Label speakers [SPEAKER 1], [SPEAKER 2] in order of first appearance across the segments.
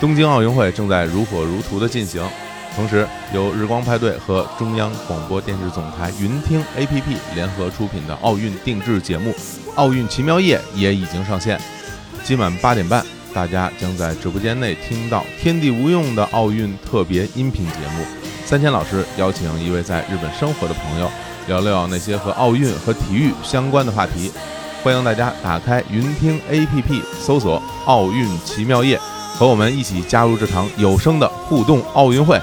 [SPEAKER 1] 东京奥运会正在如火如荼的进行，同时由日光派对和中央广播电视总台云听 APP 联合出品的奥运定制节目《奥运奇妙夜》也已经上线。今晚八点半，大家将在直播间内听到“天地无用”的奥运特别音频节目。三千老师邀请一位在日本生活的朋友，聊聊那些和奥运和体育相关的话题。欢迎大家打开云听 APP，搜索“奥运奇妙夜”，和我们一起加入这场有声的互动奥运会。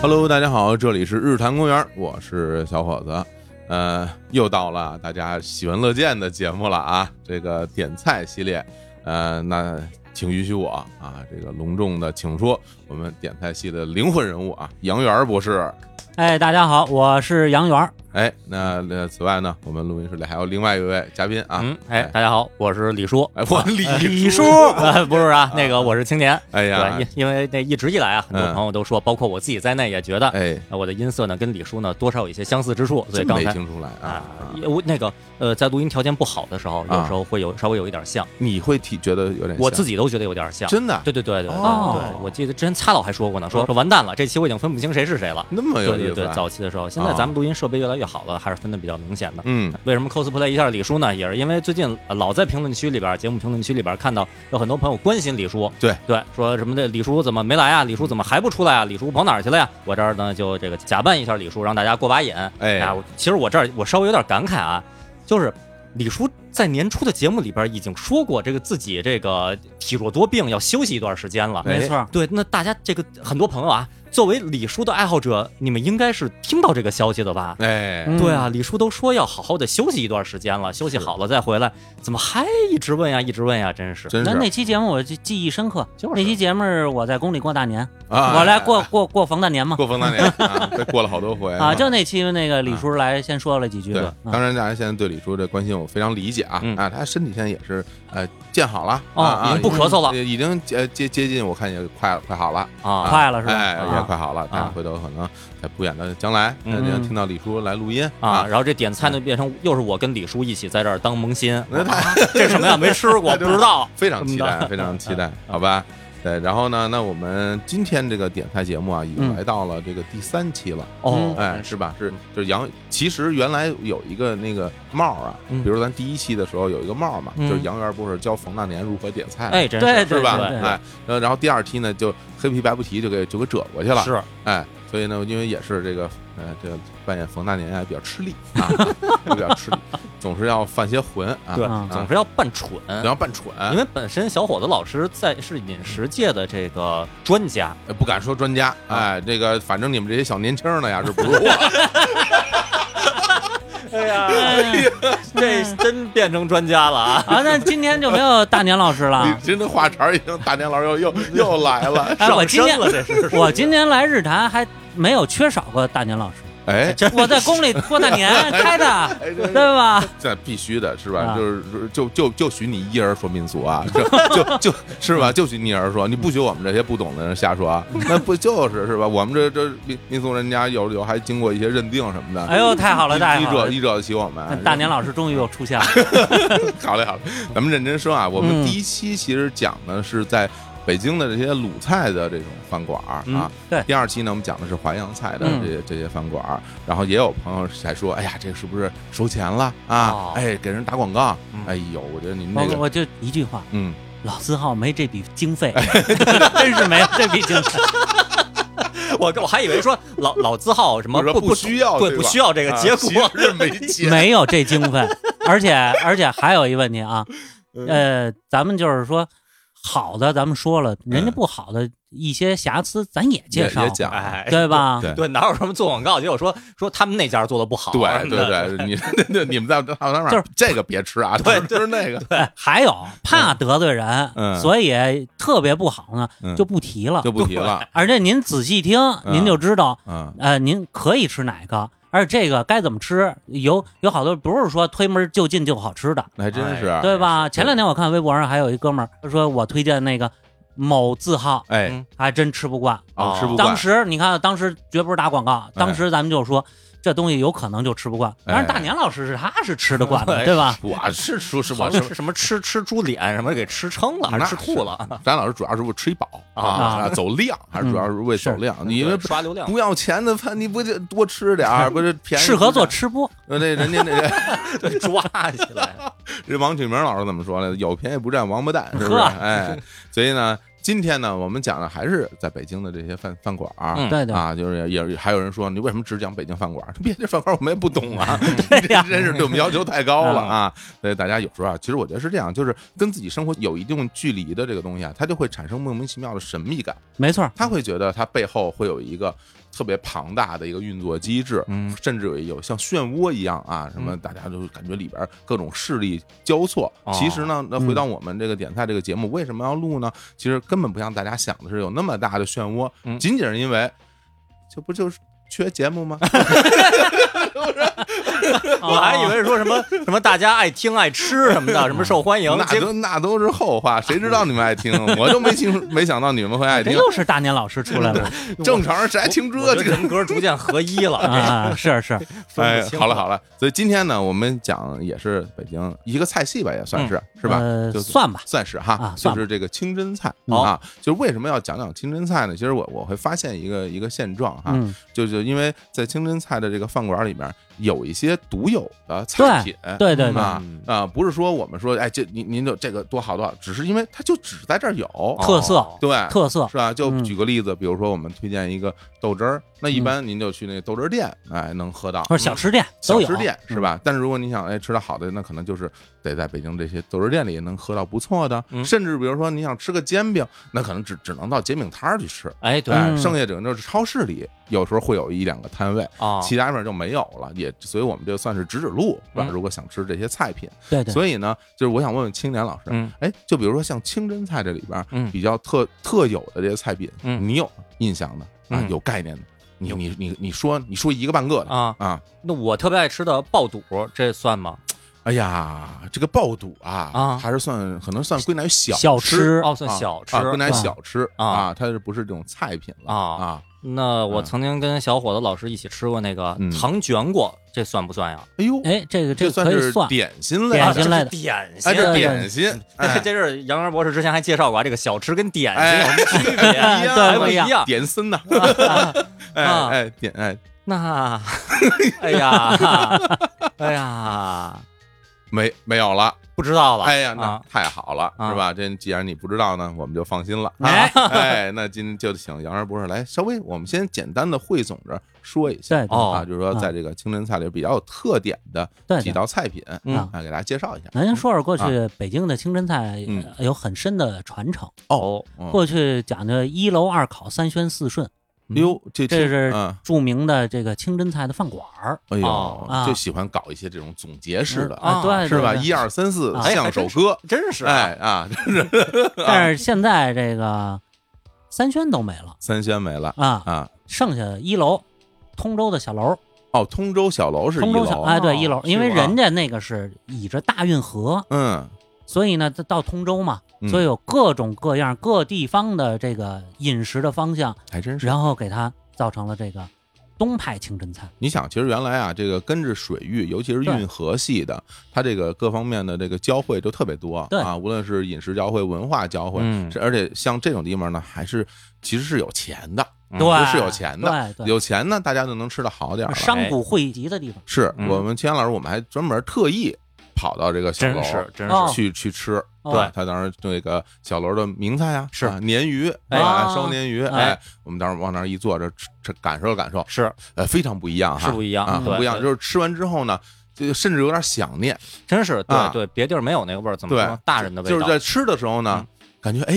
[SPEAKER 1] Hello，大家好，这里是日坛公园，我是小伙子。呃，又到了大家喜闻乐见的节目了啊，这个点菜系列。呃，那请允许我啊，这个隆重的请出我们点菜系的灵魂人物啊，杨元儿博士。
[SPEAKER 2] 哎，大家好，我是杨元儿。
[SPEAKER 1] 哎，那呃，此外呢，我们录音室里还有另外一位嘉宾啊。
[SPEAKER 3] 嗯，啊哎，大家好，我是李叔。
[SPEAKER 1] 哎，我李
[SPEAKER 2] 李 叔，
[SPEAKER 3] 呃，不是啊，那个我是青年。
[SPEAKER 1] 哎呀
[SPEAKER 3] 对，，因因为那一直以来啊，很多
[SPEAKER 1] 嗯
[SPEAKER 3] 朋友都说，包括我自己在内，也觉 得
[SPEAKER 1] 哎，
[SPEAKER 3] 呃我的音色呢跟李叔呢多少有一些相似之处，所以
[SPEAKER 1] 真
[SPEAKER 3] 刚
[SPEAKER 1] 没
[SPEAKER 3] 才
[SPEAKER 1] 听出来啊
[SPEAKER 3] 啊。，也我那个呃，在录音条件不好的时候，有
[SPEAKER 1] 啊
[SPEAKER 3] 时候会有稍微有一点像，
[SPEAKER 1] 你会体觉得有点
[SPEAKER 3] 我自
[SPEAKER 1] 己
[SPEAKER 3] 己都觉得有点像。
[SPEAKER 1] 真的
[SPEAKER 3] 对对对对对
[SPEAKER 1] 哦
[SPEAKER 3] 对，我记得之前擦老还说过呢，说说完蛋了，这期我已经分不清谁是谁了。
[SPEAKER 1] 那么有
[SPEAKER 3] 对
[SPEAKER 1] 意思
[SPEAKER 3] 对对
[SPEAKER 1] 啊，，
[SPEAKER 3] 早期的时候，现在咱们录音设备越来越好了，还是分的比较明显的。
[SPEAKER 1] 嗯
[SPEAKER 3] 为什么 cosplay 一下李叔呢？也是因为最近呃老在评论区里边儿，节目评论区里边儿看到有很多朋友关心李叔，
[SPEAKER 1] 对
[SPEAKER 3] 对，说什么的李叔怎么没来啊？李叔怎么还不出来啊？李叔跑哪儿去了呀？我这儿呢就这个假扮一下李叔，让大家过把瘾。
[SPEAKER 1] 哎
[SPEAKER 3] 啊，我其实我这儿我稍微有点感慨啊，就是李叔在年初的节目里边儿已经说过，这个自己这个体弱多病，要休息一段时间了。
[SPEAKER 1] 哎
[SPEAKER 2] 没错，
[SPEAKER 3] 对，那大家这个很多朋友啊，作为李叔的爱好者，你们应该是听到这个消息的吧？
[SPEAKER 1] 哎，
[SPEAKER 2] 嗯
[SPEAKER 3] 对啊，李叔都说要好好的休息一段时间了，休息好了再回来，怎么还一直问呀，一直问呀，真是。
[SPEAKER 1] 真
[SPEAKER 2] 那那
[SPEAKER 1] 是
[SPEAKER 2] 期节目我记记忆深刻，
[SPEAKER 3] 就是
[SPEAKER 2] 那期节目我在宫里过大年，
[SPEAKER 1] 啊，
[SPEAKER 2] 我来过过过防弹年嘛，
[SPEAKER 1] 过逢当年啊，这过了好多回
[SPEAKER 2] 啊，就那期那个李叔来先说了几句
[SPEAKER 1] 对
[SPEAKER 2] 吧，，啊
[SPEAKER 1] 当然大家现在对李叔这关心我非常理解啊
[SPEAKER 3] 嗯
[SPEAKER 1] 啊，他身体现在也是呃见好了
[SPEAKER 3] 哦
[SPEAKER 1] 啊啊，
[SPEAKER 3] 已经不咳嗽了
[SPEAKER 1] 已已经接接接近，我看也快快好了。
[SPEAKER 3] 啊，
[SPEAKER 2] 快了是吧
[SPEAKER 1] 哎，
[SPEAKER 3] 啊
[SPEAKER 1] 也快好了。大家回头可能在不远的将来，大家
[SPEAKER 2] 嗯
[SPEAKER 1] 听到李叔来录音
[SPEAKER 3] 啊，，然后这点菜呢，变成又是我跟李叔一起在这儿当萌新，啊
[SPEAKER 1] 那他
[SPEAKER 3] 这是什么呀？没吃过，不知道。
[SPEAKER 1] 非常期
[SPEAKER 3] 什么啊
[SPEAKER 1] 待，
[SPEAKER 3] 的
[SPEAKER 1] 非常期待，好吧？对，然后呢，那我们今天这个点菜节目啊，已经
[SPEAKER 2] 嗯
[SPEAKER 1] 来到了这个第三期了，
[SPEAKER 3] 哦，
[SPEAKER 1] 哎，是吧？是就是杨，其实原来有一个那个帽儿啊，
[SPEAKER 3] 嗯
[SPEAKER 1] 比如咱第一期的时候有一个帽儿嘛，
[SPEAKER 3] 嗯
[SPEAKER 1] 就是杨元不是教冯大年如何点菜，
[SPEAKER 3] 哎，，真
[SPEAKER 2] 对
[SPEAKER 3] 是
[SPEAKER 2] 对
[SPEAKER 1] 是吧？
[SPEAKER 2] 对
[SPEAKER 1] 哎，然后然后第二期呢，就黑皮白不提就给就给折过去了，
[SPEAKER 3] 是
[SPEAKER 1] 哎，所以呢，因为也是这个，呃，这个扮演冯大年啊比较吃力 啊，比较吃力，总是要犯些浑啊，
[SPEAKER 3] 对
[SPEAKER 2] 啊，
[SPEAKER 3] 总是要扮蠢。
[SPEAKER 1] 然后扮蠢，
[SPEAKER 3] 因为本身小伙子老师在是饮食界的这个专家，
[SPEAKER 1] 呃不敢说专家，哎，这个反正你们这些小年轻儿呢呀是不如我，
[SPEAKER 3] 哎呀， 这
[SPEAKER 2] 嗯
[SPEAKER 3] 真变成专家了啊！
[SPEAKER 2] 啊，那今天就没有大年老师了
[SPEAKER 1] 你。真的话茬儿已经大年老师又又又来了，
[SPEAKER 2] 哎，我今天
[SPEAKER 3] 上升了这是
[SPEAKER 2] 我今天来日坛还没有缺少过大年老师，
[SPEAKER 1] 哎。
[SPEAKER 2] 我在宫里过大年开的，
[SPEAKER 1] 哎，这
[SPEAKER 2] 对吧？
[SPEAKER 1] 这必须的是吧？
[SPEAKER 2] 啊
[SPEAKER 1] 就是就就就许你一人说民俗啊， 就就就是吧，就许你一人说，你不许我们这些不懂的人瞎说啊。那不就是是吧？我们这这民民俗人家有有还经过一些认定什么的。
[SPEAKER 2] 哎呦，太好了，太
[SPEAKER 1] 依
[SPEAKER 2] 好
[SPEAKER 1] 惹
[SPEAKER 2] 了！
[SPEAKER 1] 依惹得起我们。
[SPEAKER 2] 啊
[SPEAKER 1] 啊
[SPEAKER 2] 嗯大年老师终于又出现了，
[SPEAKER 1] 好嘞好嘞，咱们认真说啊，我们
[SPEAKER 2] 嗯
[SPEAKER 1] 第一期其实讲的是在北京的这些鲁菜的这种饭馆儿啊
[SPEAKER 3] 嗯。
[SPEAKER 2] 对
[SPEAKER 1] 第二期呢，我们讲的是淮扬菜的
[SPEAKER 2] 嗯
[SPEAKER 1] 这些这些饭馆儿，然后也有朋友还说，哎呀，这个是不是收钱了啊
[SPEAKER 3] 哦？
[SPEAKER 1] 哎，给人打广告
[SPEAKER 3] 嗯。
[SPEAKER 1] 哎呦，我觉得你们
[SPEAKER 2] 我
[SPEAKER 1] 这个，
[SPEAKER 2] 我就一句话，
[SPEAKER 1] 嗯，
[SPEAKER 2] 老字号没这笔经费，真是没有这笔经费。
[SPEAKER 3] 我我还以为说老老字号什么
[SPEAKER 1] 我说
[SPEAKER 3] 不
[SPEAKER 1] 不需要
[SPEAKER 3] 对
[SPEAKER 1] 对
[SPEAKER 3] 不
[SPEAKER 1] 吧
[SPEAKER 3] 需要这个
[SPEAKER 1] 啊
[SPEAKER 3] 结
[SPEAKER 1] 其
[SPEAKER 3] 果
[SPEAKER 1] 实 没钱，
[SPEAKER 2] 没有这经费，而且 而且还有一问题啊，
[SPEAKER 1] 嗯
[SPEAKER 2] 呃，咱们就是说好的咱们说了，人家不好的一些瑕疵咱也
[SPEAKER 1] 也
[SPEAKER 2] 介绍
[SPEAKER 1] 也，讲。
[SPEAKER 3] 哎
[SPEAKER 2] 对吧？
[SPEAKER 1] 对
[SPEAKER 3] 对，哪有什么做广告？结果说说他们那家做的不好，啊
[SPEAKER 1] 对
[SPEAKER 3] 那
[SPEAKER 1] 对 对，你对你们在大当
[SPEAKER 2] 就
[SPEAKER 1] 然
[SPEAKER 2] 是
[SPEAKER 1] 这个别吃啊，
[SPEAKER 3] 对
[SPEAKER 1] 只吃那个。
[SPEAKER 2] 哎还有怕得罪人，
[SPEAKER 1] 嗯
[SPEAKER 2] 所以特别不好呢，
[SPEAKER 1] 嗯
[SPEAKER 2] 就不提了
[SPEAKER 1] 就。不提了。
[SPEAKER 2] 而且您仔细听，
[SPEAKER 1] 嗯
[SPEAKER 2] 您就知道，
[SPEAKER 1] 嗯，
[SPEAKER 2] 呃，您可以吃哪个，而且这个该怎么吃，有有好多不是说推门就进就好吃的，
[SPEAKER 1] 还真是，啊
[SPEAKER 3] 哎
[SPEAKER 2] 对吧？前两天我看微博上还有一哥们儿他说我推荐那个某字号，
[SPEAKER 1] 哎，
[SPEAKER 3] 嗯
[SPEAKER 2] 还真吃不惯。
[SPEAKER 1] 哦，吃不惯哎
[SPEAKER 2] 当，时你看，啊当时绝不是打广告，当时咱们就说。这东西有可能就吃不惯，但是大年老师是他是吃得惯的，
[SPEAKER 3] 哎
[SPEAKER 2] 对吧？
[SPEAKER 1] 我是说 是我
[SPEAKER 3] 好
[SPEAKER 1] 是
[SPEAKER 3] 像是什么吃吃猪脸什么给吃撑了还是吃吐了？
[SPEAKER 1] 咱老师主要是为吃一饱
[SPEAKER 2] 啊
[SPEAKER 1] 走量，还是主要是为走量。你因为
[SPEAKER 3] 对刷流量，
[SPEAKER 1] 不要钱的饭，你不得多吃点 儿，不是 便宜？
[SPEAKER 2] 适合做吃 播，
[SPEAKER 1] 呃。那人家那人
[SPEAKER 3] 对，抓起来。
[SPEAKER 1] 这王启明老师怎么说来着？有便宜不占王八 蛋，是不是？
[SPEAKER 2] 呵
[SPEAKER 1] 哎，所以呢，今天呢，我们讲的还是在北京的这些饭饭馆儿。
[SPEAKER 3] 嗯
[SPEAKER 2] 对对，
[SPEAKER 1] 啊，就是也也还有人说你为什么只讲北京饭馆儿？别的饭馆儿我们也不懂 啊，
[SPEAKER 2] 对呀嗯
[SPEAKER 1] 真是对我们要求太高了啊！所以大家有时候啊，其实我觉得是这样，就是跟自己生活有一定距离的这个东西啊，它就会产生莫名其妙的神秘感。
[SPEAKER 2] 没 错，
[SPEAKER 1] 他会觉得它背后会有一个特别庞大的一个运作机制，
[SPEAKER 3] 嗯，
[SPEAKER 1] 甚至有有像漩涡一样啊，什么大家都感觉里边各种势力交错。
[SPEAKER 3] 哦
[SPEAKER 1] 其实呢，那回到我们这个点菜这个节目，为什么要录呢？其实根本不像大家想的是有那么大的漩涡，
[SPEAKER 3] 嗯
[SPEAKER 1] 仅仅是因为这不就是缺节目 吗？
[SPEAKER 3] 我还
[SPEAKER 2] 啊
[SPEAKER 3] 以为是说什么什么大家爱听爱吃什么的，什么受欢迎，
[SPEAKER 1] 那
[SPEAKER 3] 结果
[SPEAKER 1] 都那都是后话，谁知道你们爱 听？我就没听，没想到你们会爱
[SPEAKER 2] 这
[SPEAKER 1] 听。
[SPEAKER 2] 又是大年老师出 来了
[SPEAKER 1] 正常人谁爱听这
[SPEAKER 3] 我觉得
[SPEAKER 1] 这个？
[SPEAKER 3] 人格逐渐合一了。
[SPEAKER 2] 啊！是是，
[SPEAKER 1] 哎
[SPEAKER 3] 分不，清
[SPEAKER 1] 好了好了，所以今天呢，我们讲也是北京一个菜系吧，也
[SPEAKER 3] 嗯
[SPEAKER 1] 算是、是吧？
[SPEAKER 2] 呃
[SPEAKER 1] 就
[SPEAKER 2] 算吧，
[SPEAKER 1] 算是哈，
[SPEAKER 2] 啊
[SPEAKER 1] 就
[SPEAKER 2] 算吧嗯
[SPEAKER 1] 是这个清真菜、
[SPEAKER 3] 好
[SPEAKER 1] 啊，就是为什么要讲讲清真菜呢？其实我我会发现一个一个现状哈，
[SPEAKER 2] 嗯，
[SPEAKER 1] 就是因为在清真菜的这个饭馆里面有一些独有的菜品，
[SPEAKER 2] 对对对
[SPEAKER 1] 啊啊、不是说我们说哎这您您就这个多好多好，只是因为它就只在这儿有
[SPEAKER 2] 特色
[SPEAKER 1] 对
[SPEAKER 2] 特色，
[SPEAKER 1] 哦是吧？就
[SPEAKER 2] 嗯
[SPEAKER 1] 举个例子，比如说我们推荐一个豆汁儿，那一般您就去那豆汁儿店，哎，能喝到。
[SPEAKER 2] 或者哦小吃店
[SPEAKER 1] 嗯小
[SPEAKER 2] 都有啊嗯
[SPEAKER 1] 吃店是吧？但是如果你想哎吃到好的，那可能就是得在北京这些豆汁店里能喝到不错的，
[SPEAKER 3] 嗯
[SPEAKER 1] 甚至比如说你想吃个煎饼，那可能只只能到煎饼摊儿去吃。
[SPEAKER 3] 哎，对
[SPEAKER 1] 哎，
[SPEAKER 2] 嗯
[SPEAKER 1] 剩下整个就是超市里有时候会有一两个摊位，
[SPEAKER 2] 哦
[SPEAKER 3] 啊，
[SPEAKER 1] 其他地方就没有了，也所以我们就算是指指路，是吧？
[SPEAKER 3] 嗯
[SPEAKER 1] 如果想吃这些菜品，
[SPEAKER 2] 对对，
[SPEAKER 1] 所以呢，就是我想问问青年老师，
[SPEAKER 3] 嗯
[SPEAKER 1] 哎，就比如说像清真菜这里边儿
[SPEAKER 3] 嗯
[SPEAKER 1] 比较特特有的这些菜品，
[SPEAKER 3] 嗯
[SPEAKER 1] 你有印象的啊，
[SPEAKER 3] 嗯
[SPEAKER 1] 有概念的，你你你你说你说一个半个的
[SPEAKER 3] 啊，
[SPEAKER 1] 啊，
[SPEAKER 3] 那我特别爱吃的爆肚，这算吗？
[SPEAKER 1] 哎呀，这个爆肚啊，
[SPEAKER 3] 啊
[SPEAKER 1] 还是算可能算归纳于小
[SPEAKER 2] 小
[SPEAKER 1] 吃
[SPEAKER 2] 吃
[SPEAKER 3] 哦，算小吃
[SPEAKER 1] 啊，。归纳于
[SPEAKER 2] 啊
[SPEAKER 1] 小吃
[SPEAKER 3] 啊
[SPEAKER 1] 它是不是这种菜品了
[SPEAKER 3] 啊
[SPEAKER 1] 啊？
[SPEAKER 3] 那我
[SPEAKER 1] 嗯
[SPEAKER 3] 曾经跟小伙子老师一起吃过那个
[SPEAKER 1] 嗯
[SPEAKER 3] 糖卷果，这算不算呀？啊
[SPEAKER 1] 哎呦，
[SPEAKER 2] 哎，这个
[SPEAKER 1] 这
[SPEAKER 2] 个
[SPEAKER 1] 算
[SPEAKER 2] 可以
[SPEAKER 1] 是
[SPEAKER 2] 算，
[SPEAKER 1] 点心类的，啊
[SPEAKER 2] 点心类的
[SPEAKER 3] 点啊
[SPEAKER 1] 哎，这
[SPEAKER 2] 对
[SPEAKER 1] 点心，哎
[SPEAKER 3] 这这是杨元博士之前还介绍过啊，这个小吃跟点心有什么区别？啊
[SPEAKER 1] 哎
[SPEAKER 2] 对
[SPEAKER 3] 还不一
[SPEAKER 2] 不一
[SPEAKER 3] 样。
[SPEAKER 1] 点心呐，哎
[SPEAKER 3] 啊
[SPEAKER 1] 哎点哎，
[SPEAKER 3] 那，哎呀，哎呀，
[SPEAKER 1] 没没有了，
[SPEAKER 3] 不知道了。
[SPEAKER 1] 哎呀，那
[SPEAKER 3] 啊，
[SPEAKER 1] 太好了，
[SPEAKER 3] 啊
[SPEAKER 1] 是吧？这既然你不知道呢，我们就放心了。
[SPEAKER 2] 哎，
[SPEAKER 1] 哎，那今天就请杨然博士来稍微，我们先简单的汇总着说一下
[SPEAKER 2] 对对
[SPEAKER 3] 哦
[SPEAKER 1] 啊，就是说在这个清真菜里比较有特点的
[SPEAKER 2] 对
[SPEAKER 1] 几
[SPEAKER 2] 对。
[SPEAKER 1] 道菜品，
[SPEAKER 3] 嗯
[SPEAKER 1] 啊，给大家介绍一下。
[SPEAKER 2] 咱先说说过去北京的清真菜
[SPEAKER 1] 嗯
[SPEAKER 2] 呃有很深的传承，
[SPEAKER 3] 哦，
[SPEAKER 1] 嗯
[SPEAKER 2] 过去讲究一楼二烤三宣四顺，
[SPEAKER 1] 哎呦，这
[SPEAKER 2] 这是
[SPEAKER 1] 嗯，
[SPEAKER 2] 著名的这个清真菜的饭馆儿。
[SPEAKER 1] 哎
[SPEAKER 3] 哦
[SPEAKER 1] 呦，
[SPEAKER 2] 啊
[SPEAKER 1] 就喜欢搞一些这种总结式的，
[SPEAKER 2] 啊，
[SPEAKER 3] 啊
[SPEAKER 2] 对，
[SPEAKER 1] 是吧？
[SPEAKER 2] 对对
[SPEAKER 1] 一二三四，
[SPEAKER 2] 啊
[SPEAKER 1] 像首歌，
[SPEAKER 3] 真是啊
[SPEAKER 1] 哎 啊，
[SPEAKER 2] 但是现在这个三宣都没了
[SPEAKER 1] 三鲜没了
[SPEAKER 2] 啊，
[SPEAKER 1] 啊。
[SPEAKER 2] 剩下一楼通州的小楼，
[SPEAKER 1] 哦，通州小楼是一
[SPEAKER 2] 通州小
[SPEAKER 1] 楼，
[SPEAKER 2] 哎对一楼
[SPEAKER 3] 哦，
[SPEAKER 2] 因为
[SPEAKER 1] 是吗
[SPEAKER 2] 人家那个是倚着大运河，
[SPEAKER 1] 嗯，
[SPEAKER 2] 所以呢，它到通州嘛，
[SPEAKER 1] 嗯
[SPEAKER 2] 所以有各种各样各地方的这个饮食的方向，
[SPEAKER 1] 还真是。
[SPEAKER 2] 然后给它造成了这个东派清真菜。
[SPEAKER 1] 你想，其实原来啊，这个跟着水域，尤其是运河系的，它这个各方面的这个交汇就特别多
[SPEAKER 2] 对
[SPEAKER 1] 啊，无论是饮食交汇、文化交汇，
[SPEAKER 3] 嗯
[SPEAKER 1] 是而且像这种地方呢，还是其实是有钱的，
[SPEAKER 3] 嗯
[SPEAKER 2] 对，
[SPEAKER 1] 是有钱的
[SPEAKER 2] 对对，
[SPEAKER 1] 有钱呢，大家就能吃的好点儿了。哎
[SPEAKER 2] 商贾汇集的地方。
[SPEAKER 1] 是
[SPEAKER 3] 嗯
[SPEAKER 1] 我们秦阳老师，我们还专门特意跑到这个小
[SPEAKER 3] 真
[SPEAKER 1] 楼
[SPEAKER 3] 是真
[SPEAKER 2] 哦
[SPEAKER 3] 是，
[SPEAKER 1] 去去吃。
[SPEAKER 2] 哦
[SPEAKER 1] 啊他当时那个小楼的名菜啊，
[SPEAKER 3] 是
[SPEAKER 1] 啊鲶鱼，
[SPEAKER 3] 哎
[SPEAKER 1] 啊烧鲶鱼，
[SPEAKER 2] 哎
[SPEAKER 1] 哎，我们当时往那儿一坐，这吃这感受感受，
[SPEAKER 3] 是
[SPEAKER 1] 呃，非常不一样哈，
[SPEAKER 3] 是不一样
[SPEAKER 1] 啊，很
[SPEAKER 3] 对
[SPEAKER 1] 不一样。
[SPEAKER 3] 嗯对
[SPEAKER 1] 就是吃完之后呢，就甚至有点想念，
[SPEAKER 3] 真是
[SPEAKER 1] 啊
[SPEAKER 3] 对对，别地儿没有那个味儿，怎么
[SPEAKER 1] 对
[SPEAKER 3] 说大人的味
[SPEAKER 1] 就是
[SPEAKER 3] 道？嗯
[SPEAKER 1] 在吃的时候呢，感觉哎，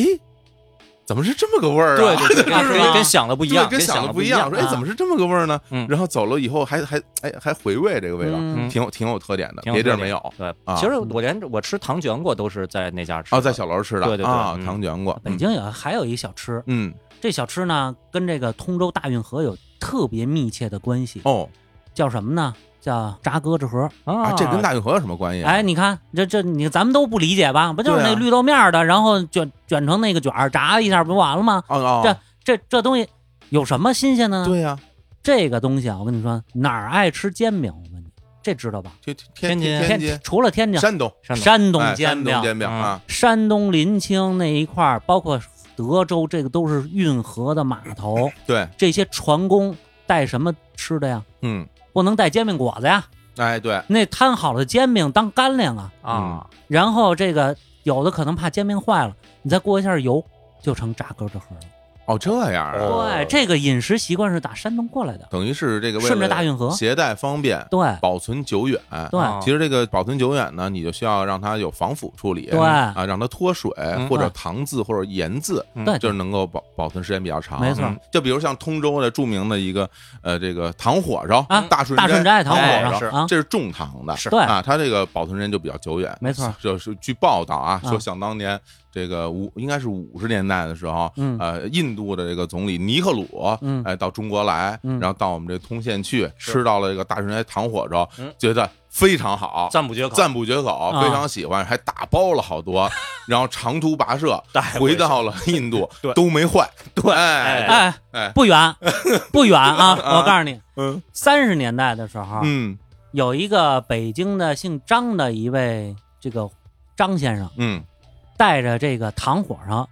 [SPEAKER 1] 怎么是这么个味儿啊？
[SPEAKER 3] 对对对，
[SPEAKER 2] 啊是
[SPEAKER 3] 跟
[SPEAKER 2] 吧
[SPEAKER 3] 跟想的不
[SPEAKER 1] 不
[SPEAKER 3] 一样，
[SPEAKER 1] 跟
[SPEAKER 3] 想
[SPEAKER 1] 想
[SPEAKER 3] 的
[SPEAKER 1] 的不
[SPEAKER 3] 一
[SPEAKER 1] 一样，说哎，
[SPEAKER 2] 啊
[SPEAKER 1] 怎么是这么个味儿呢？
[SPEAKER 3] 嗯
[SPEAKER 1] 然后走了以后还还哎还回味这个味道，
[SPEAKER 2] 嗯
[SPEAKER 1] 挺有挺有特点的，
[SPEAKER 3] 挺有
[SPEAKER 1] 别地儿
[SPEAKER 3] 特点
[SPEAKER 1] 没有。
[SPEAKER 3] 对
[SPEAKER 1] 啊，
[SPEAKER 3] 其实我连我吃糖卷果都是在那家吃的。
[SPEAKER 1] 哦，在小楼吃的，
[SPEAKER 3] 对对对
[SPEAKER 1] 啊，
[SPEAKER 3] 嗯
[SPEAKER 1] 糖卷果，
[SPEAKER 2] 北京有还有一小吃，
[SPEAKER 1] 嗯，嗯，
[SPEAKER 2] 这小吃呢跟这个通州大运河有特别密切的关系，
[SPEAKER 1] 哦，
[SPEAKER 2] 叫什么呢？叫扎哥之河。
[SPEAKER 1] 啊
[SPEAKER 3] 啊，
[SPEAKER 1] 这跟大运河有什么关系啊？
[SPEAKER 2] 哎，你看这这你咱们都不理解吧？不就是
[SPEAKER 1] 对啊
[SPEAKER 2] 那绿豆面儿的，然后卷卷成那个卷儿，炸一下不就完了吗？
[SPEAKER 1] 哦哦，
[SPEAKER 2] 这这东西有什么新鲜的呢？
[SPEAKER 1] 对呀，
[SPEAKER 2] 这个东西啊，我跟你说，哪儿爱吃煎饼？我问你，这知道吧？
[SPEAKER 1] 这天
[SPEAKER 3] 天津
[SPEAKER 1] 天津、
[SPEAKER 2] 除了天津，
[SPEAKER 1] 山东、
[SPEAKER 3] 山东嗯
[SPEAKER 2] 山东
[SPEAKER 1] 哎
[SPEAKER 2] 煎
[SPEAKER 1] 山
[SPEAKER 2] 饼
[SPEAKER 1] 东、煎饼啊，
[SPEAKER 2] 山东临清那一块儿，包括德州，这个都是运河的码头，
[SPEAKER 1] 对，
[SPEAKER 2] 这些船工带什么吃的呀？
[SPEAKER 1] 嗯，
[SPEAKER 2] 不能带煎饼果子呀，
[SPEAKER 1] 哎，对，
[SPEAKER 2] 那摊好了煎饼当干粮啊。
[SPEAKER 1] 嗯
[SPEAKER 3] 啊，
[SPEAKER 2] 然后这个有的可能怕煎饼坏了，你再过一下油，就成炸咯吱盒了。
[SPEAKER 1] 哦，这样啊，
[SPEAKER 3] 哦
[SPEAKER 2] 对，这个饮食习惯是打山东过来的，
[SPEAKER 1] 等于是这个为了
[SPEAKER 2] 顺着大运河。
[SPEAKER 1] 携带方便，
[SPEAKER 2] 对
[SPEAKER 1] 保存久远。
[SPEAKER 2] 对
[SPEAKER 3] 啊
[SPEAKER 1] 其实这个保存久远呢，你就需要让它有防腐处理，
[SPEAKER 2] 对
[SPEAKER 1] 啊，让它脱水
[SPEAKER 3] 嗯
[SPEAKER 1] 或者糖渍或者盐渍，
[SPEAKER 3] 嗯
[SPEAKER 2] 对，
[SPEAKER 1] 就是能够保保存时间比较长。
[SPEAKER 2] 没错
[SPEAKER 1] 嗯就比如像通州的著名的一个呃这个糖火烧
[SPEAKER 2] 啊
[SPEAKER 1] 大顺
[SPEAKER 2] 大顺斋糖
[SPEAKER 1] 糖
[SPEAKER 2] 火
[SPEAKER 3] 哎
[SPEAKER 1] 火
[SPEAKER 2] 烧啊
[SPEAKER 1] 这是重糖的，
[SPEAKER 3] 是
[SPEAKER 2] 对
[SPEAKER 1] 啊，它这个保存时间就比较久远。
[SPEAKER 2] 没错，
[SPEAKER 1] 就是据报道啊，
[SPEAKER 2] 啊
[SPEAKER 1] 说想当年这个五应该是五十年代的时候，
[SPEAKER 2] 嗯
[SPEAKER 1] 呃，印度的这个总理尼克鲁，
[SPEAKER 2] 嗯
[SPEAKER 1] 哎，到中国来，
[SPEAKER 2] 嗯
[SPEAKER 1] 然后到我们这通县去，
[SPEAKER 3] 是
[SPEAKER 1] 吃到了这个大顺斋糖火烧
[SPEAKER 3] 嗯，
[SPEAKER 1] 觉得非常好。
[SPEAKER 3] 赞不绝口，
[SPEAKER 1] 赞不绝口，非常喜欢，还打包了好多，然后长途跋涉
[SPEAKER 3] 带回去，
[SPEAKER 1] 回到了印度
[SPEAKER 3] 对
[SPEAKER 1] 都没坏。对，哎，
[SPEAKER 2] 哎
[SPEAKER 1] 哎
[SPEAKER 2] 不远不远啊！我告诉你，
[SPEAKER 1] 嗯
[SPEAKER 2] 三十年代的时候，
[SPEAKER 1] 嗯
[SPEAKER 2] 有一个北京的姓张的一位这个张先生，
[SPEAKER 1] 嗯，
[SPEAKER 2] 带着这个糖火烧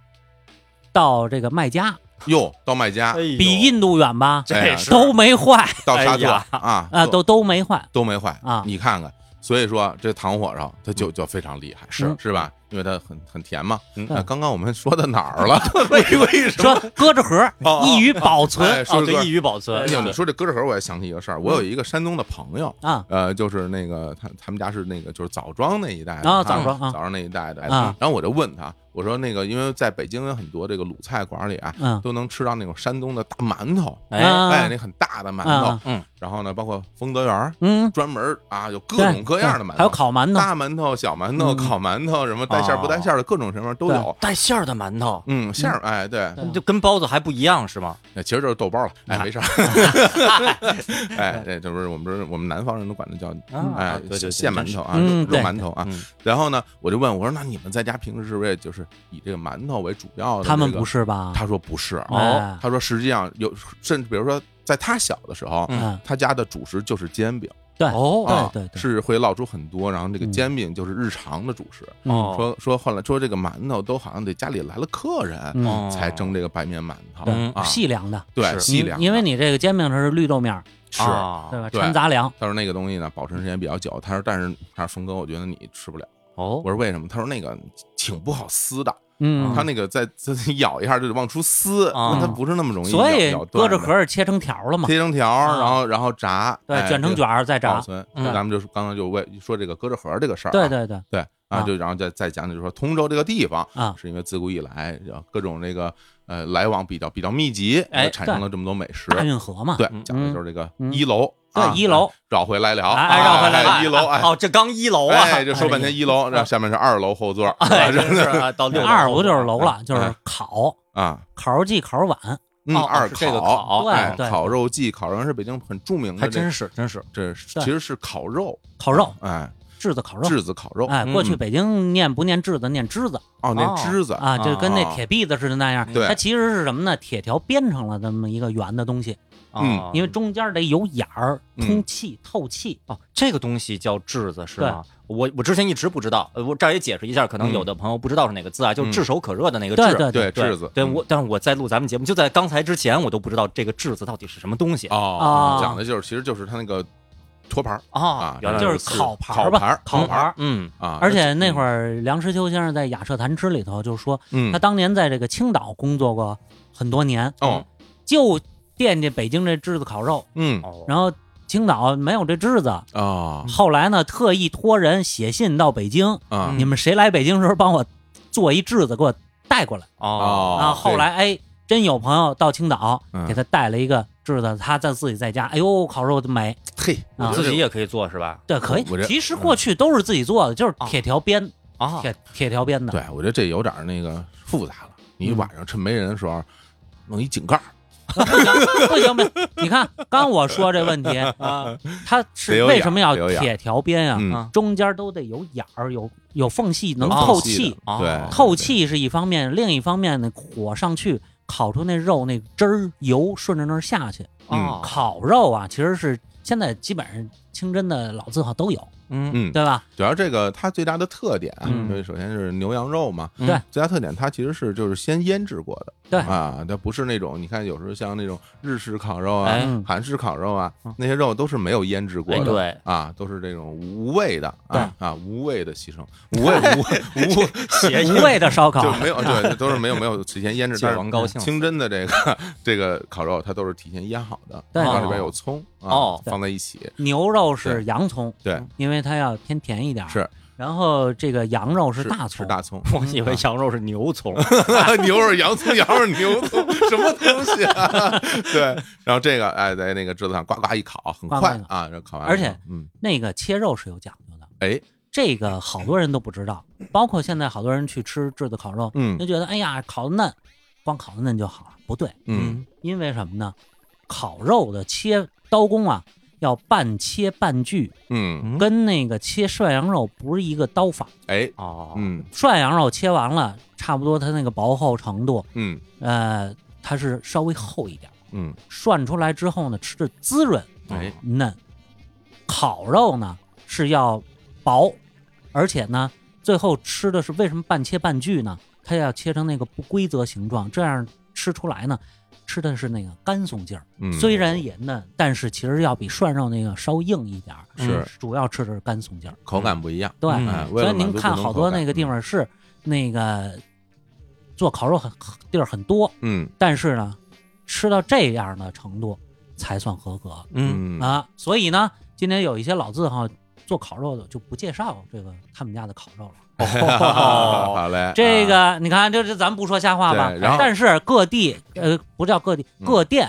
[SPEAKER 2] 到这个麦加，
[SPEAKER 1] 哟，到麦加
[SPEAKER 3] 哎，呦
[SPEAKER 2] 比印度远吧？
[SPEAKER 1] 哎呀
[SPEAKER 3] 这是
[SPEAKER 2] 都没坏
[SPEAKER 1] 到沙特
[SPEAKER 3] 哎呀
[SPEAKER 1] 啊
[SPEAKER 2] 啊，都都没坏。
[SPEAKER 1] 都没坏
[SPEAKER 2] 啊嗯
[SPEAKER 1] 你看看，所以说这糖火烧它就就非常厉害，
[SPEAKER 2] 是
[SPEAKER 1] 是吧？因为它很很甜嘛。
[SPEAKER 3] 嗯
[SPEAKER 1] 那刚刚我们说到哪儿 了？为为什
[SPEAKER 2] 说搁着盒
[SPEAKER 1] 哦
[SPEAKER 2] 易于保
[SPEAKER 1] 哎
[SPEAKER 2] 存哦
[SPEAKER 1] 说
[SPEAKER 3] 啊，
[SPEAKER 1] 的
[SPEAKER 3] 对，
[SPEAKER 1] 歌
[SPEAKER 3] 易于保存
[SPEAKER 1] 哎，呦， 你说这搁着盒，我也想起一个事儿。我有
[SPEAKER 2] 嗯
[SPEAKER 1] 一个山东的朋友，
[SPEAKER 2] 啊，
[SPEAKER 1] 呃，就是那个他他们家是那个就是枣庄那一带的
[SPEAKER 2] 啊
[SPEAKER 1] 啊
[SPEAKER 2] 枣庄啊
[SPEAKER 1] 枣庄那一带的。
[SPEAKER 2] 啊
[SPEAKER 1] 然后我就问他，我说那个因为在北京有很多这个鲁菜馆里啊，
[SPEAKER 2] 嗯
[SPEAKER 1] 都能吃到那种山东的大馒头，
[SPEAKER 3] 哎，
[SPEAKER 2] 啊
[SPEAKER 1] 哎，那很大的馒头
[SPEAKER 2] 啊，
[SPEAKER 3] 嗯，
[SPEAKER 1] 然后呢，包括丰德园儿
[SPEAKER 2] 嗯，
[SPEAKER 1] 专门儿啊有各
[SPEAKER 2] 对
[SPEAKER 1] 种各样的馒头，
[SPEAKER 2] 还有烤馒头，
[SPEAKER 1] 大馒头、小馒头、
[SPEAKER 2] 嗯
[SPEAKER 1] 烤馒头，什么带馅儿不带馅儿的，各种什么都有。
[SPEAKER 3] 带馅儿的馒头，
[SPEAKER 1] 嗯，馅儿哎，对，
[SPEAKER 2] 对嗯
[SPEAKER 3] 就跟包子还不一样是吗？
[SPEAKER 1] 那其实就是豆包了，哎，没事儿。 哎，这这不是我们不是我们南方人都管它叫哎
[SPEAKER 3] 啊对对对，
[SPEAKER 1] 现
[SPEAKER 3] 真
[SPEAKER 1] 馒
[SPEAKER 3] 是
[SPEAKER 1] 头啊，
[SPEAKER 2] 嗯
[SPEAKER 1] 肉肉
[SPEAKER 2] 对
[SPEAKER 1] 馒头啊
[SPEAKER 3] 嗯。
[SPEAKER 1] 然后呢，我就问我说，那你们在家平时是不是也就是以这个馒头为主要的？
[SPEAKER 2] 他们不。是吧？
[SPEAKER 1] 他说不是，
[SPEAKER 2] 哦
[SPEAKER 1] 他说实际上有，甚至比如说在他小的时候，
[SPEAKER 2] 嗯，
[SPEAKER 1] 他家的主食就是煎饼，
[SPEAKER 2] 对
[SPEAKER 3] 哦
[SPEAKER 1] 啊
[SPEAKER 2] 对对对，
[SPEAKER 1] 是会烙出很多，然后这个
[SPEAKER 2] 嗯
[SPEAKER 1] 煎饼就是日常的主食。
[SPEAKER 2] 嗯
[SPEAKER 3] 哦
[SPEAKER 1] 说说后来说这个馒头都好像得家里来了客人
[SPEAKER 2] 嗯
[SPEAKER 3] 哦
[SPEAKER 1] 才蒸这个白面馒头
[SPEAKER 3] 嗯
[SPEAKER 1] 啊，
[SPEAKER 2] 细粮的，
[SPEAKER 1] 对
[SPEAKER 3] 是
[SPEAKER 1] 细粮的，
[SPEAKER 2] 因为你这个煎饼它是绿豆面儿，
[SPEAKER 1] 是。
[SPEAKER 3] 啊
[SPEAKER 2] 对吧？
[SPEAKER 1] 对
[SPEAKER 2] 掺杂粮，
[SPEAKER 1] 他说那个东西呢，保存时间比较久。他说，但是他说峰哥，我觉得你吃不了。
[SPEAKER 3] 哦
[SPEAKER 1] 我，说为什么？他说那个挺不好撕的，
[SPEAKER 2] 嗯，
[SPEAKER 1] 他那个再自己咬一下就得往出撕，
[SPEAKER 3] 啊
[SPEAKER 1] 那它不是那么容易咬。
[SPEAKER 2] 所以
[SPEAKER 1] 咬断
[SPEAKER 2] 搁着
[SPEAKER 1] 的
[SPEAKER 2] 盒儿切成条儿了嘛，
[SPEAKER 1] 贴成条，
[SPEAKER 2] 啊
[SPEAKER 1] 然后然后炸，
[SPEAKER 2] 对，
[SPEAKER 1] 哎
[SPEAKER 2] 卷成
[SPEAKER 1] 这个
[SPEAKER 2] 卷儿再
[SPEAKER 1] 保
[SPEAKER 2] 炸，
[SPEAKER 1] 存。
[SPEAKER 3] 嗯
[SPEAKER 1] 咱们就是刚刚就为说这个搁着盒儿这个事儿啊，
[SPEAKER 2] 对对对
[SPEAKER 1] 对
[SPEAKER 2] 啊
[SPEAKER 1] 啊，就然后再再讲，就是说通州这个地方
[SPEAKER 2] 啊
[SPEAKER 1] 是因为自古以来然后各种这个呃来往比较比较密集，
[SPEAKER 3] 哎
[SPEAKER 1] 呃产生了这么多美食。
[SPEAKER 2] 大运河嘛，
[SPEAKER 1] 对
[SPEAKER 3] 嗯，
[SPEAKER 1] 讲的就是这个
[SPEAKER 2] 哎嗯
[SPEAKER 1] 一楼，啊
[SPEAKER 2] 对一楼
[SPEAKER 1] 绕回来聊，
[SPEAKER 2] 哎绕回来
[SPEAKER 1] 哎一楼，哎，
[SPEAKER 3] 哦，这刚一楼啊，
[SPEAKER 1] 哎，这说半天一
[SPEAKER 2] 嗯
[SPEAKER 1] 楼，然后下面是二楼后座，
[SPEAKER 3] 哎，
[SPEAKER 1] 啊
[SPEAKER 3] 真是啊，到
[SPEAKER 2] 那
[SPEAKER 3] 六
[SPEAKER 2] 二不就是楼了，就是
[SPEAKER 1] 嗯
[SPEAKER 2] 烤
[SPEAKER 1] 啊，
[SPEAKER 2] 烤肉季、烤肉碗，
[SPEAKER 1] 嗯，
[SPEAKER 3] 哦
[SPEAKER 1] 二
[SPEAKER 3] 是这个
[SPEAKER 1] 烤，
[SPEAKER 3] 烤
[SPEAKER 1] 哎，
[SPEAKER 2] 对对
[SPEAKER 1] 烤肉季，烤肉是北京很著名的，
[SPEAKER 3] 还真是真是
[SPEAKER 1] 这是
[SPEAKER 2] 对
[SPEAKER 1] 其实是烤肉，
[SPEAKER 2] 烤肉
[SPEAKER 1] 哎，
[SPEAKER 2] 炙子烤肉。
[SPEAKER 1] 炙子烤肉，
[SPEAKER 2] 哎，
[SPEAKER 3] 嗯
[SPEAKER 2] 过去北京念不念炙子，念枝子
[SPEAKER 1] 哦，那栀子，
[SPEAKER 2] 啊，就跟
[SPEAKER 1] 啊嗯
[SPEAKER 2] 那铁篦子似的那样。
[SPEAKER 1] 对
[SPEAKER 2] 它其实是什么呢？铁条编成了这么一个圆的东西，
[SPEAKER 3] 啊
[SPEAKER 1] 嗯
[SPEAKER 2] 因为中间得有眼儿，
[SPEAKER 1] 嗯
[SPEAKER 2] 通气透气。
[SPEAKER 3] 哦，这个东西叫炙子是吗？我我之前一直不知道，呃我这儿也解释一下，可
[SPEAKER 1] 嗯
[SPEAKER 3] 能有的朋友不知道是哪个字啊，就是
[SPEAKER 1] 嗯
[SPEAKER 3] 炙手可热的那个
[SPEAKER 2] 对
[SPEAKER 3] 炙。
[SPEAKER 1] 对
[SPEAKER 2] 对
[SPEAKER 3] 对
[SPEAKER 1] 栀子，
[SPEAKER 3] 对
[SPEAKER 1] 嗯
[SPEAKER 3] 我，但是我在录咱们节目，就在刚才之前，我都不知道这个炙子到底是什么东西
[SPEAKER 1] 哦
[SPEAKER 2] 啊，
[SPEAKER 1] 讲的就是其实就是它那个托盘儿
[SPEAKER 3] 啊
[SPEAKER 1] 啊，，
[SPEAKER 3] 原来
[SPEAKER 2] 就是
[SPEAKER 3] 如
[SPEAKER 1] 有
[SPEAKER 3] 此
[SPEAKER 1] 四
[SPEAKER 2] 烤盘
[SPEAKER 1] 烤
[SPEAKER 2] 儿吧
[SPEAKER 1] 盘儿
[SPEAKER 2] 哦烤
[SPEAKER 1] 烤盘
[SPEAKER 2] 盘
[SPEAKER 1] 儿
[SPEAKER 2] 儿。
[SPEAKER 3] 嗯
[SPEAKER 1] 啊，
[SPEAKER 2] 而且那会儿梁实秋先生在《雅舍谈诗》里头就说，
[SPEAKER 1] 嗯
[SPEAKER 2] 他当年在这个青岛工作过很多年，
[SPEAKER 1] 哦
[SPEAKER 2] 就惦记北京这炙子烤肉，
[SPEAKER 1] 嗯
[SPEAKER 3] 哦，
[SPEAKER 2] 然后青岛没有这炙子。
[SPEAKER 1] 啊
[SPEAKER 2] 后来呢，特意托人写信到北京，
[SPEAKER 1] 啊
[SPEAKER 2] 你们谁来北京的时候帮我做一炙子，给我带过来。
[SPEAKER 3] 哦
[SPEAKER 1] 哦
[SPEAKER 2] 啊，后来哎，真有朋友到青岛
[SPEAKER 1] 嗯
[SPEAKER 2] 给他带了一个炙子，他在自己在家，哎呦，烤肉的美。
[SPEAKER 1] 嘿，我
[SPEAKER 2] 啊
[SPEAKER 1] 觉得
[SPEAKER 3] 自己也可以做是吧？
[SPEAKER 2] 对，可以
[SPEAKER 1] 我这。嗯哦
[SPEAKER 2] 其实过去都是自己做的，就是
[SPEAKER 3] 啊
[SPEAKER 2] 铁条编，
[SPEAKER 3] 啊，
[SPEAKER 2] 铁铁条编的。
[SPEAKER 1] 对，我觉得这有点儿那个复杂了。你
[SPEAKER 2] 嗯
[SPEAKER 1] 晚上趁没人的时候，弄一井盖儿，
[SPEAKER 2] 不行不行，你看刚我说 这问题，
[SPEAKER 3] 啊，
[SPEAKER 2] 它
[SPEAKER 1] 得
[SPEAKER 2] 是
[SPEAKER 1] 有
[SPEAKER 2] 为
[SPEAKER 1] 眼
[SPEAKER 2] 什么要
[SPEAKER 1] 得有眼
[SPEAKER 2] 铁条边啊？
[SPEAKER 1] 嗯
[SPEAKER 3] 啊
[SPEAKER 2] 中间都得有眼儿，有有缝隙能
[SPEAKER 1] 有
[SPEAKER 3] 缝
[SPEAKER 2] 透
[SPEAKER 1] 隙的
[SPEAKER 2] 气。
[SPEAKER 3] 哦
[SPEAKER 1] 对，
[SPEAKER 2] 透气是一方面，另一方面呢，火上去烤出那肉那汁儿油顺着那儿下去。
[SPEAKER 1] 嗯
[SPEAKER 3] 哦，
[SPEAKER 2] 烤肉啊，其实是现在基本上清真的老字号都有，
[SPEAKER 3] 嗯
[SPEAKER 1] 嗯，
[SPEAKER 2] 对吧？
[SPEAKER 1] 主要这个它最大的特点啊，因
[SPEAKER 3] 嗯
[SPEAKER 1] 为首先是牛羊肉嘛，
[SPEAKER 3] 嗯
[SPEAKER 2] 对
[SPEAKER 1] 最大特点它其实是就是先腌制过的，
[SPEAKER 2] 对
[SPEAKER 1] 啊，它不是那种你看有时候像那种日式烤肉啊、
[SPEAKER 3] 哎
[SPEAKER 2] 嗯
[SPEAKER 1] 韩式烤肉啊
[SPEAKER 3] 嗯，
[SPEAKER 1] 那些肉都是没有腌制过
[SPEAKER 3] 哎
[SPEAKER 1] 的。
[SPEAKER 3] 对，
[SPEAKER 1] 啊，都是这种无味的啊啊，无味的牺牲，无 味无味无味
[SPEAKER 3] 谐音
[SPEAKER 2] 无味的烧烤
[SPEAKER 1] 就没有对，都是没有没有提前腌 制。
[SPEAKER 3] 解
[SPEAKER 1] 但是
[SPEAKER 3] 王高兴
[SPEAKER 1] 清真的这个 这个烤肉，它都是提前腌好的，
[SPEAKER 2] 对
[SPEAKER 1] 然后里边有葱啊
[SPEAKER 3] 哦
[SPEAKER 1] 放在一起，
[SPEAKER 2] 牛肉是洋葱，
[SPEAKER 1] 对，
[SPEAKER 2] 因为它要偏甜一点儿。
[SPEAKER 1] 是。
[SPEAKER 2] 然后这个羊肉是大
[SPEAKER 1] 是
[SPEAKER 2] 葱，
[SPEAKER 1] 大葱，
[SPEAKER 3] 我以为羊肉是牛葱，
[SPEAKER 1] 牛肉、洋葱、 羊肉、牛葱， 什么东西啊？ 对，然后这个哎，在那个制作上呱呱一烤，很
[SPEAKER 2] 呱呱
[SPEAKER 1] 快
[SPEAKER 2] 一烤
[SPEAKER 1] 啊，这烤完，
[SPEAKER 2] 而且，
[SPEAKER 1] 嗯，
[SPEAKER 2] 那个切肉是有讲究的。
[SPEAKER 1] 哎，
[SPEAKER 2] 这个好多人都不知道，包括现在好多人去吃炙的烤肉，
[SPEAKER 1] 嗯
[SPEAKER 2] 就觉得哎呀烤的嫩，光烤的嫩就好了，不对，
[SPEAKER 1] 嗯，
[SPEAKER 2] 因为什么呢？烤肉的切刀工啊，要半切半锯，
[SPEAKER 1] 嗯，
[SPEAKER 3] 嗯
[SPEAKER 2] 跟那个切涮羊肉不是一个刀法。
[SPEAKER 1] 哎，
[SPEAKER 3] 哦，
[SPEAKER 1] 嗯
[SPEAKER 2] 涮羊肉切完了，差不多它那个薄厚程度，
[SPEAKER 1] 嗯
[SPEAKER 2] 呃，它是稍微厚一点，
[SPEAKER 1] 嗯，
[SPEAKER 2] 涮出来之后呢，吃着滋润
[SPEAKER 1] 哎，
[SPEAKER 2] 嫩。烤肉呢是要薄，而且呢，最后吃的是为什么半切半锯呢？它要切成那个不规则形状，这样吃出来呢，吃的是那个干松劲儿。
[SPEAKER 1] 嗯，
[SPEAKER 2] 虽然也嫩，但是其实要比涮肉那个稍硬一点儿，
[SPEAKER 1] 是
[SPEAKER 2] 主要吃的是干松劲儿。
[SPEAKER 1] 口感不一样，
[SPEAKER 2] 对，
[SPEAKER 3] 嗯
[SPEAKER 1] 哎，为
[SPEAKER 2] 所
[SPEAKER 1] 了
[SPEAKER 2] 以您
[SPEAKER 1] 满足
[SPEAKER 2] 看
[SPEAKER 1] 不同
[SPEAKER 2] 好
[SPEAKER 1] 口
[SPEAKER 2] 多
[SPEAKER 1] 感嗯
[SPEAKER 2] 那个地，方是那个做烤肉很地儿很多，
[SPEAKER 1] 嗯
[SPEAKER 2] 但是呢，吃到这样的程度才算合格
[SPEAKER 3] 嗯，
[SPEAKER 1] 嗯
[SPEAKER 2] 啊。所以呢，今天有一些老字号做烤肉的就不介绍这个他们家的烤肉了。
[SPEAKER 1] 嗯哦， 好嘞，
[SPEAKER 2] 这
[SPEAKER 1] 啊
[SPEAKER 2] 个你看，这这咱不说瞎话吧
[SPEAKER 1] 对然后。
[SPEAKER 2] 但是各地呃不叫各地
[SPEAKER 1] 嗯
[SPEAKER 2] 各店，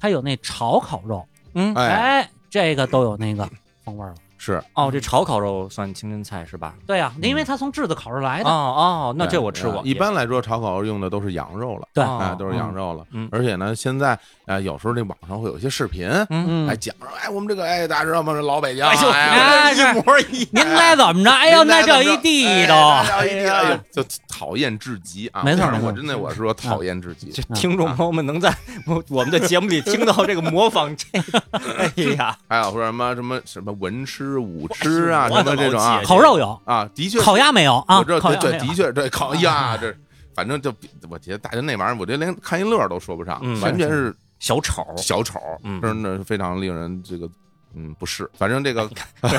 [SPEAKER 2] 它有那炒烤肉，
[SPEAKER 3] 嗯，
[SPEAKER 1] 哎
[SPEAKER 2] 哎，这个都有那个风味儿了。
[SPEAKER 1] 是
[SPEAKER 3] 哦，这炒烤肉算清真菜是吧？
[SPEAKER 2] 对呀，因为它从炙子烤肉来
[SPEAKER 1] 哎
[SPEAKER 3] 哦
[SPEAKER 2] 的。
[SPEAKER 1] 啊
[SPEAKER 3] 哦，那这我吃过，哦
[SPEAKER 1] 一般来说，炒烤肉用的都是羊肉了，
[SPEAKER 2] 对
[SPEAKER 1] 哎，都是羊
[SPEAKER 3] 肉，
[SPEAKER 1] 肉了
[SPEAKER 3] 嗯，
[SPEAKER 1] 而且呢，现在呃，有时候那网上会有一些视频，
[SPEAKER 3] 嗯，
[SPEAKER 2] 嗯
[SPEAKER 1] 哎，，讲说，哎，我们这个，哎，大家知道吗？这老北京啊，
[SPEAKER 3] 哎呦
[SPEAKER 1] 哎，
[SPEAKER 2] 哎
[SPEAKER 1] 一模一样。
[SPEAKER 2] 您该怎么着？哎呦，那叫一地道啊
[SPEAKER 1] 哎。那叫一地道，
[SPEAKER 3] 哎
[SPEAKER 1] 哎
[SPEAKER 3] 呀
[SPEAKER 1] 呦就讨厌至极啊！
[SPEAKER 2] 没错
[SPEAKER 1] 但是
[SPEAKER 2] 没错
[SPEAKER 1] 我真的我是说讨厌至极
[SPEAKER 3] 这。 听
[SPEAKER 1] 啊
[SPEAKER 3] 众朋友们能在我我们的节目里听到这个模仿这 个，哎呀，
[SPEAKER 1] 还有说什么什么什么文吃武吃啊，
[SPEAKER 3] 我
[SPEAKER 1] 什么
[SPEAKER 3] 的
[SPEAKER 1] 这种啊
[SPEAKER 3] 老
[SPEAKER 2] 嗯
[SPEAKER 3] 姐
[SPEAKER 2] 烤肉有，
[SPEAKER 1] 啊，的确，
[SPEAKER 2] 烤鸭没有啊？
[SPEAKER 1] 我这
[SPEAKER 2] 烤鸭
[SPEAKER 1] 对
[SPEAKER 2] 没有
[SPEAKER 1] 的确对烤呀，这反正就比我觉得大家那玩意儿，我这连看一乐都说不上
[SPEAKER 3] 嗯，
[SPEAKER 1] 完全是
[SPEAKER 3] 小丑，
[SPEAKER 1] 小丑，
[SPEAKER 3] 嗯
[SPEAKER 1] 真的是非常令人这个嗯不适。反正这
[SPEAKER 2] 哎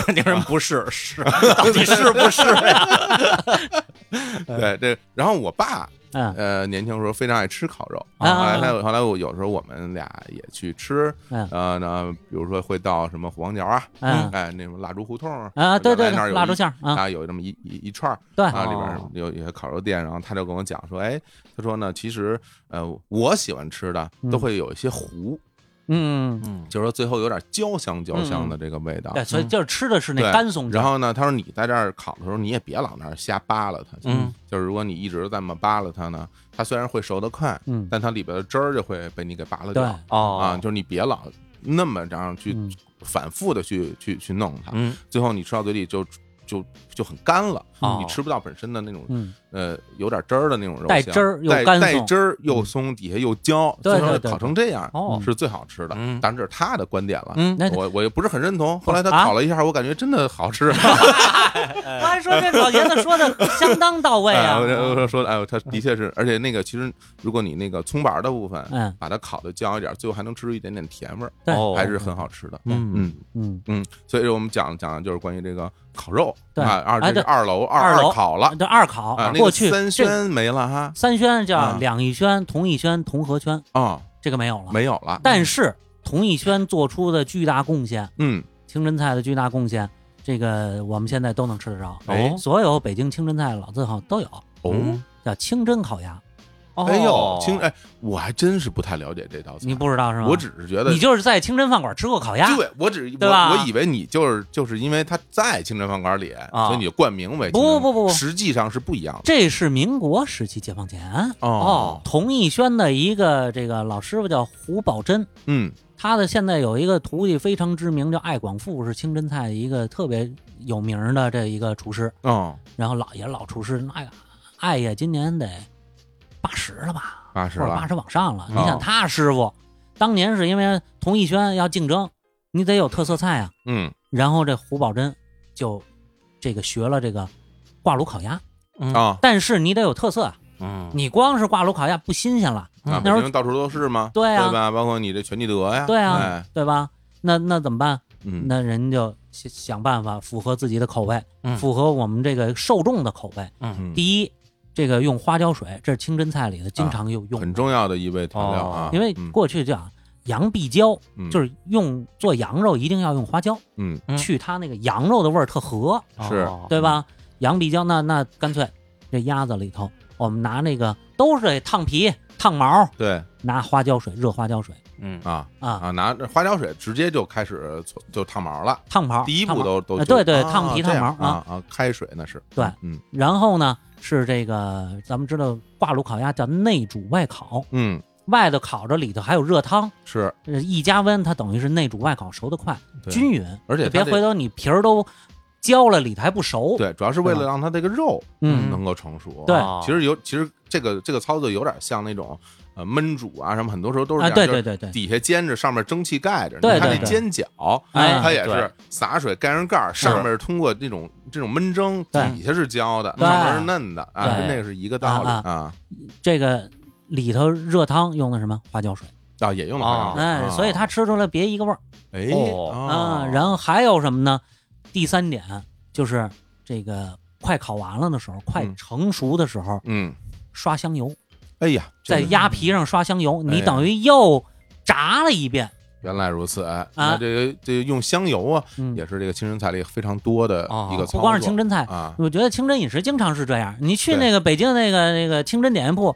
[SPEAKER 1] 个
[SPEAKER 3] 令人不是是，
[SPEAKER 1] 啊
[SPEAKER 3] 到底是不是呀？
[SPEAKER 1] 对这，然后我爸
[SPEAKER 2] 嗯
[SPEAKER 1] 呃，年轻时候非常爱吃烤肉，
[SPEAKER 2] 啊
[SPEAKER 1] 后来他后来我有时候我们俩也去吃，
[SPEAKER 2] 嗯
[SPEAKER 1] 呃，那比如说会到什么虎王桥啊，
[SPEAKER 2] 嗯
[SPEAKER 1] 哎，那什么蜡烛胡同啊
[SPEAKER 2] 啊，对对
[SPEAKER 1] 原来那儿
[SPEAKER 2] 对，
[SPEAKER 1] 有
[SPEAKER 2] 蜡
[SPEAKER 1] 一
[SPEAKER 2] 烛馅儿啊，
[SPEAKER 1] 啊，有这么一一一串儿
[SPEAKER 2] 对
[SPEAKER 1] 啊，里
[SPEAKER 3] 哦
[SPEAKER 1] 边有有些烤肉店，然后他就跟我讲说，哎，他说呢，其实呃，我喜欢吃的
[SPEAKER 2] 嗯
[SPEAKER 1] 都会有一些糊，
[SPEAKER 2] 嗯，
[SPEAKER 3] 嗯
[SPEAKER 1] 就是说最后有点焦香焦香的这个味道。
[SPEAKER 2] 对，所以就是吃的是那
[SPEAKER 1] 嗯对
[SPEAKER 2] 干松劲儿。
[SPEAKER 1] 然后呢，他说你在这儿烤的时候，你也别老那儿瞎扒拉它，
[SPEAKER 3] 嗯，
[SPEAKER 1] 就是如果你一直这么扒拉它呢，它虽然会熟得快，
[SPEAKER 2] 嗯，
[SPEAKER 1] 但它里边的汁儿就会被你给拔了掉，
[SPEAKER 2] 对
[SPEAKER 1] 啊，
[SPEAKER 3] 哦，
[SPEAKER 1] 就是你别老那么这样去
[SPEAKER 2] 嗯
[SPEAKER 1] 反复的去去去弄它，
[SPEAKER 3] 嗯，
[SPEAKER 1] 最后你吃到嘴里就就就很干了，
[SPEAKER 3] 哦
[SPEAKER 1] 你吃不到本身的那种
[SPEAKER 2] 嗯，
[SPEAKER 1] 呃有点汁儿的那种肉香，
[SPEAKER 2] 带汁儿又
[SPEAKER 1] 带
[SPEAKER 2] 干
[SPEAKER 1] 带
[SPEAKER 2] 松嗯
[SPEAKER 1] 汁儿又松，底下又焦，
[SPEAKER 2] 对
[SPEAKER 1] 最后
[SPEAKER 2] 对对
[SPEAKER 1] 烤成这样
[SPEAKER 3] 哦
[SPEAKER 1] 是最好吃的
[SPEAKER 3] 嗯。
[SPEAKER 1] 当然这是他的观点了，
[SPEAKER 3] 嗯
[SPEAKER 2] 那
[SPEAKER 1] 我哎我也不是很认同。后来他
[SPEAKER 2] 啊
[SPEAKER 1] 烤了一下，我感觉真的好 吃。
[SPEAKER 2] 我还说这老爷子说的相当到位
[SPEAKER 1] 哎，
[SPEAKER 2] 啊
[SPEAKER 1] 我。我我说，哎呦，它的确是，而且那个其实，如果你那个葱白儿的部分，
[SPEAKER 2] 嗯
[SPEAKER 1] 把它烤的焦一点，最后还能吃出一点点甜味儿，
[SPEAKER 2] 对
[SPEAKER 3] 哦
[SPEAKER 1] 还是很好吃的。
[SPEAKER 3] 嗯
[SPEAKER 1] 嗯
[SPEAKER 2] 嗯，
[SPEAKER 1] 嗯，所以我们讲讲的就是关于这个烤肉
[SPEAKER 2] 对
[SPEAKER 1] 啊，二
[SPEAKER 2] 哎
[SPEAKER 1] 这是
[SPEAKER 2] 对
[SPEAKER 1] 二楼
[SPEAKER 2] 二
[SPEAKER 1] 二
[SPEAKER 2] 楼
[SPEAKER 1] 烤了
[SPEAKER 2] 这二烤
[SPEAKER 1] 啊，那个
[SPEAKER 2] 过去
[SPEAKER 1] 三
[SPEAKER 2] 这
[SPEAKER 1] 轩没了哈
[SPEAKER 2] 三轩
[SPEAKER 1] 啊
[SPEAKER 2] 叫两义轩、同义轩、同和轩，
[SPEAKER 1] 啊，
[SPEAKER 2] 这个没有了。
[SPEAKER 1] 没有了。
[SPEAKER 2] 但是同义轩做出的巨大贡献，
[SPEAKER 1] 嗯，
[SPEAKER 2] 清真菜的巨大贡献，这个我们现在都能吃得着。
[SPEAKER 1] 哎
[SPEAKER 2] 所有北京清真菜的老字号都有，
[SPEAKER 1] 哦
[SPEAKER 3] 嗯
[SPEAKER 2] 叫清真烤鸭。
[SPEAKER 1] 哎呦，
[SPEAKER 3] 哦
[SPEAKER 1] 清哎，我还真是不太了解这道菜，
[SPEAKER 2] 你不知道是吗？
[SPEAKER 1] 我只是觉得
[SPEAKER 2] 你就是在清真饭馆吃过烤鸭，
[SPEAKER 1] 对我只
[SPEAKER 2] 对吧
[SPEAKER 1] 我我以为你就是就是因为它在清真饭馆里，
[SPEAKER 3] 啊
[SPEAKER 1] 所以你就冠名为
[SPEAKER 2] 不
[SPEAKER 1] 清真饭
[SPEAKER 2] 不不不
[SPEAKER 1] 实际上是不一样的
[SPEAKER 2] 这是民国时期解放前
[SPEAKER 1] 哦，
[SPEAKER 2] 童逸轩的一个这个老师傅叫胡宝珍，
[SPEAKER 1] 嗯
[SPEAKER 2] 他的现在有一个徒弟非常知名，叫艾广富，是清真菜的一个特别有名儿的这一个厨师，
[SPEAKER 1] 哦，
[SPEAKER 2] 然后老也是老厨师，那个艾爷今年得八十了吧，
[SPEAKER 1] 八十
[SPEAKER 2] 或者八
[SPEAKER 1] 了，
[SPEAKER 2] 十往上了。你
[SPEAKER 1] 哦
[SPEAKER 2] 想他师傅当年是因为童逸轩要竞争，你得有特色菜啊，
[SPEAKER 1] 嗯
[SPEAKER 2] 然后这胡宝珍就这个学了这个挂炉烤鸭，
[SPEAKER 3] 嗯
[SPEAKER 1] 啊，
[SPEAKER 2] 但是你得有特色啊，
[SPEAKER 3] 嗯，
[SPEAKER 2] 你光是挂炉烤鸭不新鲜了。
[SPEAKER 1] 那不
[SPEAKER 2] 嗯那时候
[SPEAKER 1] 行，到处都是吗？
[SPEAKER 2] 对啊
[SPEAKER 1] 吧？包括你这全聚德呀，
[SPEAKER 2] 对啊
[SPEAKER 1] 哎
[SPEAKER 2] 对吧？那那怎么办？
[SPEAKER 1] 嗯
[SPEAKER 2] 那人就想想办法符合自己的口味，
[SPEAKER 3] 嗯
[SPEAKER 2] 符合我们这个受众的口味。
[SPEAKER 1] 嗯，
[SPEAKER 2] 第一，这个用花椒水，这是清真菜里的经常有用，
[SPEAKER 1] 很重要的一味调料啊，
[SPEAKER 2] 哦因为
[SPEAKER 1] 嗯
[SPEAKER 2] 过去讲羊必椒，
[SPEAKER 1] 嗯
[SPEAKER 2] 就是用做羊肉一定要用花椒，
[SPEAKER 1] 嗯
[SPEAKER 3] 嗯
[SPEAKER 2] 去它那个羊肉的味儿特合，
[SPEAKER 1] 是
[SPEAKER 3] 哦
[SPEAKER 2] 对吧？羊必椒，那那干脆这鸭子里头，我们拿那个都是得烫皮、烫毛，
[SPEAKER 1] 对
[SPEAKER 2] 拿花椒水，热花椒水
[SPEAKER 3] 嗯
[SPEAKER 1] 啊
[SPEAKER 2] 啊，
[SPEAKER 1] 啊，拿着花椒水直接就开始搓就烫毛了。
[SPEAKER 2] 烫毛。
[SPEAKER 1] 第一
[SPEAKER 2] 烫
[SPEAKER 1] 步
[SPEAKER 2] 毛
[SPEAKER 1] 都都
[SPEAKER 2] 呃
[SPEAKER 1] 就
[SPEAKER 2] 对对
[SPEAKER 1] 啊
[SPEAKER 2] 烫皮
[SPEAKER 1] 这
[SPEAKER 2] 烫毛
[SPEAKER 1] 样啊啊，开水那是
[SPEAKER 2] 对
[SPEAKER 1] 嗯
[SPEAKER 2] 然后呢是这个咱们知道挂炉烤鸭叫内煮外烤，
[SPEAKER 1] 嗯
[SPEAKER 2] 外头烤着，里头还有热汤，
[SPEAKER 1] 是，
[SPEAKER 2] 呃一加温，它等于是内煮外烤，熟得快，
[SPEAKER 1] 对
[SPEAKER 2] 均匀。
[SPEAKER 1] 而且
[SPEAKER 2] 就
[SPEAKER 1] 它
[SPEAKER 2] 别
[SPEAKER 1] 这
[SPEAKER 2] 回头你皮儿都焦了，里头还不熟。，
[SPEAKER 1] 对，主要是为了
[SPEAKER 2] 对
[SPEAKER 1] 让它这个肉
[SPEAKER 2] 哦嗯
[SPEAKER 1] 能够成熟。啊
[SPEAKER 2] 对
[SPEAKER 3] 哦
[SPEAKER 1] 其实有其实这个这个操作有点像那种呃焖煮啊什么，很多时候都是
[SPEAKER 2] 啊，
[SPEAKER 1] 这
[SPEAKER 2] 对
[SPEAKER 1] 样
[SPEAKER 2] 对
[SPEAKER 1] 就是
[SPEAKER 2] 对对，
[SPEAKER 1] 底下煎着，上面蒸汽盖着。
[SPEAKER 2] 对
[SPEAKER 1] 你看
[SPEAKER 2] 对
[SPEAKER 1] 这
[SPEAKER 2] 对
[SPEAKER 1] 煎饺，
[SPEAKER 2] 哎
[SPEAKER 1] 它也
[SPEAKER 3] 对
[SPEAKER 1] 是洒水盖上盖儿，上面是通过这种这种焖蒸，
[SPEAKER 2] 对
[SPEAKER 1] 底下是焦的，
[SPEAKER 2] 对
[SPEAKER 1] 上面是嫩的啊，
[SPEAKER 2] 对
[SPEAKER 1] 跟那个是一个道理
[SPEAKER 2] 啊
[SPEAKER 1] 啊
[SPEAKER 2] 这个里头热汤用的什么花椒水，
[SPEAKER 1] 啊，也用了花椒水
[SPEAKER 2] 哎，
[SPEAKER 1] 啊
[SPEAKER 2] 所以它吃出来别一个味儿
[SPEAKER 1] 哎
[SPEAKER 3] 哦
[SPEAKER 2] 啊。
[SPEAKER 1] 后
[SPEAKER 2] 然后还有什么呢？第三点就是这个快烤完了的时候，快
[SPEAKER 1] 嗯
[SPEAKER 2] 成熟的时候
[SPEAKER 1] 嗯，
[SPEAKER 2] 刷香油，
[SPEAKER 1] 哎呀，这
[SPEAKER 2] 在
[SPEAKER 1] 个
[SPEAKER 2] 鸭皮上刷香油，
[SPEAKER 1] 哎
[SPEAKER 2] 你
[SPEAKER 1] 呀
[SPEAKER 2] 等于又炸了一遍。
[SPEAKER 1] 原来如此哎，那这个这个用香油啊，
[SPEAKER 2] 啊嗯，哦
[SPEAKER 1] 也是这个清真菜里非常多的一个操作，
[SPEAKER 2] 不光是清真菜，
[SPEAKER 1] 啊，
[SPEAKER 2] 我觉得清真饮食经常是这样。你去那个北京那个那个清真点心铺，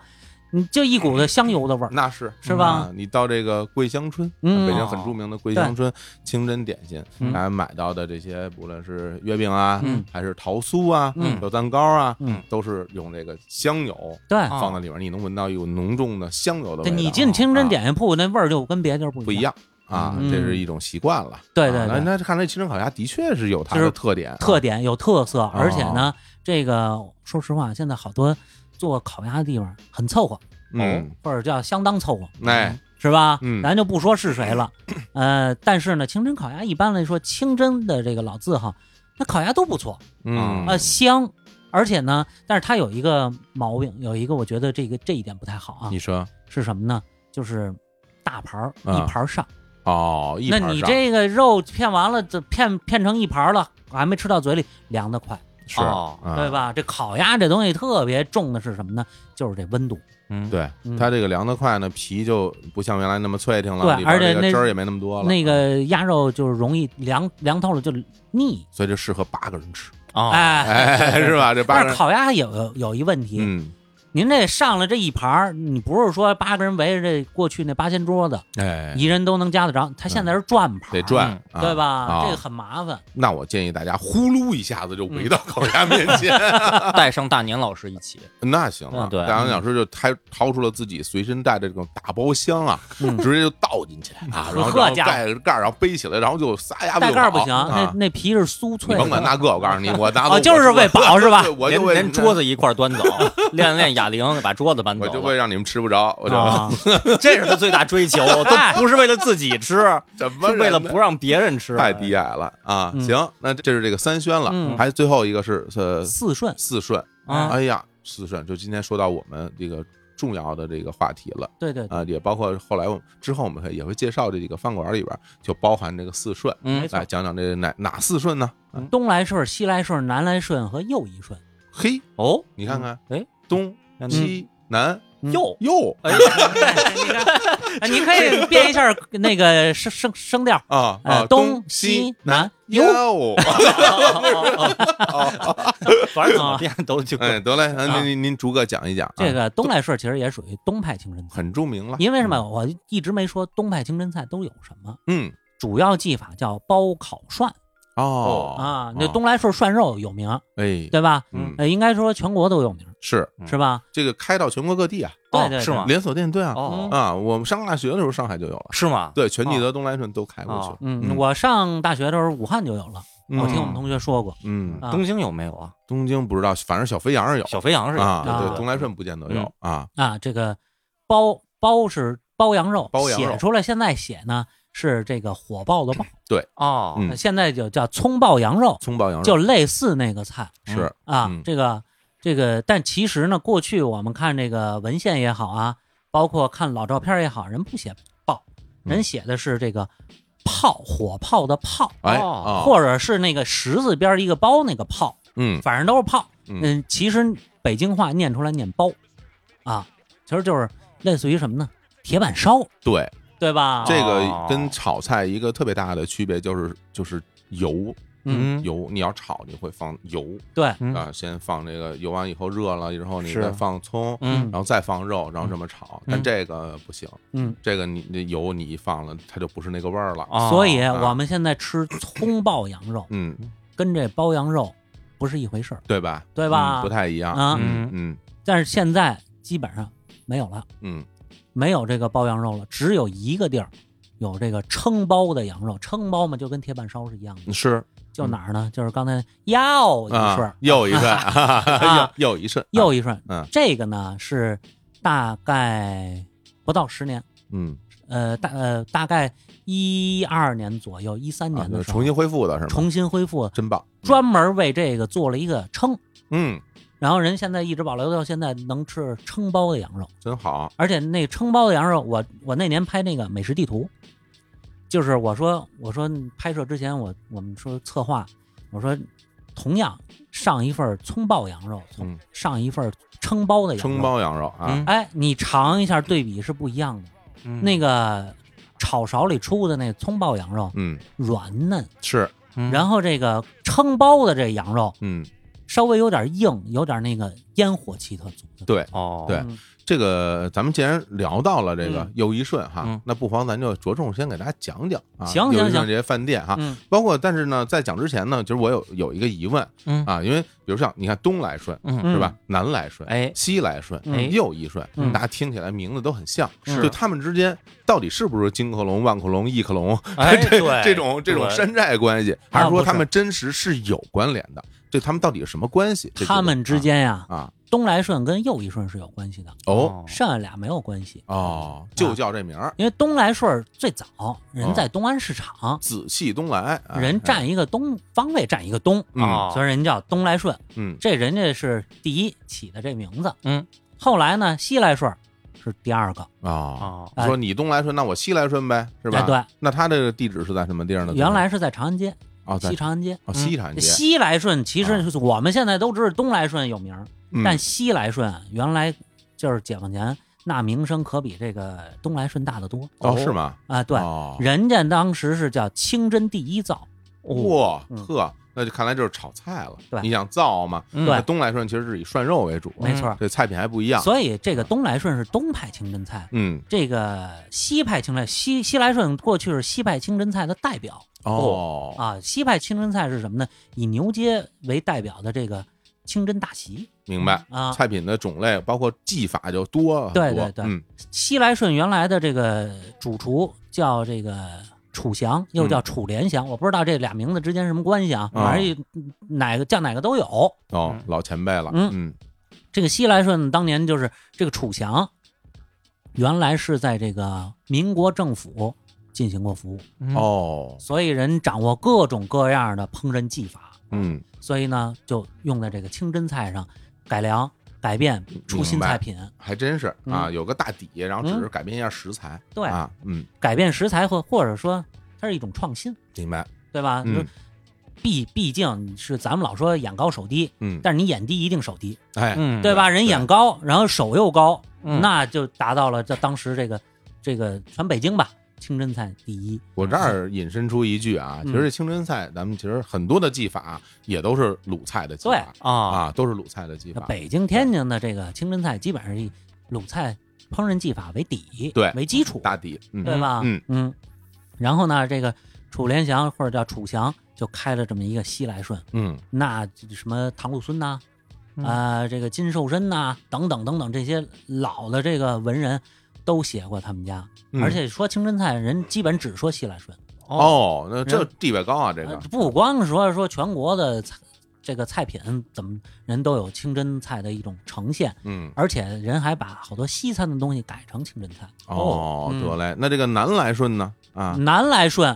[SPEAKER 2] 你就一股子香油的味儿。
[SPEAKER 1] 那是
[SPEAKER 2] 是吧
[SPEAKER 1] 啊你到这个桂香春，
[SPEAKER 2] 嗯
[SPEAKER 1] 北京很著名的桂香春清真点心，
[SPEAKER 2] 嗯
[SPEAKER 1] 大家买到的这些，不论是月饼啊
[SPEAKER 2] 嗯，
[SPEAKER 1] 还是桃酥啊
[SPEAKER 2] 嗯，
[SPEAKER 1] 有蛋糕啊
[SPEAKER 2] 嗯，
[SPEAKER 1] 都是用这个香油
[SPEAKER 2] 对，
[SPEAKER 3] 啊
[SPEAKER 1] 放在里面，你能闻到一股浓重的香油的味
[SPEAKER 2] 对
[SPEAKER 1] 道。啊
[SPEAKER 2] 你进清真点心铺，那味儿就跟别的地儿
[SPEAKER 1] 不
[SPEAKER 2] 不
[SPEAKER 1] 一
[SPEAKER 2] 一
[SPEAKER 1] 样
[SPEAKER 2] 样。
[SPEAKER 1] 啊，
[SPEAKER 2] 嗯
[SPEAKER 1] 这是一种习惯了。
[SPEAKER 2] 对对
[SPEAKER 1] 啊那
[SPEAKER 2] 对
[SPEAKER 1] 那看来清真烤鸭的确是有它
[SPEAKER 2] 就
[SPEAKER 1] 的
[SPEAKER 2] 是
[SPEAKER 1] 特点啊，
[SPEAKER 2] 特点有特色，而且
[SPEAKER 1] 哦
[SPEAKER 2] 呢，这个说实话，现在好多做烤鸭的地方很凑合，
[SPEAKER 1] 嗯，
[SPEAKER 2] 或者叫相当凑合，
[SPEAKER 1] 哎，
[SPEAKER 2] 是吧？
[SPEAKER 1] 嗯
[SPEAKER 2] 咱就不说是谁 了。呃，但是呢，清真烤鸭一般来说，清真的这个老字号，那烤鸭都不错。
[SPEAKER 1] 嗯
[SPEAKER 2] 啊，香，而且呢，但是它有一个毛病，有一个我觉得这个这一点不太好啊
[SPEAKER 1] 你，说
[SPEAKER 2] 是什么呢？就是大盘儿
[SPEAKER 1] 啊
[SPEAKER 2] 一盘儿上，
[SPEAKER 1] 哦，一
[SPEAKER 2] 那
[SPEAKER 1] 盘
[SPEAKER 2] 你
[SPEAKER 1] 上
[SPEAKER 2] 这个肉片完了，这片片成一盘儿了，还没吃到嘴里，凉得快，
[SPEAKER 1] 是
[SPEAKER 3] 哦
[SPEAKER 1] 啊
[SPEAKER 2] 对吧？这烤鸭这东西特别重的是什么呢？就是这温度，
[SPEAKER 3] 嗯
[SPEAKER 1] 对，
[SPEAKER 2] 嗯
[SPEAKER 1] 它这个凉得快呢，皮就不像原来那么脆挺了，
[SPEAKER 2] 对
[SPEAKER 1] 里边
[SPEAKER 2] 而且
[SPEAKER 1] 这个
[SPEAKER 2] 那
[SPEAKER 1] 汁儿也没那么多了，
[SPEAKER 2] 那
[SPEAKER 1] 啊，
[SPEAKER 2] 个鸭肉就是容易凉凉透了就腻，
[SPEAKER 1] 所以就适合八个人吃，
[SPEAKER 3] 哦
[SPEAKER 1] 哎，是吧？这八
[SPEAKER 2] 但
[SPEAKER 1] 个
[SPEAKER 2] 是
[SPEAKER 1] 人，
[SPEAKER 2] 烤鸭有有有一问题，
[SPEAKER 1] 嗯，
[SPEAKER 2] 您这上了这一盘儿，你不是说八个人围着这过去那八仙桌子，
[SPEAKER 1] 哎，嗯
[SPEAKER 2] 一人都能夹得着。他现在是转盘，
[SPEAKER 1] 得，转，啊
[SPEAKER 2] 对吧？
[SPEAKER 1] 啊
[SPEAKER 2] 这个很麻烦。
[SPEAKER 1] 那我建议大家呼噜一下子就围
[SPEAKER 2] 嗯
[SPEAKER 1] 到烤鸭面前，
[SPEAKER 3] 带上大年老师一起，
[SPEAKER 1] 那行了。
[SPEAKER 3] 嗯对
[SPEAKER 1] 大杨老师就掏掏出了自己随身带的这种大包箱啊，
[SPEAKER 2] 嗯
[SPEAKER 1] 直接就倒进去啊，然后
[SPEAKER 2] 呵
[SPEAKER 1] 然后
[SPEAKER 2] 家伙
[SPEAKER 1] 盖着盖儿，然后背起来，然后就撒鸭子
[SPEAKER 2] 带
[SPEAKER 1] 就
[SPEAKER 2] 盖儿不
[SPEAKER 1] 跑
[SPEAKER 2] 行，
[SPEAKER 1] 啊
[SPEAKER 2] 那那皮是酥
[SPEAKER 1] 你
[SPEAKER 2] 脆的。
[SPEAKER 1] 甭管那个，我告诉你，我 拿走
[SPEAKER 2] 哦，就是
[SPEAKER 1] 我
[SPEAKER 2] 为饱 是吧
[SPEAKER 1] 对？我
[SPEAKER 3] 连
[SPEAKER 1] 就为
[SPEAKER 3] 连桌子一块儿端 走，练练哑铃，把桌子搬走
[SPEAKER 1] 我
[SPEAKER 3] 了。
[SPEAKER 1] 就会让你们吃不着，我就、
[SPEAKER 2] 啊，
[SPEAKER 3] 这是他最大追求，都不是为了自己 吃，
[SPEAKER 1] 怎么
[SPEAKER 3] 是为了
[SPEAKER 1] 人呢
[SPEAKER 3] 不让别人吃。
[SPEAKER 1] 太低矮了啊！
[SPEAKER 2] 嗯
[SPEAKER 1] 行，那这是这个三宣了，
[SPEAKER 2] 嗯
[SPEAKER 1] 还最后一个是呃
[SPEAKER 2] 四顺
[SPEAKER 1] 四顺。
[SPEAKER 3] 啊
[SPEAKER 1] 哎呀，四顺就今天说到我们这个重要的这个话题了
[SPEAKER 2] 对对，对
[SPEAKER 1] 啊，也包括后来我们之后我们会也会介绍这几个饭馆里边就包含这个四顺，
[SPEAKER 2] 没
[SPEAKER 3] 嗯
[SPEAKER 2] 错
[SPEAKER 1] 来讲讲这哪哪四顺呢？啊
[SPEAKER 2] 东来顺、西来顺、南来顺和右一顺，
[SPEAKER 1] 嘿，
[SPEAKER 3] 哦，
[SPEAKER 1] 你看看，
[SPEAKER 3] 哎，
[SPEAKER 1] 东
[SPEAKER 3] 嗯
[SPEAKER 1] 西南
[SPEAKER 2] 嗯
[SPEAKER 3] 哟，
[SPEAKER 1] 哟
[SPEAKER 3] 哎，
[SPEAKER 2] 对，你看，啊你可以变一下那个声声声调，
[SPEAKER 1] 啊啊，
[SPEAKER 2] 呃，东
[SPEAKER 1] 西
[SPEAKER 2] 西南
[SPEAKER 1] 哟
[SPEAKER 2] 哟，，
[SPEAKER 3] 反正怎么变都就
[SPEAKER 1] 哎，得嘞，那您您逐个讲一讲啊，
[SPEAKER 2] 这个东来顺其实也属于东派清真菜，
[SPEAKER 1] 很嗯著名了，
[SPEAKER 2] 因为什么？我一直没说东派清真菜都有什么，
[SPEAKER 1] 嗯，
[SPEAKER 2] 主要技法叫包烤涮
[SPEAKER 1] 哦
[SPEAKER 2] 啊，那东来顺涮肉有名，
[SPEAKER 1] 哎，
[SPEAKER 2] 对吧？
[SPEAKER 1] 嗯，
[SPEAKER 2] 呃，应该说全国都有名，
[SPEAKER 1] 是
[SPEAKER 3] 嗯
[SPEAKER 2] 是吧？
[SPEAKER 1] 这个开到全国各地啊，
[SPEAKER 3] 哦
[SPEAKER 2] 对对，
[SPEAKER 3] 是吗
[SPEAKER 2] 对？
[SPEAKER 1] 连锁店，对啊，
[SPEAKER 3] 哦
[SPEAKER 1] 啊，我们上大学的时候上海就有了，
[SPEAKER 3] 是吗？
[SPEAKER 1] 对，全聚
[SPEAKER 2] 哦
[SPEAKER 1] 德、东来顺都开过去，
[SPEAKER 2] 嗯，
[SPEAKER 1] 嗯
[SPEAKER 2] 我上大学的时候，武汉就有了，
[SPEAKER 1] 嗯
[SPEAKER 2] 哦我听我们同学说过。
[SPEAKER 1] 嗯，
[SPEAKER 2] 啊
[SPEAKER 3] 东京有没有啊？
[SPEAKER 1] 东京不知道，反正小肥羊是有
[SPEAKER 3] 小肥羊是有
[SPEAKER 1] 啊，
[SPEAKER 2] 啊
[SPEAKER 1] 对，东来顺不见得有啊，
[SPEAKER 2] 啊，这个包包是包羊肉，
[SPEAKER 1] 包羊肉
[SPEAKER 2] 写出来现在写呢是这个火爆的爆，
[SPEAKER 3] 哦，
[SPEAKER 1] 嗯
[SPEAKER 2] 现在就叫葱爆羊肉，
[SPEAKER 1] 葱爆羊
[SPEAKER 2] 就
[SPEAKER 1] 肉
[SPEAKER 2] 类似那个菜
[SPEAKER 1] 是，
[SPEAKER 2] 啊。
[SPEAKER 1] 嗯
[SPEAKER 2] 这个这个，但其实呢，过去我们看这个文献也好啊，包括看老照片也好，人不写爆，
[SPEAKER 1] 嗯
[SPEAKER 2] 人写的是这个泡火炮的炮，
[SPEAKER 1] 哎
[SPEAKER 3] 哦
[SPEAKER 1] 啊，
[SPEAKER 2] 或者是那个十字边一个包那个炮，
[SPEAKER 1] 嗯
[SPEAKER 2] 反正都是炮。
[SPEAKER 1] 嗯
[SPEAKER 2] 嗯，其实北京话念出来念包，啊，其实就是类似于什么呢？铁板烧，
[SPEAKER 1] 对，
[SPEAKER 2] 对吧？
[SPEAKER 1] 这个跟炒菜一个特别大的区别就是就是油
[SPEAKER 2] 嗯，
[SPEAKER 1] 油，你要炒你会放油
[SPEAKER 2] 对，
[SPEAKER 3] 嗯
[SPEAKER 1] 啊，先放这个油完以后热了，然后你
[SPEAKER 3] 是
[SPEAKER 1] 再放葱，
[SPEAKER 3] 嗯
[SPEAKER 1] 然后再放肉，然后这么炒，但
[SPEAKER 2] 嗯
[SPEAKER 1] 这个不行，
[SPEAKER 2] 嗯，
[SPEAKER 1] 这个你那油你一放了，它就不是那个味儿了，
[SPEAKER 3] 哦
[SPEAKER 2] 所以
[SPEAKER 1] 啊
[SPEAKER 2] 我们现在吃葱爆羊肉
[SPEAKER 1] 嗯，
[SPEAKER 2] 跟这包羊肉不是一回事儿
[SPEAKER 1] 对吧？
[SPEAKER 2] 对吧
[SPEAKER 1] 嗯不太一样，
[SPEAKER 2] 啊。
[SPEAKER 1] 嗯嗯
[SPEAKER 2] 但是现在基本上没有了，
[SPEAKER 1] 嗯，
[SPEAKER 2] 没有这个包羊肉了，只有一个地儿有这个称包的羊肉。称包嘛，就跟铁板烧是一样的，
[SPEAKER 1] 是
[SPEAKER 2] 就哪儿呢？就是刚才又一顺
[SPEAKER 1] 啊，，又一顺，
[SPEAKER 2] 啊
[SPEAKER 1] 又又一顺，
[SPEAKER 2] 又一顺。
[SPEAKER 1] 嗯
[SPEAKER 2] 这个呢是大概不到十年，
[SPEAKER 1] 嗯，
[SPEAKER 2] 呃，大呃大概一二年左右，一三
[SPEAKER 1] 啊
[SPEAKER 2] 年的时候、
[SPEAKER 1] 重新恢复的是吗？
[SPEAKER 2] 重新恢复，
[SPEAKER 1] 真棒，
[SPEAKER 2] 专门为这个做了一个称。
[SPEAKER 1] 嗯，
[SPEAKER 2] 然后人现在一直保留到现在，能吃称包的羊肉，
[SPEAKER 1] 真好，
[SPEAKER 2] 而且那称包的羊肉，我我那年拍那个美食地图，就是我说我说拍摄之前我我们说策划，我说同样上一份葱爆羊肉，
[SPEAKER 1] 嗯
[SPEAKER 2] 上一份称包的羊肉，
[SPEAKER 1] 称包羊肉啊
[SPEAKER 3] 嗯，
[SPEAKER 2] 哎，你尝一下对比是不一样的。
[SPEAKER 1] 嗯
[SPEAKER 2] 嗯那
[SPEAKER 3] 个，
[SPEAKER 2] 个炒勺里出的那葱爆羊肉
[SPEAKER 1] 嗯，
[SPEAKER 2] 软嫩，
[SPEAKER 1] 是，
[SPEAKER 2] 然
[SPEAKER 3] 后
[SPEAKER 2] 后这个称包的这羊肉
[SPEAKER 1] 嗯，
[SPEAKER 2] 稍微有点硬，有点那个烟火气特足的。
[SPEAKER 1] 对
[SPEAKER 3] 哦，
[SPEAKER 1] 对
[SPEAKER 2] 嗯
[SPEAKER 1] 这个咱们既然聊到了这个
[SPEAKER 3] 嗯
[SPEAKER 1] 又一顺哈
[SPEAKER 3] 嗯，
[SPEAKER 1] 那不妨咱就着重先给大家讲讲啊，
[SPEAKER 2] 行
[SPEAKER 1] 又一
[SPEAKER 2] 行
[SPEAKER 1] 顺
[SPEAKER 2] 行
[SPEAKER 1] 这些饭店哈，
[SPEAKER 2] 嗯
[SPEAKER 1] 包括但是呢，在讲之前呢，就是我有有一个疑问
[SPEAKER 3] 嗯
[SPEAKER 1] 啊，因为比如像你看东来顺
[SPEAKER 3] 嗯
[SPEAKER 2] 嗯
[SPEAKER 1] 是吧，南来顺，
[SPEAKER 3] 哎
[SPEAKER 1] 西来顺，
[SPEAKER 2] 嗯
[SPEAKER 1] 右一顺，
[SPEAKER 2] 嗯
[SPEAKER 1] 大家听起来名字都很像，
[SPEAKER 3] 是
[SPEAKER 1] 就他们之间到底是不是金克隆、万克隆、异克隆
[SPEAKER 3] 哎
[SPEAKER 1] 这
[SPEAKER 3] 对
[SPEAKER 1] 这种这种
[SPEAKER 3] 对
[SPEAKER 1] 山寨关系，还是
[SPEAKER 2] 啊不
[SPEAKER 1] 说
[SPEAKER 2] 是
[SPEAKER 1] 他们真实是有关联的？对他们到底有什么关系？这
[SPEAKER 2] 他们之间呀、
[SPEAKER 1] 啊啊
[SPEAKER 2] 东来顺跟右一顺是有关系的，
[SPEAKER 1] 哦
[SPEAKER 2] 剩下俩没有关系。啊
[SPEAKER 1] 哦，就叫这名儿，
[SPEAKER 2] 因为东来顺最早人在东安市场，
[SPEAKER 1] 紫气东来，哦哎
[SPEAKER 2] 人啊占一个东方位，占一个东，
[SPEAKER 1] 嗯
[SPEAKER 3] 哦
[SPEAKER 2] 所以人叫东来顺。
[SPEAKER 1] 嗯
[SPEAKER 2] 这人家是第一起的这名字，
[SPEAKER 3] 嗯，
[SPEAKER 2] 后来呢，西来顺是第二个，
[SPEAKER 1] 啊，
[SPEAKER 3] 哦
[SPEAKER 2] 哎
[SPEAKER 1] 说你东来顺，那我西来顺呗，是吧？
[SPEAKER 2] 哎对，
[SPEAKER 1] 那他这个地址是在什么地儿呢？
[SPEAKER 2] 原来是在长安街，
[SPEAKER 1] 啊，在
[SPEAKER 2] 西长安街。
[SPEAKER 1] 哦西长安街，哦
[SPEAKER 2] 西来顺其实就是我们现在都知道东来顺有名儿，
[SPEAKER 1] 嗯
[SPEAKER 2] 但西来顺啊原来就是解放前那名声可比这个东来顺大得多
[SPEAKER 1] 哦是？吗？
[SPEAKER 2] 啊，对，
[SPEAKER 1] 哦
[SPEAKER 2] 人家当时是叫清真第一灶，
[SPEAKER 1] 哇
[SPEAKER 2] 嗯
[SPEAKER 1] 呵，那就看来就是炒菜了。
[SPEAKER 2] 对
[SPEAKER 1] 你想造嘛？
[SPEAKER 3] 嗯
[SPEAKER 1] 那
[SPEAKER 2] 对
[SPEAKER 1] 东来顺其实是以涮肉为主，
[SPEAKER 2] 没错儿。
[SPEAKER 1] 这菜品还不一样。
[SPEAKER 2] 所以这个东来顺是东派清真菜，
[SPEAKER 1] 嗯
[SPEAKER 2] 这个西派清真西西来顺过去是西派清真菜的代表
[SPEAKER 1] 哦
[SPEAKER 2] 啊。西派清真菜是什么呢？以牛街为代表的这个清真大席
[SPEAKER 1] 明白。
[SPEAKER 2] 啊。
[SPEAKER 1] 菜品的种类包括技法就多很多。
[SPEAKER 2] 对对对
[SPEAKER 1] 嗯
[SPEAKER 2] 西来顺原来的这个主厨叫这个楚祥，又叫楚连祥，我不知道这俩名字之间什么关系啊，
[SPEAKER 1] 嗯哦
[SPEAKER 2] 反正一哪个叫哪个都有。
[SPEAKER 1] 哦
[SPEAKER 3] 嗯，
[SPEAKER 1] 老前辈了。
[SPEAKER 2] 嗯
[SPEAKER 1] 嗯
[SPEAKER 2] 这个西来顺当年就是这个楚祥，原来是在这个民国政府进行过服务，
[SPEAKER 3] 嗯
[SPEAKER 1] 哦
[SPEAKER 2] 所以人掌握各种各样的烹饪技法，
[SPEAKER 1] 嗯，
[SPEAKER 2] 所以呢就用在这个清真菜上改良、改变，出新菜品，
[SPEAKER 1] 还真是啊，
[SPEAKER 2] 嗯
[SPEAKER 1] 有个大底，然后只是改变一下食材。
[SPEAKER 2] 对
[SPEAKER 1] 啊，嗯，
[SPEAKER 2] 改变食材或或者说它是一种创新，
[SPEAKER 1] 明白。
[SPEAKER 2] 对吧？你说
[SPEAKER 1] 嗯
[SPEAKER 2] 毕毕竟是咱们老说眼高手低，
[SPEAKER 1] 嗯，
[SPEAKER 2] 但是你眼低一定手低，
[SPEAKER 1] 哎，
[SPEAKER 3] 嗯
[SPEAKER 2] 对吧？人眼高，然后手又高，
[SPEAKER 3] 嗯
[SPEAKER 2] 那就达到了这当时这个这个全北京吧，清真菜第一。
[SPEAKER 1] 我这儿引申出一句
[SPEAKER 2] 嗯
[SPEAKER 1] 啊，其实这清真菜，咱们其实很多的技法啊也都是鲁菜的技
[SPEAKER 2] 对
[SPEAKER 1] 法
[SPEAKER 3] 啊，
[SPEAKER 1] 啊，都是鲁菜的技
[SPEAKER 2] 那
[SPEAKER 1] 法。
[SPEAKER 2] 北京、天津的这个清真菜基本上以鲁菜烹饪技法为底，
[SPEAKER 1] 对
[SPEAKER 2] 为基础，
[SPEAKER 1] 大底，嗯，
[SPEAKER 2] 对吧？
[SPEAKER 1] 嗯
[SPEAKER 2] 嗯。然后呢，这个楚连祥或者叫楚祥就开了这么一个西来顺，
[SPEAKER 1] 嗯，
[SPEAKER 2] 那这什么唐鲁孙呐、啊，
[SPEAKER 3] 嗯
[SPEAKER 2] 这个金寿申呐、等等等等这些老的这个文人都写过他们家，
[SPEAKER 1] 嗯
[SPEAKER 2] 而且说清真菜人基本只说西来顺，
[SPEAKER 1] 哦，那这地位高啊，这
[SPEAKER 2] 呃
[SPEAKER 1] 个
[SPEAKER 2] 不光说说全国的菜这个菜品怎么人都有清真菜的一种呈现，
[SPEAKER 1] 嗯，
[SPEAKER 2] 而且人还把好多西餐的东西改成清真菜。
[SPEAKER 1] 哦，
[SPEAKER 3] 嗯
[SPEAKER 1] 得嘞，那这个南来顺呢？啊，
[SPEAKER 2] 南来顺，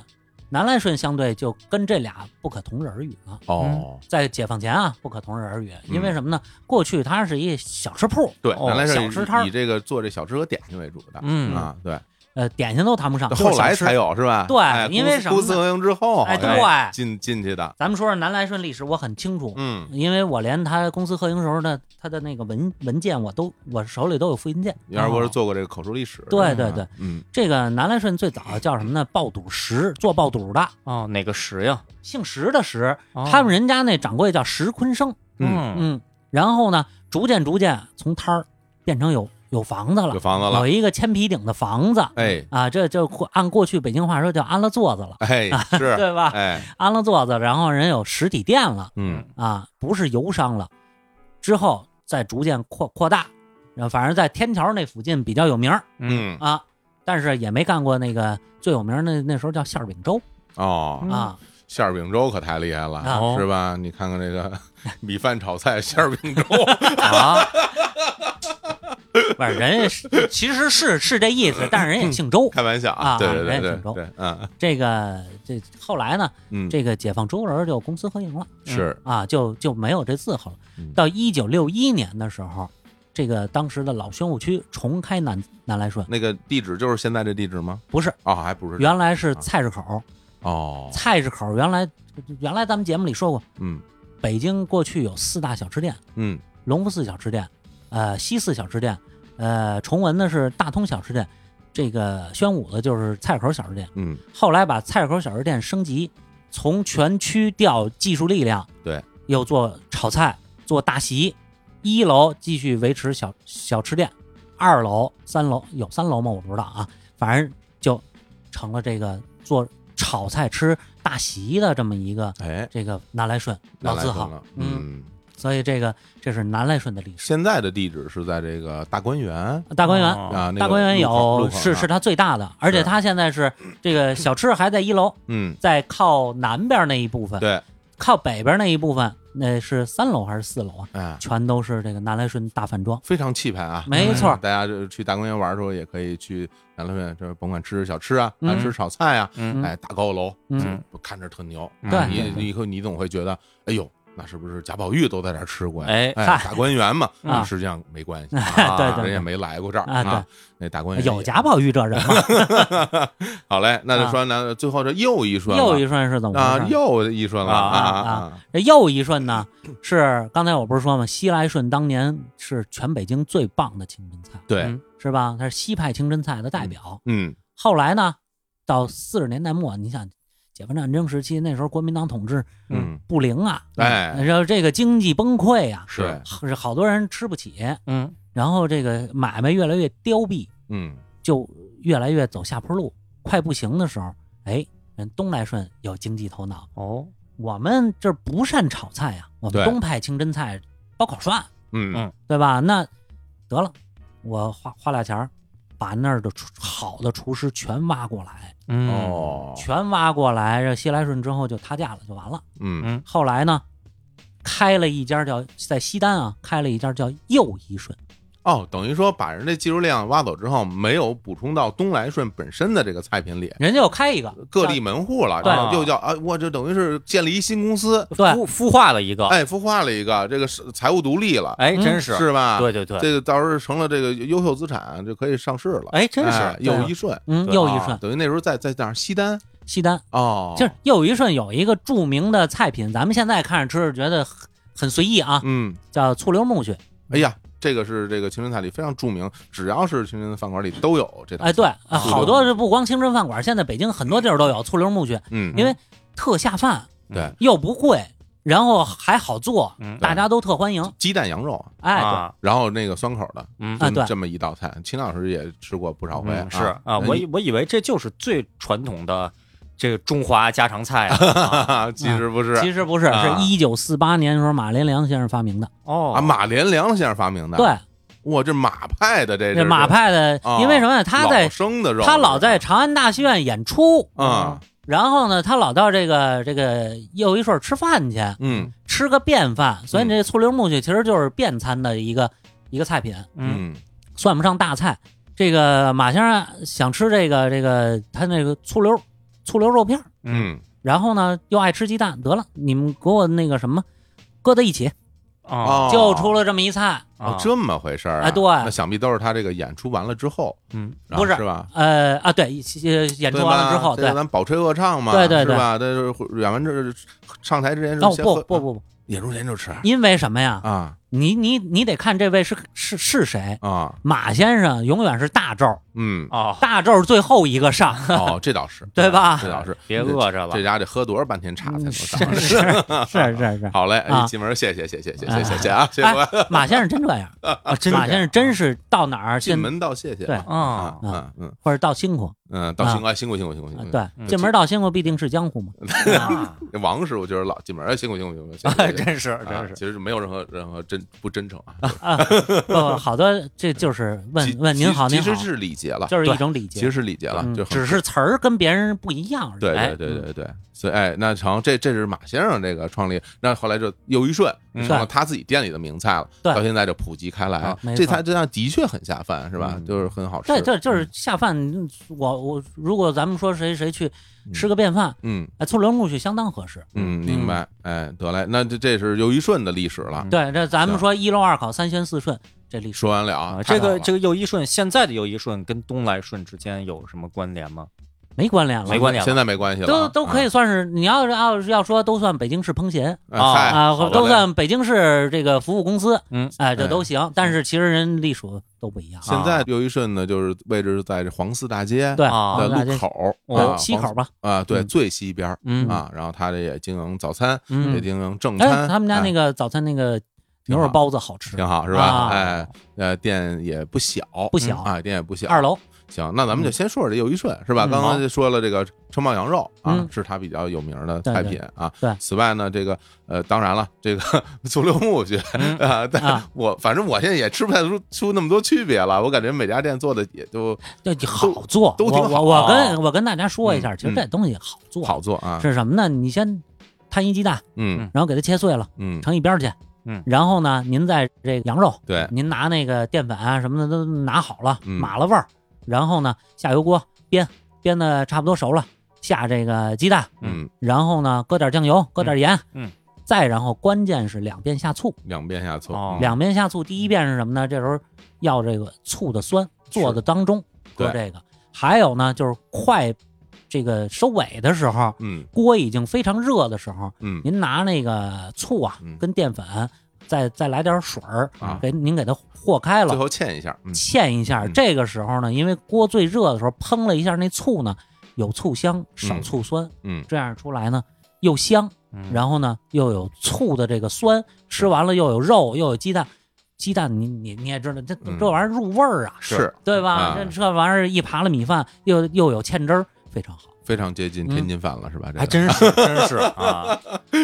[SPEAKER 2] 南来顺相对就跟这俩不可同日而语了。
[SPEAKER 1] 哦，
[SPEAKER 2] 在解放前啊，不可同日而语，因为什么呢？过去它是一小吃铺，
[SPEAKER 1] 嗯对，
[SPEAKER 3] 哦
[SPEAKER 1] 南来顺
[SPEAKER 2] 小吃摊儿
[SPEAKER 1] 以以这个做这小吃和点心为主的，
[SPEAKER 3] 嗯
[SPEAKER 1] 啊，对，
[SPEAKER 2] 呃，点心都谈不上，就是
[SPEAKER 1] 后来
[SPEAKER 2] 小吃
[SPEAKER 1] 才。有是吧？
[SPEAKER 2] 对
[SPEAKER 1] 哎
[SPEAKER 2] 因
[SPEAKER 1] 公私
[SPEAKER 2] 为什么
[SPEAKER 1] 公
[SPEAKER 2] 呢
[SPEAKER 1] 私合营之后，
[SPEAKER 2] 哎对
[SPEAKER 1] 进进去的，
[SPEAKER 2] 咱们说说南来顺历史，我很清楚，
[SPEAKER 1] 嗯，
[SPEAKER 2] 因为我连他公司合营时候的他的那个文文件，我都我手里都有复印件。哦
[SPEAKER 1] 原来我是做过这个口述历史的，
[SPEAKER 2] 嗯对对对
[SPEAKER 1] 啊，嗯，
[SPEAKER 2] 这个南来顺最早叫什么呢？爆肚石，做爆肚的，
[SPEAKER 3] 哦，哪个石呀？
[SPEAKER 2] 姓石的石，
[SPEAKER 3] 哦
[SPEAKER 2] 他们人家那掌柜叫石坤生，
[SPEAKER 1] 嗯
[SPEAKER 3] 嗯
[SPEAKER 2] 嗯，然后呢，逐渐逐渐从摊儿变成有有房子了，
[SPEAKER 1] 有房子了
[SPEAKER 2] 有，一个千皮顶的房子，
[SPEAKER 1] 哎
[SPEAKER 2] 啊，这就按过去北京话说叫安了座子了，
[SPEAKER 1] 哎是，
[SPEAKER 2] 啊对吧？
[SPEAKER 1] 哎
[SPEAKER 2] 安了座子，然后人有实体店了
[SPEAKER 1] 嗯
[SPEAKER 2] 啊，不是油商了，之后再逐渐扩扩大，然后反正在天桥那附近比较有名儿
[SPEAKER 3] 嗯
[SPEAKER 1] 嗯
[SPEAKER 2] 啊，但是也没干过那个最有名儿的那那时候叫馅儿饼粥
[SPEAKER 1] 哦，
[SPEAKER 2] 啊，
[SPEAKER 1] 馅儿饼粥可太厉害了，
[SPEAKER 2] 啊
[SPEAKER 1] 是吧？你看看这 个米饭炒菜馅儿饼粥，
[SPEAKER 3] 啊，
[SPEAKER 2] 不是人家是其实是是这意思，但是人也姓周，
[SPEAKER 1] 开玩笑
[SPEAKER 2] 啊
[SPEAKER 1] 对对对
[SPEAKER 2] 人也
[SPEAKER 1] 对
[SPEAKER 2] 挺熟
[SPEAKER 1] 对，嗯
[SPEAKER 2] 这个这后来呢，
[SPEAKER 1] 嗯，
[SPEAKER 2] 这个解放周人就公私合营了。
[SPEAKER 1] 是
[SPEAKER 2] 啊，就就没有这字号了
[SPEAKER 1] 嗯。
[SPEAKER 2] 到一九六一年的时候，这个当时的老宣武区重开南南来顺，
[SPEAKER 1] 那个地址就是现在这地址吗？
[SPEAKER 2] 不是，
[SPEAKER 1] 哦，还不是
[SPEAKER 2] 原来是菜市口，
[SPEAKER 1] 哦，
[SPEAKER 2] 菜市口原来原来咱们节目里说过，
[SPEAKER 1] 嗯
[SPEAKER 2] 北京过去有四大小吃店：
[SPEAKER 1] 嗯
[SPEAKER 2] 隆福寺小吃店，呃，西四小吃店，呃，崇文的是大通小吃店，这个宣武的就是菜市口小吃店。
[SPEAKER 1] 嗯，
[SPEAKER 2] 后来把菜市口小吃店升级，从全区调技术力量，
[SPEAKER 1] 对，
[SPEAKER 2] 又做炒菜，做大席，一楼继续维持小小吃店，二楼、三楼有三楼吗？我不知道啊，反正就成了这个做炒菜吃大席的这么一个
[SPEAKER 1] 哎，
[SPEAKER 2] 这个南来顺
[SPEAKER 1] 那
[SPEAKER 2] 老
[SPEAKER 1] 来
[SPEAKER 2] 字
[SPEAKER 1] 顺
[SPEAKER 2] 号
[SPEAKER 1] 了，，
[SPEAKER 2] 嗯，
[SPEAKER 1] 嗯，
[SPEAKER 2] 所以这个这是南来顺的历史。
[SPEAKER 1] 现在的地址是在这个大观园
[SPEAKER 2] 大观园，
[SPEAKER 3] 哦
[SPEAKER 1] 啊，那个
[SPEAKER 2] 大观园
[SPEAKER 1] 路口路口
[SPEAKER 2] 有是
[SPEAKER 1] 那
[SPEAKER 2] 是
[SPEAKER 1] 儿
[SPEAKER 2] 它最大的，而且
[SPEAKER 1] 是
[SPEAKER 2] 它现在是这个小吃还在一楼，
[SPEAKER 1] 嗯，
[SPEAKER 2] 在靠南边那一部分，
[SPEAKER 1] 对，
[SPEAKER 2] 靠北边那一部分，那是三楼还是四楼啊？
[SPEAKER 1] 哎，
[SPEAKER 2] 全都是这个南来顺大饭庄。
[SPEAKER 1] 非常气派啊，
[SPEAKER 2] 没错
[SPEAKER 1] 嗯大家就去大观园玩的时候，也可以去南乐园，就是甭管吃小吃啊，
[SPEAKER 2] 嗯
[SPEAKER 1] 还吃炒菜啊，
[SPEAKER 3] 嗯
[SPEAKER 1] 哎，大高楼，
[SPEAKER 2] 嗯，
[SPEAKER 1] 看着特牛，
[SPEAKER 3] 嗯
[SPEAKER 2] 对
[SPEAKER 1] 你
[SPEAKER 2] 对
[SPEAKER 1] 你以后你总会觉得，哎呦，那是不是贾宝玉都在这儿吃过呀？
[SPEAKER 3] 哎
[SPEAKER 1] 哎，
[SPEAKER 2] 嗨
[SPEAKER 1] 大观园嘛，
[SPEAKER 2] 啊
[SPEAKER 1] 实际上没关系，
[SPEAKER 3] 啊
[SPEAKER 2] 对对
[SPEAKER 1] 人也没来过这儿
[SPEAKER 2] 啊对，
[SPEAKER 1] 那大观园
[SPEAKER 2] 有
[SPEAKER 1] 也
[SPEAKER 2] 贾宝玉这 人吗？
[SPEAKER 1] 好嘞，那就说那最后这又一顺了，
[SPEAKER 2] 又一顺是怎么
[SPEAKER 1] 啊，
[SPEAKER 2] 回事？
[SPEAKER 1] 又一顺了
[SPEAKER 3] 啊
[SPEAKER 2] 啊这又一顺呢，是刚才我不是说吗？西来顺当年是全北京最棒的清真菜，
[SPEAKER 1] 对，
[SPEAKER 3] 嗯
[SPEAKER 2] 是吧？它是西派清真菜的代表。
[SPEAKER 1] 嗯
[SPEAKER 2] 后来呢，到四十年代末，你想解放战争时期，那时候国民党统治
[SPEAKER 1] 嗯，
[SPEAKER 2] 不灵啊，
[SPEAKER 1] 哎
[SPEAKER 2] 然后这个经济崩溃呀、
[SPEAKER 1] 是，
[SPEAKER 2] 好好多人吃不起，
[SPEAKER 3] 嗯
[SPEAKER 2] 然后这个买卖越来越凋敝，
[SPEAKER 1] 嗯
[SPEAKER 2] 就越来越走下坡路，快不行的时候，哎，人东来顺有经济头脑，
[SPEAKER 3] 哦
[SPEAKER 2] 我们这儿不善炒菜呀、我
[SPEAKER 1] 对
[SPEAKER 2] 们东派清真菜包烤涮，
[SPEAKER 1] 嗯
[SPEAKER 2] 对吧？那得了，我花花俩钱儿，把那儿的厨好的厨师全挖过来，
[SPEAKER 3] 嗯
[SPEAKER 1] 哦，
[SPEAKER 2] 全挖过来，这西来顺之后就他价了，就完了。
[SPEAKER 1] 嗯
[SPEAKER 3] 嗯
[SPEAKER 2] 后来呢，开了一家叫在西单啊，开了一家叫又一顺，
[SPEAKER 1] 哦，等于说把人这技术量挖走之后，没有补充到东来顺本身的这个菜品里，
[SPEAKER 2] 人家又开一个
[SPEAKER 1] 各立门户了，
[SPEAKER 2] 啊对
[SPEAKER 1] 然后又叫啊，我这等于是建立一新公司，
[SPEAKER 2] 对
[SPEAKER 3] 孵孵化了一个，
[SPEAKER 1] 哎，孵化了一个，这个是财务独立了，
[SPEAKER 3] 哎，
[SPEAKER 2] 嗯
[SPEAKER 3] 真是，
[SPEAKER 1] 是吧？
[SPEAKER 3] 对对对，啊
[SPEAKER 1] 这个到时候成了这个优秀资产，就可以上市了。
[SPEAKER 3] 哎，真是，
[SPEAKER 1] 哎
[SPEAKER 3] 对
[SPEAKER 1] 又一顺，
[SPEAKER 2] 嗯，
[SPEAKER 3] 对
[SPEAKER 2] 又一
[SPEAKER 1] 啊
[SPEAKER 2] 顺，
[SPEAKER 1] 等于那时候在在哪儿西单
[SPEAKER 2] 西单
[SPEAKER 1] 哦，
[SPEAKER 2] 就是又一顺有一个著名的菜品，咱们现在看着吃着觉得很很随意啊，
[SPEAKER 1] 嗯，
[SPEAKER 2] 叫醋溜木须。
[SPEAKER 1] 哎呀，这个是这个清真菜里非常著名，只要是清真饭馆里都有这道菜。
[SPEAKER 2] 哎，对，啊、好
[SPEAKER 1] 醋溜
[SPEAKER 2] 多是不光清真饭馆，现在北京很多地儿都有醋溜木须，
[SPEAKER 1] 嗯，
[SPEAKER 2] 因为特下饭，
[SPEAKER 1] 对，
[SPEAKER 2] 又不贵，然后还好做，
[SPEAKER 3] 嗯
[SPEAKER 2] 大家都特欢迎。
[SPEAKER 1] 鸡蛋羊肉，
[SPEAKER 2] 哎，对
[SPEAKER 3] 啊，
[SPEAKER 1] 然后那个酸口的，
[SPEAKER 3] 嗯
[SPEAKER 2] 啊
[SPEAKER 1] 这么
[SPEAKER 2] 对
[SPEAKER 1] 这么一道菜，秦老师也吃过不少回
[SPEAKER 3] 嗯，是
[SPEAKER 1] 啊
[SPEAKER 3] 啊，我以我以为这就是最传统的这个中华家常菜啊 啊
[SPEAKER 1] 啊，其实不是
[SPEAKER 2] 嗯其实不是，
[SPEAKER 1] 啊
[SPEAKER 2] 是一九四八年的时候马连良先生发明的。
[SPEAKER 1] 啊，
[SPEAKER 3] 哦，
[SPEAKER 1] 马连良先生发明的。，
[SPEAKER 2] 对，
[SPEAKER 1] 哇，这马派的啊这
[SPEAKER 2] 那马派的
[SPEAKER 1] 啊，
[SPEAKER 2] 因为什么呢？他在
[SPEAKER 1] 生的肉，
[SPEAKER 2] 他老在长安大戏院演出，
[SPEAKER 1] 啊，
[SPEAKER 2] 然后呢，他老到这个这个又一顺吃饭去，
[SPEAKER 1] 嗯
[SPEAKER 2] 吃个便饭，所以你这醋溜木须其实就是便餐的一个一个菜品，
[SPEAKER 3] 嗯
[SPEAKER 1] 嗯
[SPEAKER 2] 算不上大菜。这个马先生想吃这个这个他那个醋溜醋溜肉片儿，
[SPEAKER 1] 嗯
[SPEAKER 2] 然后呢又爱吃鸡蛋，得了，你们给我那个什么搁在一起，
[SPEAKER 3] 哦
[SPEAKER 2] 就出了这么一菜。
[SPEAKER 1] 哦
[SPEAKER 3] 啊，
[SPEAKER 1] 这么回事儿啊？
[SPEAKER 2] 哎对
[SPEAKER 1] 那想必都是他这个演出完了之后，
[SPEAKER 3] 嗯
[SPEAKER 1] 然后
[SPEAKER 2] 不是
[SPEAKER 1] 是吧？
[SPEAKER 2] 呃啊，对，呃演
[SPEAKER 1] 对
[SPEAKER 2] 出完
[SPEAKER 1] 吧
[SPEAKER 2] 了之后，
[SPEAKER 1] 这
[SPEAKER 2] 对
[SPEAKER 1] 个，咱饱吹饿唱嘛，
[SPEAKER 2] 对对对
[SPEAKER 1] 是吧？这是演完这上台之前
[SPEAKER 2] 哦
[SPEAKER 1] 是先
[SPEAKER 2] 不
[SPEAKER 1] 喝
[SPEAKER 2] 不，不不，
[SPEAKER 1] 演出前就吃
[SPEAKER 2] 因为什么呀？
[SPEAKER 1] 啊
[SPEAKER 2] 你你你得看这位是是是谁。
[SPEAKER 1] 啊，
[SPEAKER 2] 马先生永远是大咒，
[SPEAKER 1] 嗯，
[SPEAKER 3] 哦，
[SPEAKER 2] 大咒是最后一 个上，
[SPEAKER 1] 哦，这倒是，
[SPEAKER 2] 对吧
[SPEAKER 1] 这倒是，啊
[SPEAKER 3] 别饿着了
[SPEAKER 1] 这，家得喝多少半天茶才能上
[SPEAKER 2] 嗯是是是是 是。
[SPEAKER 1] 好嘞，哎
[SPEAKER 2] 啊
[SPEAKER 1] 进门谢谢谢谢谢谢
[SPEAKER 2] 哎
[SPEAKER 1] 谢谢啊，谢谢
[SPEAKER 2] 哎
[SPEAKER 1] 各位，
[SPEAKER 2] 马先生真这 样，
[SPEAKER 3] 啊真
[SPEAKER 2] 马先生真是到哪儿
[SPEAKER 1] 进
[SPEAKER 2] 进
[SPEAKER 1] 门道谢谢
[SPEAKER 2] 对
[SPEAKER 1] 啊，
[SPEAKER 3] 啊
[SPEAKER 1] 啊，嗯嗯
[SPEAKER 2] 或者到辛苦，
[SPEAKER 1] 嗯，道辛苦哎辛苦辛苦辛苦辛
[SPEAKER 2] 啊
[SPEAKER 1] 苦，
[SPEAKER 2] 对，
[SPEAKER 3] 嗯
[SPEAKER 2] 进门到辛苦必定是江湖 嘛。
[SPEAKER 3] 啊
[SPEAKER 1] 王师傅就是老进门哎辛苦辛苦辛苦辛苦，
[SPEAKER 3] 哎
[SPEAKER 1] 辛苦
[SPEAKER 3] 真是
[SPEAKER 1] 啊
[SPEAKER 3] 真是
[SPEAKER 1] 其实没有任何任何真不真诚啊，
[SPEAKER 2] 啊，不不，好多这就是
[SPEAKER 1] 其
[SPEAKER 2] 问问您好
[SPEAKER 1] 其
[SPEAKER 2] 您
[SPEAKER 1] 其
[SPEAKER 2] 好
[SPEAKER 1] 实，是礼节了，
[SPEAKER 2] 就是
[SPEAKER 1] 对
[SPEAKER 2] 一种礼
[SPEAKER 1] 其
[SPEAKER 2] 节
[SPEAKER 1] 实，是礼节了，
[SPEAKER 2] 嗯
[SPEAKER 1] 就很
[SPEAKER 2] 只是词儿跟别人不一样嗯而已。
[SPEAKER 1] 对
[SPEAKER 3] 哎
[SPEAKER 1] 对对对对，所以哎，那成这这是马先生这个创立，那后来就又一顺
[SPEAKER 3] 嗯
[SPEAKER 1] 成了他自己店里的名菜了，
[SPEAKER 2] 对
[SPEAKER 1] 到现在就普及开来
[SPEAKER 2] 啊，没
[SPEAKER 1] 这
[SPEAKER 2] 错
[SPEAKER 1] 菜这菜的确很下饭是吧？
[SPEAKER 3] 嗯
[SPEAKER 1] 就是很好吃，
[SPEAKER 2] 对，这就是下饭。嗯我我如果咱们说谁谁去吃个便饭，
[SPEAKER 1] 嗯
[SPEAKER 2] 哎，醋溜木须相当合适。
[SPEAKER 1] 嗯，明白，哎，得嘞，那这这是又一顺的历史了
[SPEAKER 3] 嗯，
[SPEAKER 2] 对，这咱们
[SPEAKER 1] 行
[SPEAKER 2] 说一漏二考三鲜四顺，这历史
[SPEAKER 1] 说完了
[SPEAKER 3] 啊，
[SPEAKER 1] 啊，
[SPEAKER 3] 这个这
[SPEAKER 1] 个
[SPEAKER 3] 个又一顺，现在的又一顺跟东来顺之间有什么关联吗？
[SPEAKER 2] 没关联了，
[SPEAKER 3] 没关联了
[SPEAKER 1] 啊现在没关系了，
[SPEAKER 2] 都都可以
[SPEAKER 1] 啊，
[SPEAKER 2] 算是，你要是要是要说都算北京市烹协
[SPEAKER 1] 哎
[SPEAKER 3] 啊
[SPEAKER 1] 嗨
[SPEAKER 2] 啊，
[SPEAKER 1] 好
[SPEAKER 2] 都
[SPEAKER 1] 嘞
[SPEAKER 2] 算北京市这个服务公司，
[SPEAKER 3] 嗯，
[SPEAKER 2] 哎，这都行。但是其实人隶属都不一样，
[SPEAKER 1] 现在又一顺呢，就是位置是在这黄四大街
[SPEAKER 2] 对，
[SPEAKER 3] 啊
[SPEAKER 1] 的
[SPEAKER 2] 黄大
[SPEAKER 1] 路
[SPEAKER 2] 街
[SPEAKER 1] 口
[SPEAKER 3] 哦
[SPEAKER 1] 啊
[SPEAKER 2] 西口吧，
[SPEAKER 1] 啊，对，
[SPEAKER 2] 嗯
[SPEAKER 1] 最西边儿
[SPEAKER 3] 嗯
[SPEAKER 1] 啊，然后他这也经营早餐，也
[SPEAKER 2] 嗯，
[SPEAKER 1] 经营正餐，
[SPEAKER 2] 哎，他们家
[SPEAKER 1] 哎
[SPEAKER 2] 那个早餐那个牛肉包子好吃
[SPEAKER 1] 挺，好是吧？
[SPEAKER 2] 啊
[SPEAKER 1] 哎，呃，店也不小，
[SPEAKER 2] 不小
[SPEAKER 1] 啊，店也不小。
[SPEAKER 2] 二楼
[SPEAKER 1] 行，那咱们就先说说这又一顺是吧？
[SPEAKER 2] 嗯
[SPEAKER 1] 刚刚就说了这个城堡羊肉啊
[SPEAKER 2] 嗯，
[SPEAKER 1] 是它比较有名的
[SPEAKER 2] 对
[SPEAKER 1] 菜品啊。
[SPEAKER 2] 对
[SPEAKER 1] 此外呢，这个呃，当然了，这个 醋溜木须
[SPEAKER 3] 嗯
[SPEAKER 1] 啊，但
[SPEAKER 2] 啊
[SPEAKER 1] 我反正我现在也吃不太出出那么多区别了，我感觉每家店做的也都
[SPEAKER 2] 对，好做。
[SPEAKER 1] 都挺
[SPEAKER 2] 我
[SPEAKER 1] 好
[SPEAKER 2] 我我跟我跟大家说一下，其实
[SPEAKER 1] 嗯
[SPEAKER 2] 这东西好做，
[SPEAKER 1] 好做啊。
[SPEAKER 2] 是什么呢？你先摊一鸡蛋，
[SPEAKER 1] 嗯
[SPEAKER 2] 然后给它切碎了，
[SPEAKER 1] 嗯，
[SPEAKER 2] 盛一边儿去。
[SPEAKER 3] 嗯
[SPEAKER 2] 然后呢，您在这个羊肉，
[SPEAKER 1] 对，
[SPEAKER 2] 您拿那个淀粉啊什么的都拿好了，
[SPEAKER 1] 嗯
[SPEAKER 2] 码了味儿，然后呢下油锅煸，煸的差不多熟了，下这个鸡蛋，
[SPEAKER 1] 嗯，
[SPEAKER 2] 然后呢搁点酱油，搁点盐，
[SPEAKER 3] 嗯
[SPEAKER 2] 再然后关键是两遍下醋，
[SPEAKER 1] 两遍下醋，
[SPEAKER 3] 哦
[SPEAKER 1] 嗯
[SPEAKER 2] 两遍下醋，第一遍是什么呢？这时候要这个醋的酸，做的当中搁
[SPEAKER 1] 对
[SPEAKER 2] 这个，还有呢就是快这个收尾的时候，
[SPEAKER 1] 嗯
[SPEAKER 2] 锅已经非常热的时候，
[SPEAKER 1] 嗯
[SPEAKER 2] 您拿那个醋啊
[SPEAKER 1] 嗯
[SPEAKER 2] 跟淀粉。再再来点水儿
[SPEAKER 1] 啊，
[SPEAKER 2] 给您给它和开了
[SPEAKER 1] 最，后嵌一下，嗯
[SPEAKER 2] 嵌一下。
[SPEAKER 1] 嗯
[SPEAKER 2] 这个时候呢，因为锅最热的时候，烹了一下那醋呢，有醋香，少醋酸，
[SPEAKER 1] 嗯
[SPEAKER 2] 这样出来呢又香，然后呢又有醋的这个酸，吃完了又有肉，又有鸡蛋。鸡蛋你你你也知道，这
[SPEAKER 1] 嗯
[SPEAKER 2] 这玩意儿入味儿啊，
[SPEAKER 1] 是
[SPEAKER 2] 对吧
[SPEAKER 1] 啊？
[SPEAKER 2] 这这玩意儿一扒了米饭，又又有芡汁儿，非常好。
[SPEAKER 1] 非常接近天津饭了是吧？这
[SPEAKER 3] 还
[SPEAKER 1] 个
[SPEAKER 3] 真是真是啊，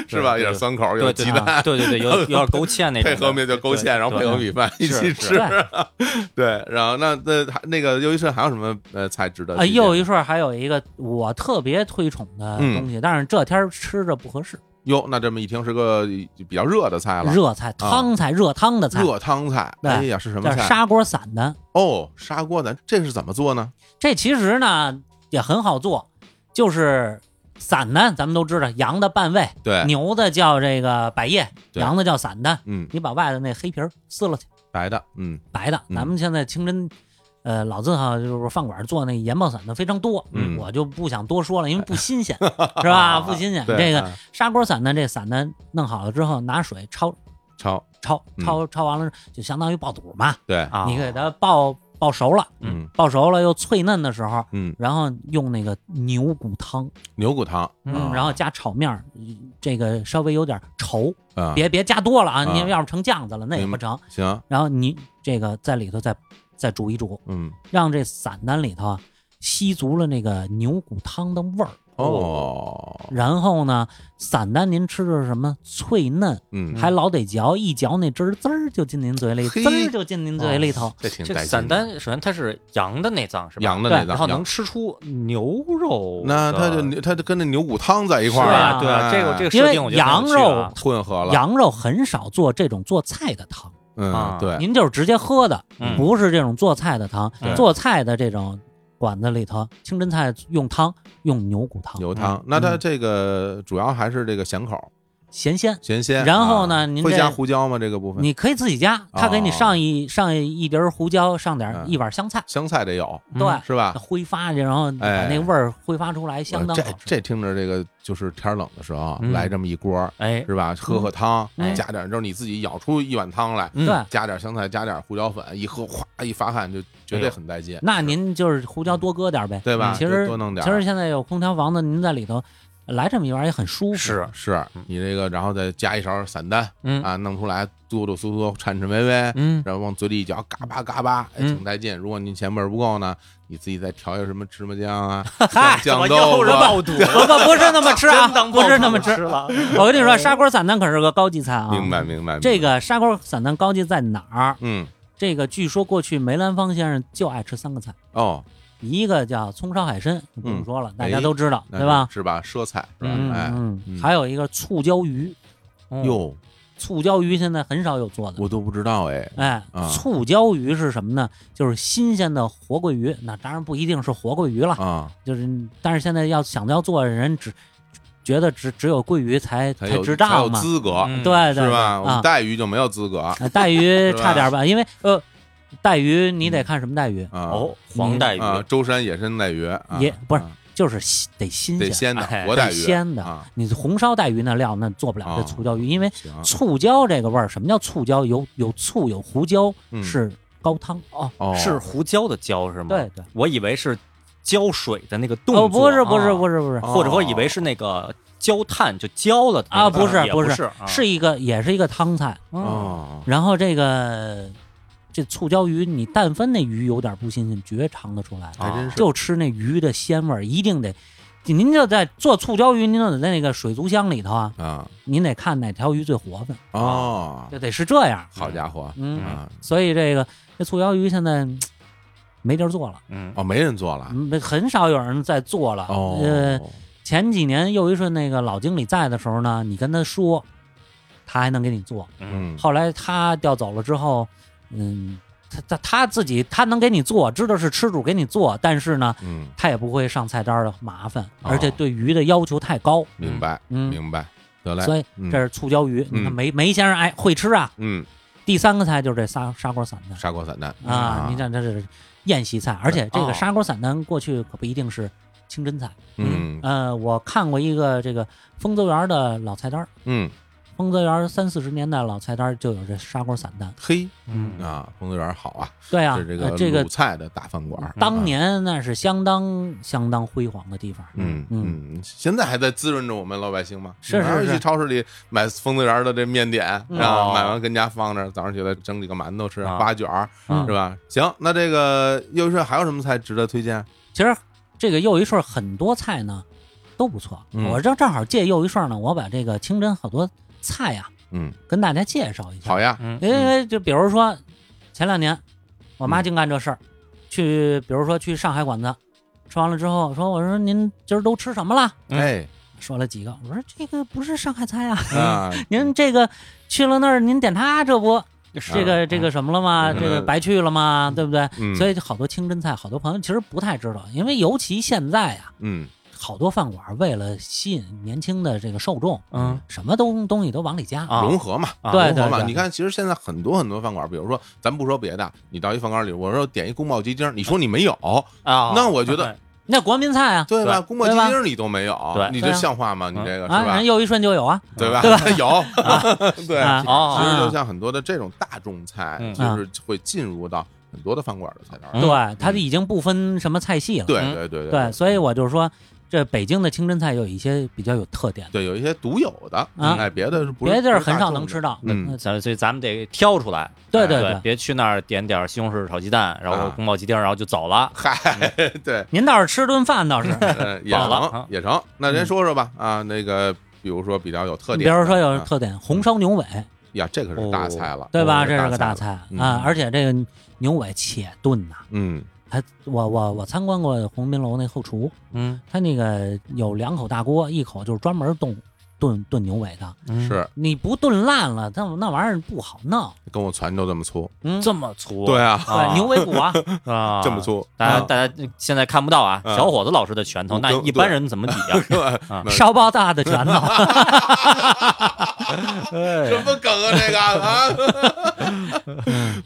[SPEAKER 1] 是吧？有
[SPEAKER 3] 对
[SPEAKER 1] 点酸口，有
[SPEAKER 3] 对
[SPEAKER 1] 点
[SPEAKER 3] 对啊
[SPEAKER 1] 鸡蛋，
[SPEAKER 3] 对对对， 有有点勾芡那种
[SPEAKER 1] 配
[SPEAKER 3] 的，
[SPEAKER 1] 合面就勾芡，然后配合
[SPEAKER 3] 米
[SPEAKER 1] 米饭一起
[SPEAKER 3] 是是
[SPEAKER 1] 吃
[SPEAKER 2] 对。
[SPEAKER 1] 对，然后那那还那个又一顺还有什么呃菜值得
[SPEAKER 2] 啊，
[SPEAKER 1] 推荐？
[SPEAKER 2] 又一顺儿还有一个我特别推崇的
[SPEAKER 1] 嗯
[SPEAKER 2] 东西，但是这天儿吃着不合适，
[SPEAKER 1] 哟，那这么一听是个比较热的菜了，
[SPEAKER 2] 热菜汤菜热汤的菜，
[SPEAKER 1] 啊热汤菜。
[SPEAKER 2] 对
[SPEAKER 1] 哎呀，是什么
[SPEAKER 2] 叫
[SPEAKER 1] 菜？
[SPEAKER 2] 砂锅散的。
[SPEAKER 1] 哦，砂锅咱这是怎么做呢？
[SPEAKER 2] 这其实呢也很好做，就是散单，咱们都知道，羊的半胃，
[SPEAKER 1] 对，
[SPEAKER 2] 牛的叫这个百叶，
[SPEAKER 1] 哎对
[SPEAKER 2] 羊的叫散单。
[SPEAKER 1] 嗯，
[SPEAKER 2] 你把外头那黑皮儿撕了去，
[SPEAKER 1] 白的，嗯
[SPEAKER 2] 白的。
[SPEAKER 1] 嗯
[SPEAKER 2] 咱们现在清真，呃，老字号就是饭馆做那盐爆散的非常多，
[SPEAKER 1] 嗯
[SPEAKER 2] 我就不想多说了，因为不 新鲜，是吧？不新鲜。
[SPEAKER 1] 对
[SPEAKER 2] 这个
[SPEAKER 1] 啊
[SPEAKER 2] 砂锅散的这散单弄好了之后，拿水焯
[SPEAKER 1] 焯
[SPEAKER 2] 焯
[SPEAKER 1] 嗯哦
[SPEAKER 2] 焯焯完了就相当于爆肚嘛，
[SPEAKER 1] 对，
[SPEAKER 3] 啊，
[SPEAKER 2] 你给它爆爆熟了，
[SPEAKER 1] 嗯
[SPEAKER 2] 爆熟了又脆嫩的时候，
[SPEAKER 1] 嗯，
[SPEAKER 2] 然后用那个牛骨汤，
[SPEAKER 1] 牛骨汤，
[SPEAKER 2] 嗯，
[SPEAKER 1] 啊
[SPEAKER 2] 然后加炒面儿，这个稍微有点稠，
[SPEAKER 1] 啊，
[SPEAKER 2] 别别加多了啊，
[SPEAKER 1] 啊嗯
[SPEAKER 2] 你要是成酱子了那也
[SPEAKER 1] 明
[SPEAKER 2] 不
[SPEAKER 1] 白
[SPEAKER 2] 成。
[SPEAKER 1] 行，
[SPEAKER 2] 然后你这个在里头再再煮一煮，
[SPEAKER 1] 嗯，
[SPEAKER 2] 让这散丹里头啊吸足了那个牛骨汤的味儿。
[SPEAKER 1] 哦，
[SPEAKER 2] 然后呢，散丹您吃的是什么？脆嫩，
[SPEAKER 1] 嗯，
[SPEAKER 2] 还老得嚼，一嚼那汁儿滋儿就进您嘴里，
[SPEAKER 1] 嘿哦
[SPEAKER 2] 滋儿就进您嘴里头。
[SPEAKER 1] 这挺
[SPEAKER 3] 这
[SPEAKER 1] 带劲
[SPEAKER 3] 散
[SPEAKER 1] 的
[SPEAKER 3] 丹首先它是羊的内脏是吧？
[SPEAKER 1] 羊的
[SPEAKER 2] 对
[SPEAKER 1] 那
[SPEAKER 3] 然后
[SPEAKER 1] 档，
[SPEAKER 3] 能
[SPEAKER 1] 羊
[SPEAKER 3] 吃出牛肉的，
[SPEAKER 1] 那它就它就跟那牛骨汤在一块儿
[SPEAKER 3] 是
[SPEAKER 1] 了，
[SPEAKER 3] 啊对啊，这个这个
[SPEAKER 2] 因
[SPEAKER 3] 设
[SPEAKER 2] 为
[SPEAKER 3] 定我觉得很有趣
[SPEAKER 2] 羊
[SPEAKER 3] 啊
[SPEAKER 2] 肉
[SPEAKER 1] 混合了，
[SPEAKER 2] 羊肉很少做这种做菜的汤，
[SPEAKER 1] 嗯，
[SPEAKER 3] 啊
[SPEAKER 1] 对，
[SPEAKER 2] 您就是直接喝的，
[SPEAKER 3] 嗯
[SPEAKER 2] 不是这种做菜的汤
[SPEAKER 3] 对。
[SPEAKER 2] 做菜的这种馆子里头，清真菜用汤用牛骨汤，
[SPEAKER 1] 牛汤，那
[SPEAKER 2] 嗯
[SPEAKER 1] 它这个主要还是这个咸口
[SPEAKER 2] 咸鲜。
[SPEAKER 1] 咸鲜，
[SPEAKER 2] 然后
[SPEAKER 1] 啊
[SPEAKER 2] 呢您
[SPEAKER 1] 会
[SPEAKER 2] 这
[SPEAKER 1] 加胡椒吗？这个部分
[SPEAKER 2] 你可以自己加，他给你上一上一碟儿胡椒，上点儿
[SPEAKER 1] 哦嗯啊
[SPEAKER 2] 一碗香菜，
[SPEAKER 1] 香菜得有，
[SPEAKER 3] 嗯
[SPEAKER 2] 对，
[SPEAKER 1] 是吧？
[SPEAKER 2] 挥发去，然后把那个味儿挥发出来， 相当
[SPEAKER 1] 哎这
[SPEAKER 2] 好吃。
[SPEAKER 1] 这听着这个就是天冷的时候啊
[SPEAKER 3] 嗯
[SPEAKER 1] 来这么一锅儿，
[SPEAKER 3] 哎，
[SPEAKER 1] 是吧？喝喝汤
[SPEAKER 2] 嗯，
[SPEAKER 1] 加点就是你自己舀出一碗汤来，
[SPEAKER 3] 嗯
[SPEAKER 2] 对，
[SPEAKER 1] 加点香菜，加点胡椒粉，一喝哗一发汗就
[SPEAKER 2] 哎
[SPEAKER 1] 绝对很带劲，
[SPEAKER 2] 那您就是胡椒多搁点儿呗，
[SPEAKER 1] 对吧？
[SPEAKER 2] 嗯其实
[SPEAKER 1] 就多弄点
[SPEAKER 2] 其
[SPEAKER 1] 儿
[SPEAKER 2] 实现在有空调房子，您在里头呃来这么一玩儿也很舒服。
[SPEAKER 3] 是，
[SPEAKER 1] 是
[SPEAKER 2] 嗯
[SPEAKER 1] 你这个，然后再加一勺散丹
[SPEAKER 3] 嗯
[SPEAKER 1] 啊，弄出来哆哆嗦嗦、颤颤巍巍，
[SPEAKER 3] 嗯，
[SPEAKER 1] 然后往嘴里一嚼，嘎巴嘎巴，哎，
[SPEAKER 3] 嗯
[SPEAKER 1] 挺带劲。如果您嫌味儿不够呢，你自己再调一个什么芝麻酱 啊、
[SPEAKER 2] 嗨
[SPEAKER 1] 酱
[SPEAKER 3] 我
[SPEAKER 1] 酱豆
[SPEAKER 3] 又
[SPEAKER 1] 腐
[SPEAKER 3] 是
[SPEAKER 1] 啊，
[SPEAKER 3] 爆肚，
[SPEAKER 2] 我可不是那么吃 啊，
[SPEAKER 3] 真当
[SPEAKER 2] 不
[SPEAKER 3] 爆
[SPEAKER 2] 是
[SPEAKER 3] 肚
[SPEAKER 2] 那么吃。
[SPEAKER 3] 了，
[SPEAKER 2] 我跟你说，砂锅散蛋可是个高级菜啊。
[SPEAKER 1] 嗯明白。明白。
[SPEAKER 2] 这
[SPEAKER 1] 明白，
[SPEAKER 2] 个砂锅散蛋高级在哪儿？
[SPEAKER 1] 嗯，
[SPEAKER 2] 这个据说过去梅兰芳先生就爱吃三个菜，
[SPEAKER 1] 哦，
[SPEAKER 2] 一个叫葱烧海参，就
[SPEAKER 1] 嗯
[SPEAKER 2] 不用说了，
[SPEAKER 1] 哎
[SPEAKER 2] 大家都知道，
[SPEAKER 1] 那
[SPEAKER 2] 对吧？
[SPEAKER 1] 是吧？奢菜是吧？
[SPEAKER 2] 嗯
[SPEAKER 1] 哎，
[SPEAKER 2] 嗯，
[SPEAKER 1] 嗯
[SPEAKER 2] 还有一个醋椒鱼，
[SPEAKER 3] 嗯
[SPEAKER 1] 哟，
[SPEAKER 2] 醋椒鱼现在很少有做的。
[SPEAKER 1] 我都不知道哎，
[SPEAKER 2] 哎
[SPEAKER 1] 啊，
[SPEAKER 2] 醋椒鱼是什么呢？就是新鲜的活鳜鱼，那当然不一定是活鳜鱼了，
[SPEAKER 1] 啊，
[SPEAKER 2] 就是但是现在要想要做的人只觉得只只有鳜鱼才
[SPEAKER 1] 才
[SPEAKER 2] 才
[SPEAKER 1] 有
[SPEAKER 2] 值
[SPEAKER 1] 才有
[SPEAKER 2] 当嘛，
[SPEAKER 1] 资格
[SPEAKER 3] 嗯
[SPEAKER 2] 对对
[SPEAKER 1] 是吧？我
[SPEAKER 2] 对
[SPEAKER 1] 们
[SPEAKER 2] 啊，
[SPEAKER 1] 带鱼就没有资格啊。
[SPEAKER 2] 呃带鱼
[SPEAKER 1] 是吧嗯
[SPEAKER 2] 差点吧，因为呃，带鱼你得看什么带鱼，
[SPEAKER 3] 哦，黄带鱼
[SPEAKER 1] 啊，舟山野参带鱼啊
[SPEAKER 2] 也不是
[SPEAKER 1] 啊
[SPEAKER 2] 就是新得新
[SPEAKER 1] 得
[SPEAKER 2] 鲜，
[SPEAKER 1] 鲜的
[SPEAKER 3] 哎
[SPEAKER 1] 活带
[SPEAKER 2] 得
[SPEAKER 1] 鱼，
[SPEAKER 2] 鲜的。
[SPEAKER 1] 啊，
[SPEAKER 2] 你红烧带鱼那料那做不了
[SPEAKER 1] 哦
[SPEAKER 2] 这醋椒鱼，因为
[SPEAKER 1] 行，
[SPEAKER 2] 醋椒这个味儿，什么叫醋椒？有有醋有胡椒
[SPEAKER 1] 嗯
[SPEAKER 2] 是高汤哦，
[SPEAKER 1] 哦
[SPEAKER 3] 是胡椒的椒是吗？
[SPEAKER 2] 对，对。
[SPEAKER 3] 我以为是浇水的那个动作，啊
[SPEAKER 2] 哦，不是不是不
[SPEAKER 3] 是，
[SPEAKER 2] 是不是，
[SPEAKER 1] 哦
[SPEAKER 3] 或者说以为是那个焦炭就焦了的那
[SPEAKER 2] 啊
[SPEAKER 3] 个
[SPEAKER 2] 不是
[SPEAKER 3] 也
[SPEAKER 2] 不
[SPEAKER 3] 不
[SPEAKER 2] 是
[SPEAKER 3] 啊
[SPEAKER 2] 是一个也是一个汤菜。嗯
[SPEAKER 1] 哦，
[SPEAKER 2] 然后这个这醋椒鱼，你但分那鱼有点不新鲜，绝尝得出来。
[SPEAKER 1] 还啊真是
[SPEAKER 2] 就吃那鱼的鲜味儿，一定得。您就在做醋椒鱼，您就得在那个水族箱里头啊，
[SPEAKER 1] 啊
[SPEAKER 2] 您得看哪条鱼最活泛，
[SPEAKER 1] 哦，
[SPEAKER 2] 就得是这样。
[SPEAKER 1] 好家伙
[SPEAKER 2] 嗯，
[SPEAKER 1] 啊，
[SPEAKER 2] 所以这个这醋椒鱼现在嗯没地儿做了，
[SPEAKER 3] 嗯
[SPEAKER 1] 哦，没人做了
[SPEAKER 2] 嗯很少有人在做了。
[SPEAKER 1] 哦，
[SPEAKER 2] 呃，前几年又一顺那个老经理在的时候呢，你跟他说，他还能给你做。
[SPEAKER 3] 嗯
[SPEAKER 1] 嗯，
[SPEAKER 2] 后来他调走了之后，嗯，他他他自己他能给你做，知道是吃主给你做，但是呢，
[SPEAKER 1] 嗯，
[SPEAKER 2] 他也不会上菜单的麻烦，而且对鱼的要求太高，
[SPEAKER 1] 明白
[SPEAKER 2] 嗯，
[SPEAKER 1] 哦明白，得嘞，
[SPEAKER 2] 所以
[SPEAKER 1] 嗯
[SPEAKER 2] 这是醋椒鱼。
[SPEAKER 1] 嗯
[SPEAKER 2] 你看梅梅先生哎会吃啊。
[SPEAKER 1] 嗯，
[SPEAKER 2] 第三个菜就是这砂砂锅散蛋
[SPEAKER 1] 砂锅散蛋
[SPEAKER 2] 啊，你，看这是宴席菜，而且这
[SPEAKER 3] 哦
[SPEAKER 2] 个砂锅散蛋过去可不一定是清真菜。
[SPEAKER 1] 嗯
[SPEAKER 2] 呃，我看过一个这个丰泽园的老菜单儿，
[SPEAKER 1] 嗯，
[SPEAKER 2] 丰泽园三四十年代老菜单儿就有这砂锅散蛋。
[SPEAKER 1] 嘿
[SPEAKER 3] 嗯
[SPEAKER 1] 啊，丰泽园好啊，
[SPEAKER 2] 对啊，
[SPEAKER 1] 是这个
[SPEAKER 2] 呃这个
[SPEAKER 1] 鲁菜的大饭馆，
[SPEAKER 2] 当
[SPEAKER 1] 啊。
[SPEAKER 2] 年那是相当相当辉煌的地方。
[SPEAKER 1] 嗯嗯，现在还在滋润着我们老百姓吗？
[SPEAKER 2] 是
[SPEAKER 1] 哪有
[SPEAKER 2] 是是
[SPEAKER 1] 去超市里买丰泽园的这面点
[SPEAKER 2] 嗯
[SPEAKER 1] 啊，
[SPEAKER 3] 哦
[SPEAKER 1] 买完跟家放着，早上起来蒸几个馒头吃，
[SPEAKER 3] 啊
[SPEAKER 1] 八卷儿
[SPEAKER 2] 嗯
[SPEAKER 1] 是吧？行，那这个又是还有什么菜值得推荐？
[SPEAKER 2] 其实这个又一顺很多菜呢都不错，
[SPEAKER 1] 嗯
[SPEAKER 2] 我正正好借又一顺呢，我把这个清真好多菜呀、
[SPEAKER 1] 嗯，
[SPEAKER 2] 跟大家介绍一下。
[SPEAKER 1] 好呀，
[SPEAKER 3] 嗯
[SPEAKER 2] 因为就比如说前两年我妈净干这事儿，去比如说去上海馆子，吃完了之后说我说您今儿都吃什么了？
[SPEAKER 3] 嗯
[SPEAKER 1] 哎
[SPEAKER 2] 说了几个，我说这个不是上海菜啊，
[SPEAKER 1] 啊，
[SPEAKER 2] 您这个去了那儿您点它这不
[SPEAKER 3] 是
[SPEAKER 2] 这个这个什么了吗？
[SPEAKER 1] 啊嗯
[SPEAKER 2] 这个白去了吗？对不对？
[SPEAKER 1] 嗯，
[SPEAKER 2] 所
[SPEAKER 1] 以
[SPEAKER 2] 以好多清真菜，好多朋友其实不太知道，因为尤其现在啊，
[SPEAKER 1] 嗯
[SPEAKER 2] 好多饭馆为了吸引年轻的这个受众，
[SPEAKER 3] 嗯
[SPEAKER 2] 什么东东西都往里加。
[SPEAKER 3] 啊
[SPEAKER 1] 融合嘛，
[SPEAKER 3] 啊
[SPEAKER 2] 对
[SPEAKER 1] 融合嘛。
[SPEAKER 2] 对对
[SPEAKER 1] 你看，其实现在很多很多饭馆，比如说咱不说别的，你到一饭馆里，我说点一宫保鸡丁，你说你没有，
[SPEAKER 3] 啊，
[SPEAKER 1] 那我觉得
[SPEAKER 3] 哎
[SPEAKER 2] 那国民菜啊，
[SPEAKER 1] 对吧？
[SPEAKER 3] 对
[SPEAKER 1] 宫保鸡
[SPEAKER 2] 对吧
[SPEAKER 1] 丁你都没有，
[SPEAKER 3] 对
[SPEAKER 1] 你
[SPEAKER 2] 对
[SPEAKER 1] 这
[SPEAKER 2] 啊
[SPEAKER 1] 像话吗？你这个是
[SPEAKER 2] 啊，
[SPEAKER 1] 吧
[SPEAKER 2] 人？又一顺就有啊，
[SPEAKER 1] 对吧？
[SPEAKER 2] 对
[SPEAKER 1] 有，对，
[SPEAKER 2] 啊
[SPEAKER 3] 哦
[SPEAKER 1] 其实就
[SPEAKER 2] 啊
[SPEAKER 1] 像很多的这种大众菜，
[SPEAKER 3] 嗯
[SPEAKER 1] 就是会进入到很多的饭馆的菜单儿。
[SPEAKER 3] 嗯
[SPEAKER 2] 对，它已经不分什么菜系了。
[SPEAKER 1] 对
[SPEAKER 3] 嗯
[SPEAKER 1] 对对
[SPEAKER 2] 对，所以我就说，这北京的清真菜有一些比较有特点的，
[SPEAKER 1] 对，有一些独有的，
[SPEAKER 2] 啊
[SPEAKER 1] 哎，别的是不是
[SPEAKER 2] 别的地儿
[SPEAKER 1] 不是大
[SPEAKER 2] 很少
[SPEAKER 1] 众
[SPEAKER 2] 能
[SPEAKER 1] 的
[SPEAKER 2] 吃到。
[SPEAKER 1] 嗯
[SPEAKER 3] 咱所以咱们得挑出来，
[SPEAKER 2] 对
[SPEAKER 1] 对
[SPEAKER 2] 对
[SPEAKER 3] 哎对，，别去那儿点点西红柿炒鸡蛋，然后
[SPEAKER 1] 啊
[SPEAKER 3] 宫保鸡丁，然后就走了。
[SPEAKER 1] 嗨， 对，
[SPEAKER 2] 您倒是吃顿饭倒是，
[SPEAKER 1] 呃也
[SPEAKER 3] 饱了
[SPEAKER 1] 成
[SPEAKER 3] 啊
[SPEAKER 1] 也成。那咱说说吧，啊，那个比如说比较有特
[SPEAKER 2] 你
[SPEAKER 1] 点
[SPEAKER 2] 嗯比
[SPEAKER 1] 的，
[SPEAKER 2] 如说有
[SPEAKER 1] 啊
[SPEAKER 2] 特点，红烧牛尾，
[SPEAKER 1] 呀，这可是大菜了，
[SPEAKER 2] 对吧？
[SPEAKER 1] 这
[SPEAKER 2] 这是个
[SPEAKER 1] 哦大
[SPEAKER 2] 大
[SPEAKER 1] 菜了，
[SPEAKER 2] 菜
[SPEAKER 1] 嗯
[SPEAKER 2] 啊，而且这个牛尾且炖呐，
[SPEAKER 1] 嗯
[SPEAKER 2] 还我我我参观过鸿宾楼那后厨，
[SPEAKER 3] 嗯，
[SPEAKER 2] 他那个有两口大锅，一口就是专门炖炖炖牛尾的，
[SPEAKER 3] 嗯
[SPEAKER 1] 是
[SPEAKER 2] 你不炖烂了，那那玩意儿不好弄。
[SPEAKER 1] 跟我拳头这么粗，
[SPEAKER 2] 嗯，
[SPEAKER 3] 这么粗，
[SPEAKER 1] 对啊，
[SPEAKER 2] 对牛尾骨 啊，
[SPEAKER 3] 啊，
[SPEAKER 1] 这么。粗，
[SPEAKER 3] 大家
[SPEAKER 1] 啊
[SPEAKER 3] 大家现在看不到啊，
[SPEAKER 1] 嗯
[SPEAKER 3] 小伙子老师的拳头，
[SPEAKER 1] 我
[SPEAKER 3] 那
[SPEAKER 1] 跟
[SPEAKER 3] 一般人怎么比啊？啊
[SPEAKER 2] 烧包大的拳头，
[SPEAKER 1] 啊什么梗啊这个啊？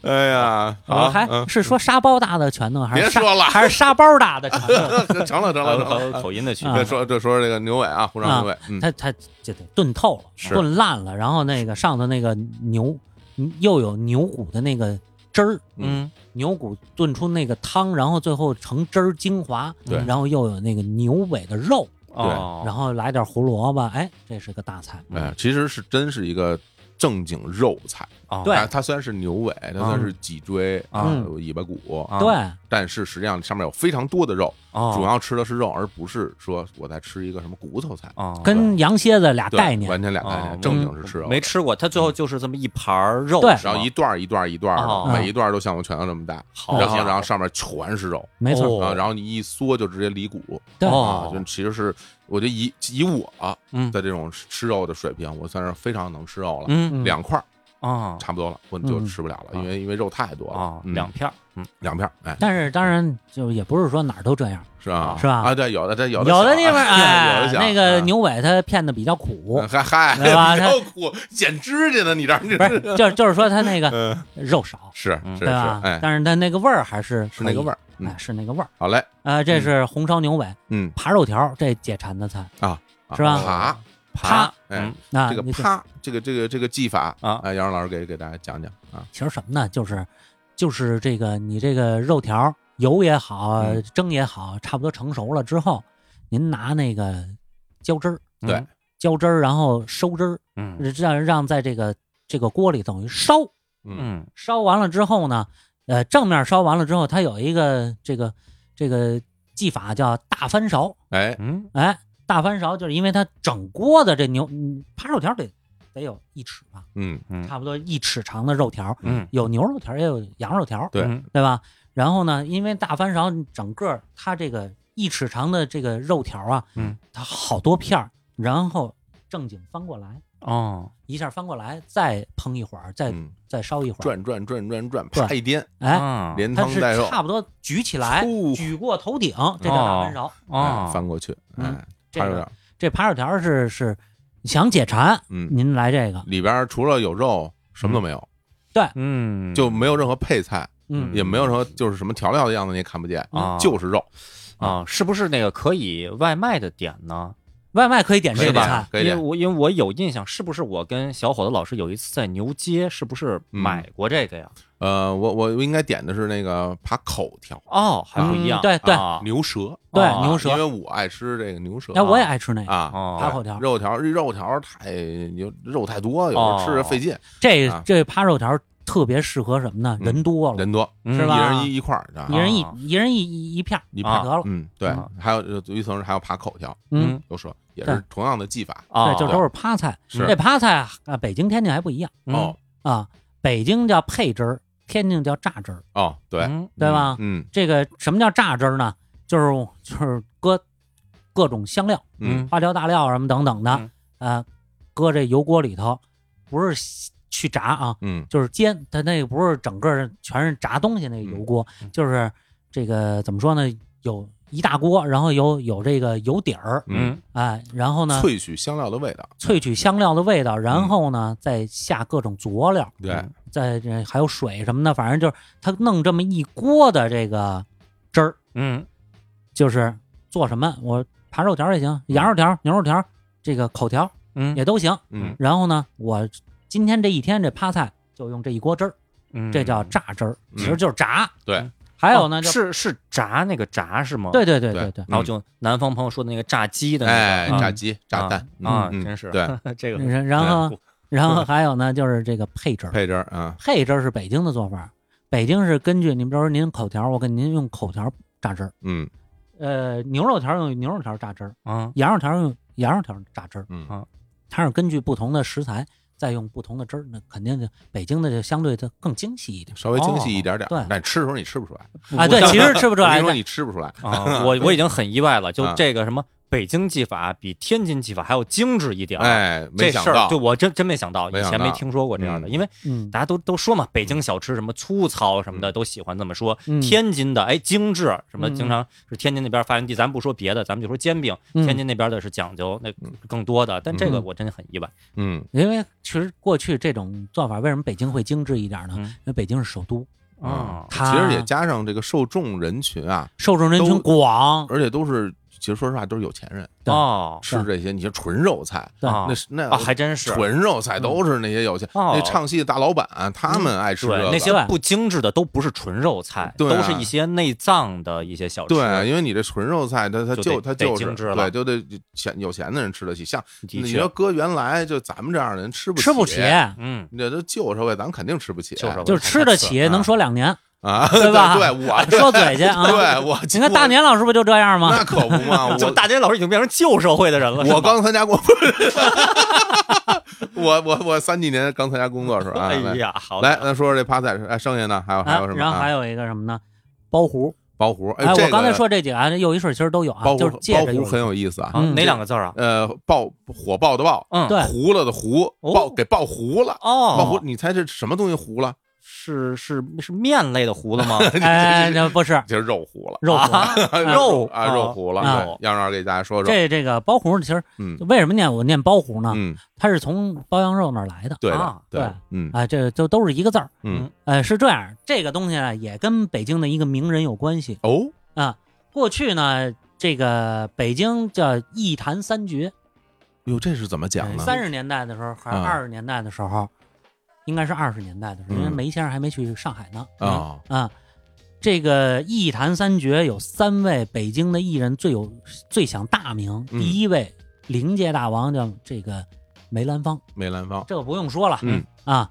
[SPEAKER 1] 哎呀，
[SPEAKER 2] 我
[SPEAKER 1] 好，
[SPEAKER 2] 还
[SPEAKER 1] 嗯
[SPEAKER 2] 是说沙包大的拳头，还
[SPEAKER 1] 别
[SPEAKER 2] 是沙
[SPEAKER 1] 说了，
[SPEAKER 2] 还是沙包大的拳头？
[SPEAKER 1] 成了成
[SPEAKER 3] 还
[SPEAKER 1] 了
[SPEAKER 3] 有
[SPEAKER 1] 成
[SPEAKER 3] 还有
[SPEAKER 1] 了。
[SPEAKER 3] 口音的区
[SPEAKER 2] 啊
[SPEAKER 1] 再
[SPEAKER 3] 别说
[SPEAKER 1] 说这说说这个牛尾啊，红烧牛尾，嗯，
[SPEAKER 2] 它它就得炖透了，
[SPEAKER 1] 是
[SPEAKER 2] 炖烂了，然后那个上头那个牛嗯又有牛骨的那个汁儿，
[SPEAKER 3] 嗯
[SPEAKER 2] 牛骨炖出那个汤，然后最后成汁儿精华，
[SPEAKER 1] 对
[SPEAKER 2] 然后又有那个牛尾的肉，
[SPEAKER 3] 哦，
[SPEAKER 2] 然后来点胡萝卜，哎，这是个大菜。
[SPEAKER 1] 哎，其实是真是一个正经肉菜，
[SPEAKER 3] 后
[SPEAKER 2] 对
[SPEAKER 1] 它它虽然是牛尾，它虽然是脊椎
[SPEAKER 3] 啊
[SPEAKER 1] 有尾巴骨，
[SPEAKER 3] 啊
[SPEAKER 2] 对，
[SPEAKER 1] 但是实际上上面有非常多的肉，主
[SPEAKER 3] 哦
[SPEAKER 1] 要吃的是肉，而不是说我在吃一个什么骨头菜，
[SPEAKER 3] 哦
[SPEAKER 2] 跟羊蝎子俩
[SPEAKER 1] 对
[SPEAKER 2] 概念，
[SPEAKER 1] 完全俩概
[SPEAKER 3] 哦
[SPEAKER 1] 念，正
[SPEAKER 2] 嗯
[SPEAKER 1] 经是吃肉，
[SPEAKER 3] 没吃过，他最后就是这么一盘儿肉，
[SPEAKER 2] 对
[SPEAKER 3] 是
[SPEAKER 1] 然
[SPEAKER 3] 吗
[SPEAKER 1] 后一段儿一段儿一段儿
[SPEAKER 3] 哦
[SPEAKER 1] 的，每一段儿都像我拳头这么大，
[SPEAKER 3] 好
[SPEAKER 1] 然后
[SPEAKER 3] 家伙
[SPEAKER 1] 然后上面全是肉，
[SPEAKER 2] 没错。
[SPEAKER 3] 哦
[SPEAKER 1] 啊，然后你一缩就直接离骨
[SPEAKER 2] 对
[SPEAKER 1] 啊，
[SPEAKER 3] 哦
[SPEAKER 1] 就其实是我觉得以以我
[SPEAKER 3] 嗯
[SPEAKER 1] 的这种吃肉的水平，我算是非常能吃肉了，
[SPEAKER 3] 嗯
[SPEAKER 2] 嗯
[SPEAKER 1] 两块儿
[SPEAKER 3] 啊
[SPEAKER 1] 差不多了，我就
[SPEAKER 2] 嗯哦
[SPEAKER 1] 吃不了了，
[SPEAKER 3] 啊
[SPEAKER 1] 因为因为肉太多了
[SPEAKER 3] 啊，，
[SPEAKER 1] 嗯
[SPEAKER 3] 两片儿，嗯
[SPEAKER 1] 两片儿，哎，
[SPEAKER 2] 但是当然就也不是说哪儿都这样，
[SPEAKER 1] 是吧？
[SPEAKER 2] 是吧
[SPEAKER 1] 啊，对，有的这有的
[SPEAKER 2] 有
[SPEAKER 1] 小
[SPEAKER 2] 的地方
[SPEAKER 1] 啊 有
[SPEAKER 2] 哎
[SPEAKER 1] 的，小
[SPEAKER 2] 那个
[SPEAKER 1] 啊嗯
[SPEAKER 2] 牛尾它片的比较 苦，
[SPEAKER 1] 嗨嗨，
[SPEAKER 2] 对吧
[SPEAKER 1] 比较苦，剪指甲呢，你这儿你
[SPEAKER 2] 不
[SPEAKER 1] 这
[SPEAKER 2] 是，就是就是说它那个
[SPEAKER 1] 嗯，
[SPEAKER 2] 肉少，
[SPEAKER 1] 是
[SPEAKER 3] 嗯
[SPEAKER 1] 是是，
[SPEAKER 2] 对吧？
[SPEAKER 1] 哎，
[SPEAKER 2] 但是它那个味儿还是
[SPEAKER 1] 是那个味
[SPEAKER 2] 儿，
[SPEAKER 1] 儿，嗯
[SPEAKER 2] 哎，，是那个味儿。
[SPEAKER 1] 好嘞，
[SPEAKER 2] 呃，这是红烧牛尾、
[SPEAKER 1] 嗯，
[SPEAKER 2] 扒肉条，这解馋的菜
[SPEAKER 1] 啊
[SPEAKER 2] 是吧
[SPEAKER 1] 爬
[SPEAKER 2] 啪
[SPEAKER 1] 哎
[SPEAKER 3] 嗯
[SPEAKER 2] 那
[SPEAKER 1] 这个
[SPEAKER 2] 你就
[SPEAKER 1] 啪，这个这个这个技法
[SPEAKER 3] 啊
[SPEAKER 1] 哎，杨老师给给大家讲讲啊，
[SPEAKER 2] 其实什么呢？就是就是这个你这个肉条油也好，
[SPEAKER 1] 嗯
[SPEAKER 2] 蒸也好，差不多成熟了之后，您拿那个浇汁儿，
[SPEAKER 1] 对
[SPEAKER 3] 嗯
[SPEAKER 2] 浇汁儿，然后收汁儿，
[SPEAKER 3] 嗯
[SPEAKER 2] 让让在这个这个锅里等于烧，
[SPEAKER 1] 嗯
[SPEAKER 3] 嗯
[SPEAKER 2] 烧完了之后呢，呃，正面烧完了之后，它有一个这个这个技法叫大翻勺，
[SPEAKER 1] 哎，
[SPEAKER 3] 嗯
[SPEAKER 2] 哎，大翻勺就是因为它整锅的这牛嗯扒肉条得得有一尺吧，
[SPEAKER 1] 嗯
[SPEAKER 3] 嗯
[SPEAKER 2] 差不多一尺长的肉条，
[SPEAKER 3] 嗯
[SPEAKER 2] 有牛肉条也有羊肉条，
[SPEAKER 1] 对
[SPEAKER 3] 嗯
[SPEAKER 2] 对吧？然后呢，因为大翻勺整个它这个一尺长的这个肉条啊，
[SPEAKER 3] 嗯，
[SPEAKER 2] 它好多片儿，然后正经翻过来，
[SPEAKER 3] 哦
[SPEAKER 2] 一下翻过来，再烹一会儿，再、
[SPEAKER 1] 嗯，
[SPEAKER 2] 再烧一会儿，
[SPEAKER 1] 转转转转转，
[SPEAKER 2] 哎对
[SPEAKER 1] 啪一颠，
[SPEAKER 2] 哎，
[SPEAKER 3] 啊
[SPEAKER 1] 连
[SPEAKER 2] 它
[SPEAKER 1] 汤
[SPEAKER 2] 是
[SPEAKER 1] 带肉，
[SPEAKER 2] 差不多举起来
[SPEAKER 1] 哦，
[SPEAKER 2] 举过头顶，这叫大翻勺。
[SPEAKER 1] 哎
[SPEAKER 3] 啊
[SPEAKER 1] 翻过去，哎
[SPEAKER 2] 嗯，
[SPEAKER 1] 它
[SPEAKER 2] 这
[SPEAKER 1] 有
[SPEAKER 2] 个
[SPEAKER 1] 点儿，
[SPEAKER 2] 这扒肉条是是想解馋，
[SPEAKER 1] 嗯，
[SPEAKER 2] 您来这个，
[SPEAKER 1] 里边儿除了有肉，什么都没有，
[SPEAKER 3] 嗯
[SPEAKER 1] 就没有任何配菜，
[SPEAKER 2] 嗯，
[SPEAKER 1] 也没有任何就是什么调料的样子你也看不见，
[SPEAKER 3] 啊
[SPEAKER 1] 就是肉，
[SPEAKER 3] 啊，是不是那个可以外卖的点呢？
[SPEAKER 2] 外卖可以点
[SPEAKER 1] 可以
[SPEAKER 2] 这个
[SPEAKER 1] 点
[SPEAKER 2] 菜，
[SPEAKER 1] 可以
[SPEAKER 3] 因为
[SPEAKER 1] 点，
[SPEAKER 3] 我因为我有印象，是不是我跟小伙子老师有一次在牛街，是不是买过这个呀？
[SPEAKER 1] 呃，我我应该点的是那个扒口条，
[SPEAKER 3] 哦，还不一样，
[SPEAKER 2] 嗯对对
[SPEAKER 3] 啊
[SPEAKER 1] 牛舌，
[SPEAKER 2] 对
[SPEAKER 3] 啊
[SPEAKER 2] 牛
[SPEAKER 1] 因为
[SPEAKER 2] 舌，
[SPEAKER 1] 我爱吃这个牛舌
[SPEAKER 2] 哎，我也爱吃那个，
[SPEAKER 1] 哦啊，
[SPEAKER 2] 扒
[SPEAKER 3] 哦，
[SPEAKER 2] 口条，
[SPEAKER 1] 肉条肉条太有肉太多，有时候吃着费劲，
[SPEAKER 2] 这
[SPEAKER 1] 啊
[SPEAKER 2] 这扒肉条特别适合什么呢？
[SPEAKER 1] 嗯
[SPEAKER 2] 人多了，
[SPEAKER 1] 人多，
[SPEAKER 3] 嗯
[SPEAKER 2] 哦是
[SPEAKER 1] 一
[SPEAKER 2] 吧
[SPEAKER 1] 人一一块儿，啊
[SPEAKER 2] 一人一
[SPEAKER 3] 啊
[SPEAKER 2] 一人一一一片儿，
[SPEAKER 1] 一
[SPEAKER 3] 片儿
[SPEAKER 2] 得了，
[SPEAKER 1] 嗯，对
[SPEAKER 3] 啊，
[SPEAKER 1] 还有有一层是还有扒口条，
[SPEAKER 2] 嗯，
[SPEAKER 1] 有舌，也
[SPEAKER 2] 对
[SPEAKER 1] 是同样的技法，
[SPEAKER 3] 啊，
[SPEAKER 2] 对，就都是趴菜。
[SPEAKER 1] 是
[SPEAKER 2] 这趴菜啊，啊北京天津还不一样
[SPEAKER 3] 嗯
[SPEAKER 1] 哦
[SPEAKER 2] 啊，北京叫配汁儿，天津叫榨汁儿，
[SPEAKER 1] 哦，对，
[SPEAKER 3] 嗯
[SPEAKER 2] 对吧？
[SPEAKER 1] 嗯
[SPEAKER 2] 这个什么叫榨汁儿呢？就是就是搁各种香料，
[SPEAKER 1] 嗯
[SPEAKER 2] 花椒、大料什么等等的，
[SPEAKER 3] 嗯
[SPEAKER 2] 呃，搁这油锅里头，不是西去炸啊，
[SPEAKER 1] 嗯
[SPEAKER 2] 就是煎。它那个不是整个全是炸东西那个油锅，
[SPEAKER 3] 嗯
[SPEAKER 2] 就是这个怎么说呢？有一大锅，然后有有这个油底儿，
[SPEAKER 1] 嗯
[SPEAKER 3] 嗯
[SPEAKER 2] 哎，然后呢，
[SPEAKER 1] 萃取香料的味道，
[SPEAKER 2] 萃取香料的味道，然后呢，再下各种佐料，
[SPEAKER 1] 对，
[SPEAKER 3] 嗯
[SPEAKER 2] 再这还有水什么的，反正就是它弄这么一锅的这个汁儿，
[SPEAKER 3] 嗯
[SPEAKER 2] 就是做什么，我扒肉条也行，羊肉条、牛肉条，这个口条
[SPEAKER 3] 嗯
[SPEAKER 2] 也都行。
[SPEAKER 1] 嗯
[SPEAKER 2] 然后呢，我今天这一天这趴菜就用这一锅汁儿，
[SPEAKER 3] 嗯
[SPEAKER 2] 这叫榨汁儿，
[SPEAKER 1] 嗯
[SPEAKER 2] 其实就是炸。嗯
[SPEAKER 1] 对，
[SPEAKER 2] 还有呢，
[SPEAKER 3] 哦
[SPEAKER 2] 就是
[SPEAKER 3] 是炸那个炸是吗？
[SPEAKER 2] 对，对对对
[SPEAKER 1] 对
[SPEAKER 2] 对，
[SPEAKER 3] 然后就南方朋友说的那个炸鸡的那
[SPEAKER 1] 哎
[SPEAKER 3] 个，，
[SPEAKER 1] 炸鸡、炸蛋
[SPEAKER 3] 嗯啊啊
[SPEAKER 1] 嗯嗯
[SPEAKER 3] 真是
[SPEAKER 1] 对
[SPEAKER 3] 这个
[SPEAKER 2] 然然后 然后还有呢，就是这个配汁儿。
[SPEAKER 1] 配汁儿啊，
[SPEAKER 2] 配汁儿是北京的做法，北京是根据你比如说您口条，我给您用口条榨汁儿，
[SPEAKER 1] 嗯
[SPEAKER 2] 呃，牛肉条用牛肉条榨汁儿，
[SPEAKER 3] 啊
[SPEAKER 2] 羊肉条用羊肉条榨汁儿，
[SPEAKER 1] 嗯
[SPEAKER 3] 啊
[SPEAKER 2] 它是根据不同的食材再用不同的汁儿，那肯定就北京的就相对的更精细一点
[SPEAKER 1] 稍微精细一点点儿
[SPEAKER 2] 哦对，
[SPEAKER 1] 但吃的时候你吃不出来，
[SPEAKER 2] 啊。对，其实吃不出
[SPEAKER 1] 我跟
[SPEAKER 2] 来
[SPEAKER 1] 你说
[SPEAKER 2] 的，
[SPEAKER 1] 你吃不出来，
[SPEAKER 3] 啊，我我已经很意外了，
[SPEAKER 1] 啊
[SPEAKER 3] 就这个什么北京技法比天津技法还要精致一点儿。
[SPEAKER 1] 哎，没
[SPEAKER 3] 这
[SPEAKER 1] 想
[SPEAKER 3] 事儿，
[SPEAKER 1] 到
[SPEAKER 3] 对，我真真没想到，
[SPEAKER 1] 没
[SPEAKER 3] 以
[SPEAKER 1] 想
[SPEAKER 3] 前没
[SPEAKER 1] 到
[SPEAKER 3] 听说过这样的，
[SPEAKER 1] 嗯
[SPEAKER 3] 因为
[SPEAKER 2] 嗯，
[SPEAKER 3] 大家都都说嘛，北京小吃什么粗糙什么的都喜欢这么说，
[SPEAKER 2] 嗯
[SPEAKER 3] 天津的哎精致什么，
[SPEAKER 2] 嗯
[SPEAKER 3] 经常是天津那边发源地，咱不说别的，咱们就说煎饼，
[SPEAKER 2] 嗯
[SPEAKER 3] 天津那边的是讲究那更多的，但这个
[SPEAKER 2] 嗯
[SPEAKER 3] 我真的很意外，
[SPEAKER 1] 嗯
[SPEAKER 2] 因为其实过去这种做法，为什么北京会精致一点呢？
[SPEAKER 3] 嗯
[SPEAKER 2] 因为北京是首都，
[SPEAKER 1] 啊
[SPEAKER 3] 啊，
[SPEAKER 2] 它
[SPEAKER 1] 其实也加上这个受众人群啊，
[SPEAKER 2] 受众人
[SPEAKER 1] 都
[SPEAKER 2] 群广，
[SPEAKER 1] 而且都是其实说实话都是有钱人
[SPEAKER 2] 对
[SPEAKER 3] 哦
[SPEAKER 1] 吃这些，你就纯肉菜，
[SPEAKER 2] 嗯对
[SPEAKER 3] 啊
[SPEAKER 1] 那是那
[SPEAKER 3] 啊还真是
[SPEAKER 1] 纯肉菜都是那些有钱
[SPEAKER 3] 哦嗯
[SPEAKER 1] 那唱戏的大老板啊他们爱吃这
[SPEAKER 3] 对
[SPEAKER 1] 个
[SPEAKER 3] 那些
[SPEAKER 2] 对
[SPEAKER 3] 不精致的都不是纯肉菜，
[SPEAKER 1] 对啊
[SPEAKER 3] 都是一些内脏的一些小吃，
[SPEAKER 1] 对，啊因为你这纯肉菜，它它
[SPEAKER 3] 就
[SPEAKER 1] 就
[SPEAKER 3] 得
[SPEAKER 1] 它
[SPEAKER 3] 得
[SPEAKER 1] 就是
[SPEAKER 3] 精致
[SPEAKER 1] 对，
[SPEAKER 3] 了
[SPEAKER 1] 就得钱有钱的人吃得起。像
[SPEAKER 3] 的
[SPEAKER 1] 你
[SPEAKER 3] 确
[SPEAKER 1] 说，搁原来就咱们这样的人吃不
[SPEAKER 2] 吃不起，
[SPEAKER 3] 嗯，
[SPEAKER 1] 那都旧社会，咱们肯定吃不起。
[SPEAKER 3] 旧社会
[SPEAKER 2] 就是吃得
[SPEAKER 1] 太
[SPEAKER 2] 起，
[SPEAKER 1] 次了
[SPEAKER 2] 能说两年。
[SPEAKER 1] 啊，
[SPEAKER 2] 对吧
[SPEAKER 1] 对，我
[SPEAKER 2] 说嘴去 啊！
[SPEAKER 1] 对我
[SPEAKER 2] 你看大年老师不就这样吗
[SPEAKER 1] 那？可不嘛，
[SPEAKER 3] 怎么
[SPEAKER 1] 我
[SPEAKER 3] 大街老师已经变成旧社会的人了？是吗
[SPEAKER 1] 我刚参加工， 我我我三几年刚参加工作的时候啊，
[SPEAKER 3] 哎
[SPEAKER 1] 来
[SPEAKER 3] 呀，好
[SPEAKER 1] 来，咱说说这趴菜，哎，剩下呢还有还
[SPEAKER 2] 啊
[SPEAKER 1] 有什，么？
[SPEAKER 2] 然后还
[SPEAKER 1] 有
[SPEAKER 2] 有一个什么呢？包胡。
[SPEAKER 1] 包胡，
[SPEAKER 2] 哎，
[SPEAKER 1] 这
[SPEAKER 2] 我
[SPEAKER 1] 个
[SPEAKER 2] 刚才说这几个啊，又一水其实都有啊
[SPEAKER 1] 包，
[SPEAKER 2] 就
[SPEAKER 1] 胡
[SPEAKER 2] 是借
[SPEAKER 1] 包
[SPEAKER 2] 着
[SPEAKER 1] 胡
[SPEAKER 2] 用。
[SPEAKER 1] 很有意思啊，
[SPEAKER 3] 啊
[SPEAKER 2] 嗯
[SPEAKER 3] 哪两个字儿啊？
[SPEAKER 1] 呃，爆火爆的爆，
[SPEAKER 3] 嗯，
[SPEAKER 2] 哦对
[SPEAKER 1] 糊了的糊，
[SPEAKER 3] 哦
[SPEAKER 1] 爆给爆糊了。
[SPEAKER 3] 哦，
[SPEAKER 1] 爆糊，你猜这什么东西糊了？
[SPEAKER 3] 是是是面类的糊了 吗？
[SPEAKER 2] 哎，那不是
[SPEAKER 1] 就是肉糊了，
[SPEAKER 2] 肉糊。
[SPEAKER 3] 肉
[SPEAKER 1] 啊，
[SPEAKER 3] 啊
[SPEAKER 1] 肉糊了。
[SPEAKER 2] 啊
[SPEAKER 1] 对杨老师给大家说说，
[SPEAKER 2] 这这个包胡其实
[SPEAKER 1] 嗯
[SPEAKER 2] 为什么念我念包胡呢？
[SPEAKER 1] 嗯，
[SPEAKER 2] 它是从包羊肉那儿来的
[SPEAKER 1] 对的
[SPEAKER 3] 啊，
[SPEAKER 2] 对
[SPEAKER 1] 的，嗯
[SPEAKER 2] 啊，这就都是一个字儿。
[SPEAKER 1] 嗯，
[SPEAKER 2] 呃，是这样，这个东西呢也跟北京的一个名人有关系
[SPEAKER 1] 哦，
[SPEAKER 2] 啊。过去呢，这个北京叫一坛三绝，呃
[SPEAKER 1] 哟，这是怎么讲呢？
[SPEAKER 2] 哎三十年代的时候还是
[SPEAKER 1] 啊
[SPEAKER 2] 二十年代的时候，应该是二十年代的时候，因为
[SPEAKER 1] 嗯
[SPEAKER 2] 梅先生还没去上海呢。
[SPEAKER 1] 啊，
[SPEAKER 2] 啊，这个艺坛三绝有三位北京的艺人最有最享大名，
[SPEAKER 1] 嗯
[SPEAKER 2] 第一位灵界大王叫这个梅兰芳，
[SPEAKER 1] 梅兰芳，
[SPEAKER 2] 这个不用说了，
[SPEAKER 1] 嗯
[SPEAKER 2] 啊。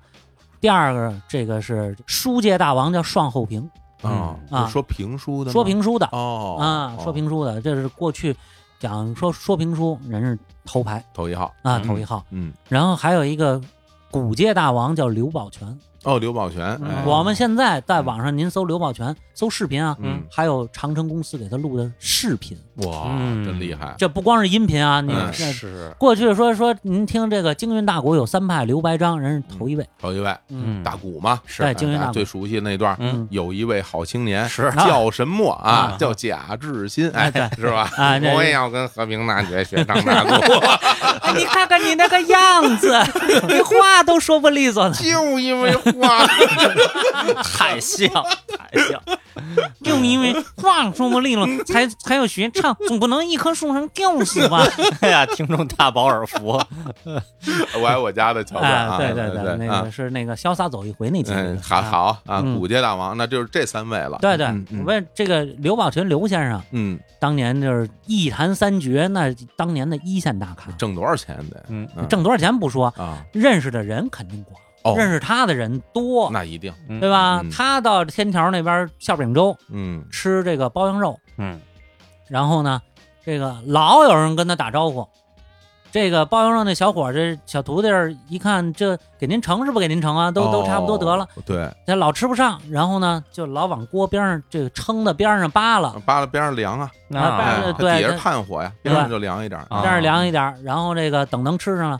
[SPEAKER 2] 第二个这个是书界大王叫尚厚平，
[SPEAKER 1] 啊
[SPEAKER 2] 嗯
[SPEAKER 1] 是说评书的吗，
[SPEAKER 2] 说评书的
[SPEAKER 1] 哦
[SPEAKER 2] 啊，说评书的，这是过去讲说说评书人是头牌
[SPEAKER 1] 头一号，
[SPEAKER 2] 啊，
[SPEAKER 3] 嗯
[SPEAKER 2] 头一号。
[SPEAKER 1] 嗯，
[SPEAKER 2] 然后还有一个古界大王叫刘宝全，
[SPEAKER 1] 哦，刘宝全，哎
[SPEAKER 2] 嗯我们现在在网上您搜刘宝全，搜视频啊，
[SPEAKER 1] 嗯，
[SPEAKER 2] 还有长城公司给他录的视频，
[SPEAKER 1] 哇，
[SPEAKER 3] 嗯
[SPEAKER 1] 真厉害，
[SPEAKER 2] 这不光是音频啊，你
[SPEAKER 1] 嗯
[SPEAKER 2] 这
[SPEAKER 3] 是，
[SPEAKER 2] 过去说说您听这个京韵大鼓有三派，刘白章人是头一位，
[SPEAKER 1] 头一位
[SPEAKER 2] 嗯，
[SPEAKER 1] 大鼓嘛，
[SPEAKER 2] 是对京韵
[SPEAKER 1] 大
[SPEAKER 2] 大
[SPEAKER 1] 家
[SPEAKER 2] 鼓
[SPEAKER 1] 最熟悉那段，
[SPEAKER 3] 嗯
[SPEAKER 1] 有一位好青年
[SPEAKER 3] 是
[SPEAKER 1] 叫什么啊？
[SPEAKER 2] 啊
[SPEAKER 1] 叫贾志新，哎
[SPEAKER 2] 哎对，
[SPEAKER 1] 是吧？
[SPEAKER 2] 啊这
[SPEAKER 1] 我也要跟和平大学学当大 鼓，
[SPEAKER 2] 哎你看看你那个 样子，你话都说不利索呢，
[SPEAKER 1] 就因为话，
[SPEAKER 3] 太像太像，
[SPEAKER 2] 就因为话说不利索，
[SPEAKER 1] 嗯
[SPEAKER 2] 才才有学唱，总不能一棵树上吊死
[SPEAKER 1] 嗯
[SPEAKER 2] 吧？
[SPEAKER 3] 哎呀，听众大饱耳福，
[SPEAKER 1] 我爱我家的桥段啊，
[SPEAKER 2] 哎，对
[SPEAKER 1] 对
[SPEAKER 2] 对，那
[SPEAKER 1] 啊
[SPEAKER 2] 个。是那个潇洒走一回那集，
[SPEAKER 1] 嗯，好
[SPEAKER 2] 啊，
[SPEAKER 1] 好啊，
[SPEAKER 2] 嗯
[SPEAKER 1] 古街大王，那就是这三位了。
[SPEAKER 2] 对对
[SPEAKER 1] 嗯，
[SPEAKER 2] 我
[SPEAKER 1] 嗯
[SPEAKER 2] 问这个刘宝全刘先生，
[SPEAKER 1] 嗯，
[SPEAKER 2] 当年就是一坛三绝，那当年的一线大咖，
[SPEAKER 1] 挣多少钱得
[SPEAKER 3] 嗯
[SPEAKER 1] 嗯
[SPEAKER 2] 挣多少钱不说，
[SPEAKER 1] 啊？
[SPEAKER 2] 认识的人肯定广，
[SPEAKER 1] 哦，
[SPEAKER 2] 认识他的人多，
[SPEAKER 1] 那一定，
[SPEAKER 2] 对吧？
[SPEAKER 1] 嗯
[SPEAKER 2] 他到天桥那边馅饼粥
[SPEAKER 1] 嗯，
[SPEAKER 2] 吃这个包羊肉，
[SPEAKER 3] 嗯，
[SPEAKER 2] 然后呢，这个老有人跟他打招呼。这个包羊肉那小伙儿这小徒弟儿一看，这给您盛是不给您盛啊？都都差不多得了，
[SPEAKER 1] 哦。对，
[SPEAKER 2] 他老吃不上，然后呢，就老往锅边上这个撑的边上扒拉，
[SPEAKER 1] 扒拉边上凉啊，
[SPEAKER 2] 啊
[SPEAKER 1] 哎
[SPEAKER 2] 但是
[SPEAKER 1] 它
[SPEAKER 3] 那
[SPEAKER 2] 对
[SPEAKER 1] 底下
[SPEAKER 2] 对
[SPEAKER 1] 炭火呀，
[SPEAKER 2] 对
[SPEAKER 1] 边上就凉一点
[SPEAKER 3] 啊
[SPEAKER 2] 边上凉一点儿，然后这个等能吃上了，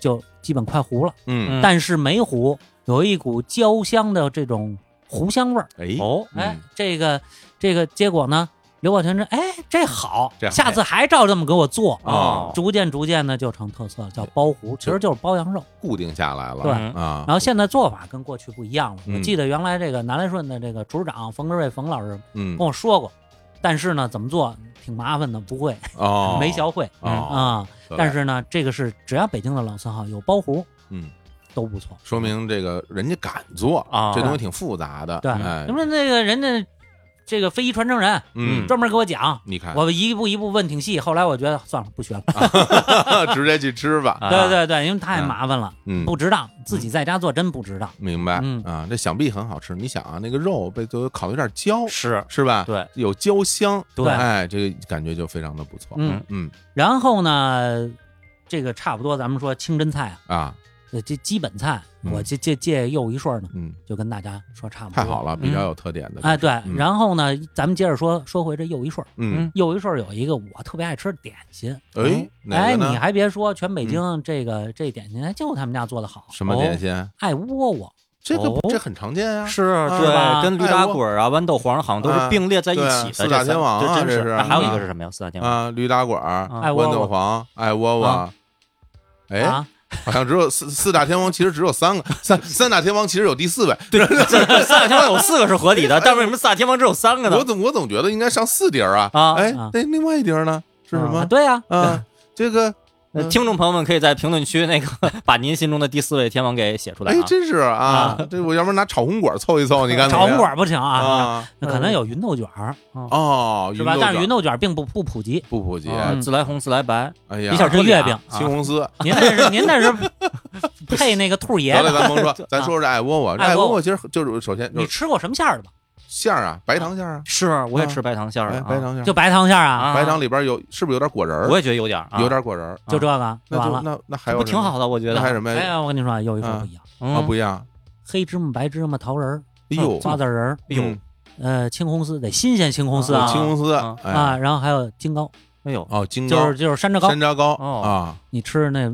[SPEAKER 2] 就基本快糊了。
[SPEAKER 1] 嗯，
[SPEAKER 3] 嗯
[SPEAKER 2] 但是没糊，有一股焦香的这种糊香味儿。
[SPEAKER 1] 哎，
[SPEAKER 3] 哦，
[SPEAKER 1] 嗯
[SPEAKER 2] 哎，这个这个结果呢，刘宝全说：“哎，这好
[SPEAKER 1] 这，好哎
[SPEAKER 2] 下次还照这么给我做。
[SPEAKER 1] 哦
[SPEAKER 2] 逐渐逐渐的就成特色了，叫包糊，其实就是包羊肉。
[SPEAKER 1] 固定下来了，
[SPEAKER 2] 对
[SPEAKER 1] 啊
[SPEAKER 2] 然，后现在做法跟过去不一样了。
[SPEAKER 1] 嗯
[SPEAKER 2] 我记得原来这个南来顺的这个厨师长冯志瑞冯老师
[SPEAKER 1] 嗯
[SPEAKER 2] 跟，我说过，但是呢，怎么做挺麻烦的，不会，
[SPEAKER 1] 哦，
[SPEAKER 2] 没学会
[SPEAKER 1] 哦
[SPEAKER 2] 啊。
[SPEAKER 1] 得嘞
[SPEAKER 2] 但是呢，这个是只要北京的老字号有包糊
[SPEAKER 1] 嗯，
[SPEAKER 2] 都不错。
[SPEAKER 1] 说明这个人家敢做
[SPEAKER 3] 啊
[SPEAKER 1] 这东西挺复杂的，
[SPEAKER 2] 对，
[SPEAKER 1] 哎
[SPEAKER 2] 因，为那个人家这个非遗传承人
[SPEAKER 1] 嗯，
[SPEAKER 2] 专门给我讲，
[SPEAKER 1] 你看，
[SPEAKER 2] 我一步一步问挺细，后来我觉得算了，不学了。
[SPEAKER 1] 直接去吃吧，
[SPEAKER 3] 啊
[SPEAKER 2] 对对对，因为太麻烦了，
[SPEAKER 1] 哎嗯，
[SPEAKER 2] 不值当，自己在家做真不值当。
[SPEAKER 1] 明白，
[SPEAKER 2] 嗯
[SPEAKER 1] 啊，这想必很好吃。你想啊，那个肉被都烤的有点焦，
[SPEAKER 3] 是
[SPEAKER 1] 是吧？
[SPEAKER 3] 对，
[SPEAKER 1] 有焦香，
[SPEAKER 2] 对
[SPEAKER 1] 哎，这个感觉就非常的不错。
[SPEAKER 2] 嗯，
[SPEAKER 1] 嗯
[SPEAKER 2] 然后呢，这个差不多，咱们说清真菜啊，
[SPEAKER 1] 啊，
[SPEAKER 2] 呃这基本菜，
[SPEAKER 1] 嗯
[SPEAKER 2] 我借借借又一顺呢，
[SPEAKER 1] 嗯，
[SPEAKER 2] 就跟大家说差不多。
[SPEAKER 1] 太好了，比较有特点的，
[SPEAKER 2] 哎，对，
[SPEAKER 1] 嗯
[SPEAKER 2] 然后呢，咱们接着说说回这又一顺儿，
[SPEAKER 1] 嗯，
[SPEAKER 2] 又一顺儿有一个我特别爱吃的点心，
[SPEAKER 1] 哎，哪
[SPEAKER 2] 哎，
[SPEAKER 1] 个呢
[SPEAKER 2] 你还别说，全北京这个这点心哎就他们家做的好，哦
[SPEAKER 1] 什么点心？
[SPEAKER 2] 爱窝窝，
[SPEAKER 1] 这个
[SPEAKER 3] 哦
[SPEAKER 1] 这很常见啊，
[SPEAKER 3] 是，
[SPEAKER 1] 是
[SPEAKER 2] 吧
[SPEAKER 3] 对，跟驴
[SPEAKER 1] 哎
[SPEAKER 3] 打
[SPEAKER 1] 我
[SPEAKER 3] 滚儿啊、豌豆黄好像都
[SPEAKER 1] 哎
[SPEAKER 3] 是并列在一
[SPEAKER 1] 对
[SPEAKER 3] 起的。
[SPEAKER 1] 四大
[SPEAKER 3] 这
[SPEAKER 1] 天
[SPEAKER 3] 三
[SPEAKER 1] 王啊
[SPEAKER 3] 这真
[SPEAKER 1] 这是
[SPEAKER 3] 是。哎还有一
[SPEAKER 1] 啊
[SPEAKER 3] 个是什么呀？四大天王。
[SPEAKER 1] 啊，驴打滚儿、
[SPEAKER 3] 啊
[SPEAKER 2] 爱窝
[SPEAKER 1] 豌豆
[SPEAKER 2] 窝
[SPEAKER 1] 黄、爱窝窝
[SPEAKER 2] 啊。
[SPEAKER 1] 哎，
[SPEAKER 2] 啊，
[SPEAKER 1] 好像只有四四大天王，其实只有三个， 三三大天王其实有第四位。对，
[SPEAKER 3] 四大天王有四个是合理的，但为什么四大天王只有三个
[SPEAKER 1] 我
[SPEAKER 3] 呢？
[SPEAKER 1] 总我总觉得应该上四碟儿啊。
[SPEAKER 3] 啊
[SPEAKER 1] 哎
[SPEAKER 2] 啊，
[SPEAKER 1] 那另外一碟儿呢是什
[SPEAKER 2] 啊
[SPEAKER 1] 么？
[SPEAKER 2] 对呀，
[SPEAKER 1] 啊，这个
[SPEAKER 3] 呃
[SPEAKER 1] 嗯
[SPEAKER 3] 听众朋友们可以在评论区 那个把您心中的第四位天王给写出来
[SPEAKER 1] 哎，
[SPEAKER 3] 啊。
[SPEAKER 1] 真是啊
[SPEAKER 2] 啊，
[SPEAKER 1] 这我要不然拿炒红果凑一凑，你看怎么
[SPEAKER 2] 炒
[SPEAKER 1] 样
[SPEAKER 2] 红果不行啊，
[SPEAKER 1] 啊？
[SPEAKER 2] 那可能有云豆卷儿，
[SPEAKER 1] 哦，
[SPEAKER 2] 是吧？
[SPEAKER 1] 豆
[SPEAKER 2] 但是
[SPEAKER 1] 卷
[SPEAKER 2] 芸豆卷儿并不不普及，
[SPEAKER 1] 不普及，
[SPEAKER 3] 啊
[SPEAKER 2] 嗯
[SPEAKER 3] 自来红自来白，
[SPEAKER 1] 哎呀，
[SPEAKER 3] 一下
[SPEAKER 2] 吃月饼
[SPEAKER 1] 青红丝。
[SPEAKER 2] 您那是您那是 配那个兔爷
[SPEAKER 1] 得了，
[SPEAKER 2] 的，啊
[SPEAKER 1] 咱甭说， 咱说说这爱窝窝。这
[SPEAKER 2] 爱
[SPEAKER 1] 爱
[SPEAKER 2] 窝
[SPEAKER 1] 窝
[SPEAKER 2] 窝
[SPEAKER 1] 窝其实就是首先就
[SPEAKER 2] 你
[SPEAKER 1] 是
[SPEAKER 2] 吃过什么馅儿的吧？
[SPEAKER 1] 馅儿啊，白糖馅儿啊，
[SPEAKER 3] 是我也
[SPEAKER 1] 啊
[SPEAKER 3] 吃白糖馅儿
[SPEAKER 1] 哎
[SPEAKER 3] 的，
[SPEAKER 1] 白，糖馅
[SPEAKER 2] 就
[SPEAKER 1] 儿，
[SPEAKER 2] 白糖馅儿啊，
[SPEAKER 3] 啊
[SPEAKER 1] 白糖里边有是不是有点果仁儿
[SPEAKER 3] 我？也觉得有点儿啊
[SPEAKER 1] 有点果仁儿，
[SPEAKER 2] 就这个
[SPEAKER 1] 啊那
[SPEAKER 2] 完
[SPEAKER 1] 就
[SPEAKER 2] 了。
[SPEAKER 1] 那那还
[SPEAKER 3] 这
[SPEAKER 1] 有
[SPEAKER 3] 不
[SPEAKER 1] 什
[SPEAKER 3] 挺
[SPEAKER 1] 么？
[SPEAKER 3] 好的，我觉
[SPEAKER 1] 那
[SPEAKER 3] 得
[SPEAKER 1] 还有什么
[SPEAKER 2] 哎
[SPEAKER 1] 呀？
[SPEAKER 2] 呀，我跟你说啊，又一说
[SPEAKER 1] 啊
[SPEAKER 2] 不一样，
[SPEAKER 1] 啊，
[SPEAKER 3] 嗯
[SPEAKER 1] 不一样。
[SPEAKER 2] 黑芝麻、白芝麻、桃仁儿、
[SPEAKER 1] 哎呦，
[SPEAKER 2] 瓜子仁儿，
[SPEAKER 3] 哎呦
[SPEAKER 1] 嗯
[SPEAKER 2] 呃，青红丝得新鲜青红丝啊
[SPEAKER 1] 青红丝
[SPEAKER 3] 啊，
[SPEAKER 1] 哎
[SPEAKER 2] 啊，然后还有金糕，
[SPEAKER 3] 哎呦
[SPEAKER 1] 哦，金
[SPEAKER 2] 就
[SPEAKER 1] 糕
[SPEAKER 2] 是、就是山楂糕
[SPEAKER 1] 山，楂糕
[SPEAKER 3] 哦
[SPEAKER 1] 啊，
[SPEAKER 2] 你吃那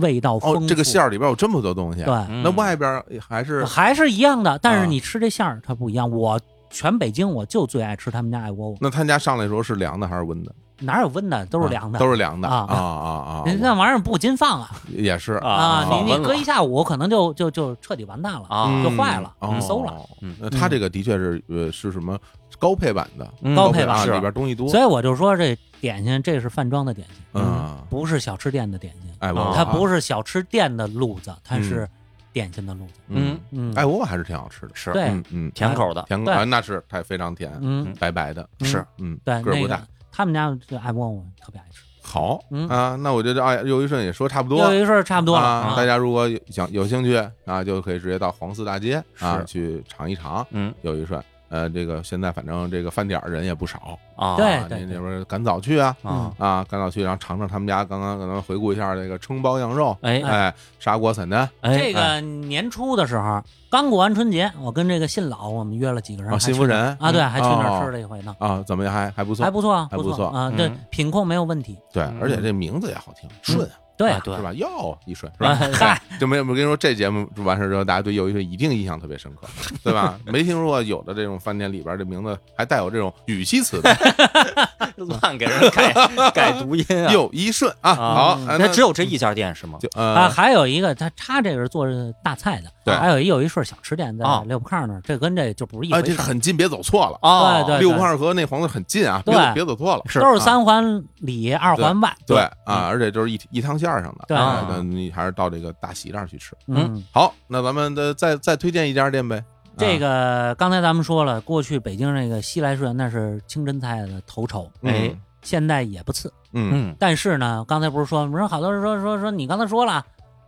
[SPEAKER 2] 味道丰
[SPEAKER 1] 哦
[SPEAKER 2] 富。，
[SPEAKER 1] 这个馅儿里边有这么多东西，
[SPEAKER 3] 嗯
[SPEAKER 2] 对，嗯
[SPEAKER 1] 那外边还是
[SPEAKER 2] 还是一样的，但
[SPEAKER 1] 啊
[SPEAKER 2] 是你吃这馅儿它不一样。我全北京我就最爱吃他们家爱窝窝，
[SPEAKER 1] 那他家上来的时候是凉的还是温的？
[SPEAKER 2] 哪有温的，都是凉的，
[SPEAKER 1] 啊都是凉的
[SPEAKER 2] 啊
[SPEAKER 1] 啊啊啊！
[SPEAKER 2] 人那玩意儿不禁放啊
[SPEAKER 1] 也是
[SPEAKER 3] 啊
[SPEAKER 2] 啊！
[SPEAKER 3] 放
[SPEAKER 2] 你
[SPEAKER 3] 温
[SPEAKER 2] 你搁
[SPEAKER 3] 了
[SPEAKER 2] 一下午，可能就就就彻底完蛋了。
[SPEAKER 3] 啊
[SPEAKER 2] 就坏了
[SPEAKER 1] 嗯
[SPEAKER 2] 馊了。
[SPEAKER 1] 哦
[SPEAKER 3] 嗯
[SPEAKER 1] 那他这个的确是呃是什么高配版的，
[SPEAKER 3] 嗯
[SPEAKER 2] 高
[SPEAKER 1] 配
[SPEAKER 2] 配版
[SPEAKER 1] 啊
[SPEAKER 3] 是
[SPEAKER 1] 里边东西多
[SPEAKER 2] 所以我就说这点心，这是饭庄的点心，
[SPEAKER 1] 嗯，哎
[SPEAKER 2] 不是小吃店的点心，
[SPEAKER 1] 爱窝
[SPEAKER 3] 啊
[SPEAKER 2] 它
[SPEAKER 1] 是
[SPEAKER 2] 不是小吃店的路子，它是点心的路子。
[SPEAKER 1] 嗯，
[SPEAKER 2] 嗯，
[SPEAKER 1] 爱窝还是挺好吃的，
[SPEAKER 3] 是
[SPEAKER 2] 对
[SPEAKER 1] 嗯嗯，
[SPEAKER 3] 甜口的，
[SPEAKER 1] 甜
[SPEAKER 2] 对
[SPEAKER 1] 啊那是它非常甜，
[SPEAKER 2] 嗯，
[SPEAKER 1] 白白的，
[SPEAKER 2] 嗯是
[SPEAKER 1] 嗯
[SPEAKER 2] 对，
[SPEAKER 1] 个儿
[SPEAKER 2] 那
[SPEAKER 1] 不大
[SPEAKER 2] 个，他们家这爱窝我特别爱吃。
[SPEAKER 1] 好
[SPEAKER 2] 嗯
[SPEAKER 1] 啊。那我觉得哎，又一顺也说差不多
[SPEAKER 2] 有一事儿差不多了，
[SPEAKER 1] 啊，大
[SPEAKER 2] 啊
[SPEAKER 1] 家如果有想有兴趣啊，就可以直接到黄寺大街啊去尝一尝
[SPEAKER 3] 嗯
[SPEAKER 1] 又一顺。呃，这个现在反正这个饭点儿人也不少，
[SPEAKER 3] 啊，
[SPEAKER 2] 对
[SPEAKER 1] 啊，您那边赶早去啊
[SPEAKER 3] 啊，
[SPEAKER 1] 啊，赶早去，然后尝尝他们家刚刚可能回顾一下这个称包羊肉，
[SPEAKER 3] 哎
[SPEAKER 1] 哎，砂锅散丹，
[SPEAKER 3] 哎
[SPEAKER 2] 这个年初的时候，刚过完春节，我跟这个信老，我们约了几个
[SPEAKER 1] 啊，
[SPEAKER 2] 人还去
[SPEAKER 1] 新福人
[SPEAKER 2] 啊，对，还去那
[SPEAKER 1] 哦
[SPEAKER 2] 儿吃了一回呢，
[SPEAKER 1] 啊，怎么样？还还不错，
[SPEAKER 2] 还不错啊，
[SPEAKER 1] 还不
[SPEAKER 2] 错
[SPEAKER 1] 错
[SPEAKER 2] 啊
[SPEAKER 3] 嗯，
[SPEAKER 2] 对，品控没有问题，
[SPEAKER 1] 对，
[SPEAKER 3] 嗯
[SPEAKER 1] 而且这名字也好听，顺
[SPEAKER 2] 对
[SPEAKER 3] 啊对
[SPEAKER 1] 是吧？药一顺是吧？
[SPEAKER 2] 哎
[SPEAKER 1] 哎 就没有我跟你说，这节目完事之后，大家对又一顺一定印象特别深刻，对 吧？没听说过有的这种饭店里边这名字还带有这种语气词的
[SPEAKER 3] 乱给人 改改读音啊，
[SPEAKER 1] 又一顺啊，
[SPEAKER 3] 啊
[SPEAKER 1] 好，哎
[SPEAKER 3] 那
[SPEAKER 1] 那
[SPEAKER 3] 只有这一家店是吗？
[SPEAKER 1] 就
[SPEAKER 2] 嗯啊，
[SPEAKER 1] 呃，
[SPEAKER 2] 还有一个他他这个是做大菜的，
[SPEAKER 1] 对哦
[SPEAKER 2] 还有一有一顺小吃店在
[SPEAKER 3] 啊
[SPEAKER 2] 六铺炕那儿，这跟这就不是一
[SPEAKER 1] 哎，
[SPEAKER 2] 回
[SPEAKER 1] 这
[SPEAKER 2] 事
[SPEAKER 1] 个
[SPEAKER 2] 儿，
[SPEAKER 1] 很近，别走错了。
[SPEAKER 3] 哦，
[SPEAKER 2] 对对
[SPEAKER 1] 六块和那黄子很近啊，别
[SPEAKER 2] 对
[SPEAKER 1] 别走错了。
[SPEAKER 3] 是
[SPEAKER 2] 都是
[SPEAKER 3] 啊
[SPEAKER 2] 三环里二环外，
[SPEAKER 1] 对啊，而且就是一一趟线儿上的，
[SPEAKER 2] 对
[SPEAKER 1] 哎那你还是到这个大席那儿去吃。
[SPEAKER 2] 嗯，
[SPEAKER 1] 好，那咱们的再再推荐一家店呗。啊
[SPEAKER 2] 这个刚才咱们说了，过去北京那个西来顺那是清真菜的头筹，
[SPEAKER 1] 嗯
[SPEAKER 2] 现在也不次。
[SPEAKER 1] 嗯
[SPEAKER 3] 嗯，
[SPEAKER 2] 但是呢，刚才不是说，不是好多人说说说你刚才说了，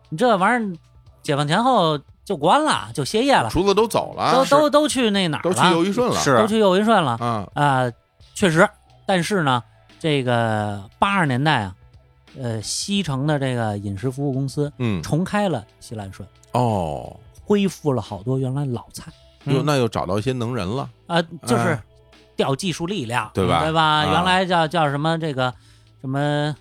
[SPEAKER 2] 你这玩意儿解放前后就关了，就歇业了，
[SPEAKER 1] 厨子都走了，
[SPEAKER 2] 嗯都
[SPEAKER 1] 是
[SPEAKER 2] 都都去那哪儿
[SPEAKER 1] 都去
[SPEAKER 2] 了？
[SPEAKER 1] 又一顺了，
[SPEAKER 3] 是
[SPEAKER 2] 都去又一顺了啊、
[SPEAKER 1] 啊，
[SPEAKER 2] 确实，但是呢，这个八十年代啊，呃，西城的这个饮食服务公司
[SPEAKER 1] 嗯，
[SPEAKER 2] 重开了西来顺，
[SPEAKER 1] 哦，
[SPEAKER 2] 恢复了好多原来老菜
[SPEAKER 1] 又
[SPEAKER 3] 嗯
[SPEAKER 1] 那又找到一些能人了，
[SPEAKER 2] 啊、就是
[SPEAKER 1] 哎
[SPEAKER 2] 调技术力量，嗯
[SPEAKER 1] 对吧
[SPEAKER 2] 对吧？
[SPEAKER 1] 啊
[SPEAKER 2] 原来叫叫什么这个什么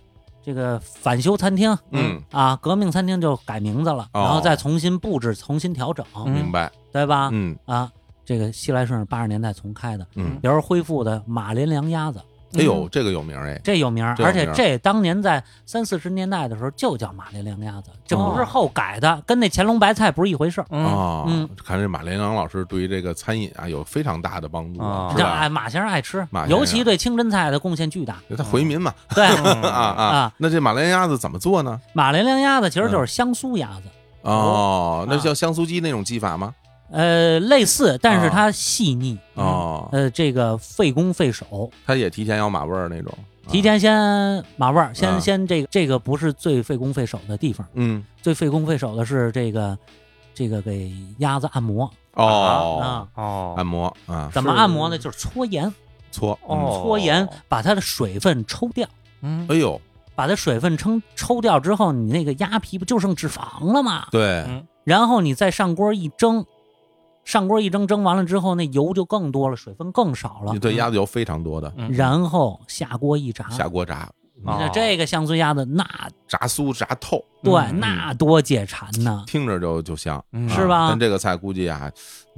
[SPEAKER 2] 这个返修餐厅，
[SPEAKER 1] 嗯，
[SPEAKER 2] 啊，革命餐厅就改名字了，
[SPEAKER 1] 哦
[SPEAKER 2] 然后再重新布置、重新调整，
[SPEAKER 3] 嗯
[SPEAKER 1] 明白，
[SPEAKER 2] 对吧？啊
[SPEAKER 1] 嗯
[SPEAKER 2] 啊，这个西来顺是八十年代重开的，
[SPEAKER 1] 嗯
[SPEAKER 2] 比如恢复的马连良鸭子，嗯
[SPEAKER 1] 哎呦，这个有名儿哎，
[SPEAKER 2] 这有名儿，
[SPEAKER 1] 这有
[SPEAKER 2] 而
[SPEAKER 1] 名儿
[SPEAKER 2] 且这当年在三四十年代的时候就叫马连良鸭子，这
[SPEAKER 1] 哦
[SPEAKER 2] 不是后改的，跟那乾隆白菜不是一回事儿。
[SPEAKER 3] 嗯
[SPEAKER 1] 啊
[SPEAKER 2] 嗯，
[SPEAKER 1] 看这马连良老师对于这个餐饮啊有非常大的帮助啊，
[SPEAKER 3] 啊
[SPEAKER 1] 是
[SPEAKER 2] 这
[SPEAKER 1] 吧？
[SPEAKER 2] 哎，马先生爱吃
[SPEAKER 1] 马，先生
[SPEAKER 2] 尤其对清真菜的贡献巨大。
[SPEAKER 1] 他回民嘛，
[SPEAKER 2] 对
[SPEAKER 3] 嗯
[SPEAKER 1] 啊啊
[SPEAKER 2] 啊，
[SPEAKER 1] 那这马连鸭子怎么做呢？
[SPEAKER 2] 马连良鸭子其实就是香酥鸭
[SPEAKER 1] 嗯
[SPEAKER 2] 子，
[SPEAKER 1] 哦，那
[SPEAKER 2] 啊
[SPEAKER 1] 叫香酥鸡那种技法吗？
[SPEAKER 2] 呃，类似，但
[SPEAKER 1] 啊
[SPEAKER 2] 是它细腻，
[SPEAKER 1] 哦，
[SPEAKER 2] 呃，这个费工费手，
[SPEAKER 1] 他也提前要马味儿那种，啊
[SPEAKER 2] 提，前先马味儿，
[SPEAKER 1] 啊
[SPEAKER 2] 先先这个这个不是最费工费手的地方，
[SPEAKER 1] 嗯，
[SPEAKER 2] 最费工费手的是这个这个给鸭子按摩
[SPEAKER 1] 哦，
[SPEAKER 2] 啊，
[SPEAKER 3] 哦
[SPEAKER 1] 按摩啊，
[SPEAKER 2] 怎么按摩呢？就是搓盐，
[SPEAKER 1] 搓，嗯
[SPEAKER 3] 哦
[SPEAKER 2] 搓盐把它的水分抽掉，
[SPEAKER 3] 嗯
[SPEAKER 1] 哎呦，
[SPEAKER 2] 把它水分抽抽掉之后，你那个鸭皮不就剩脂肪了吗？
[SPEAKER 1] 对，
[SPEAKER 3] 嗯
[SPEAKER 2] 然后你再上锅一蒸，上锅一蒸，蒸完了之后那油就更多了，水分更少了
[SPEAKER 1] 你，对鸭子油非常多的，
[SPEAKER 3] 嗯
[SPEAKER 2] 然后下锅一炸，
[SPEAKER 1] 下锅炸，
[SPEAKER 2] 你
[SPEAKER 3] 啊
[SPEAKER 2] 看这个香酥鸭子那
[SPEAKER 1] 炸酥炸透，
[SPEAKER 2] 对、
[SPEAKER 3] 嗯
[SPEAKER 2] 那多解馋呢，
[SPEAKER 1] 听着就就香，
[SPEAKER 3] 嗯
[SPEAKER 1] 啊
[SPEAKER 2] 是吧
[SPEAKER 1] 但这个菜估计啊，